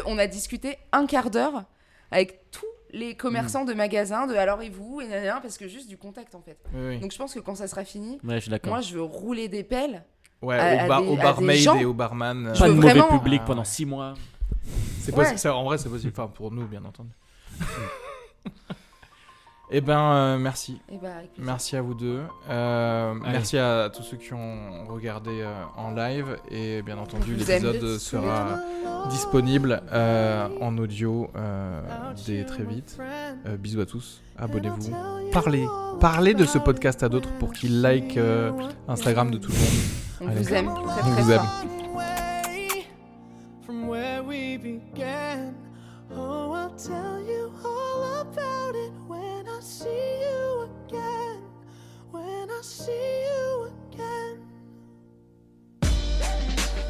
qu'on a discuté un quart d'heure avec tous les commerçants
Mhm.
de magasins, de alors et vous, et nanana, parce que juste du contact en fait.
Oui, oui.
Donc je pense que quand ça sera fini,
Ouais, je suis d'accord.
moi je veux rouler des pelles.
Ouais,
à-
au,
à
bar,
des-
au
à des
barmaid
gens.
et au barman. euh,
Je
Pas de
veux
mauvais
vraiment-
public
Ah,
pendant
ouais.
6 mois.
C'est
Ouais.
possible. ça- En vrai, c'est possible. Enfin, pour nous, bien entendu. eh ben, euh, merci.
Et bah, avec plaisir.
Merci à vous deux. Euh, merci à, tous ceux qui ont regardé euh, en live. Et bien entendu,
Vous
l'épisode
aimez-
sera disponible euh, en audio euh, dès très vite. Euh, bisous à tous. Abonnez-vous. Parlez. Parlez de ce podcast à d'autres pour qu'ils like euh, Instagram de tout le monde.
On
Allez.
vous aime très
On
très
vous aime.
fort.
away from where we began. Oh, I'll tell you all about it when I see you again. When I see you again.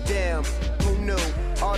Damn, who knew? All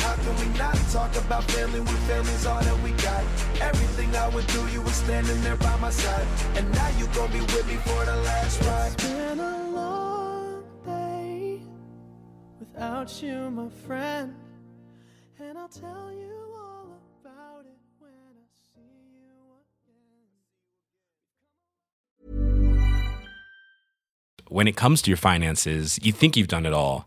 How can we not talk about family when family's all that we got? Everything I would do, you were standing there by my side. And now you gon' be with me for the last ride.
It's been a long day without you, my friend. And I'll tell you all about it when I see you again.
when it comes to your finances, you think you've done it all.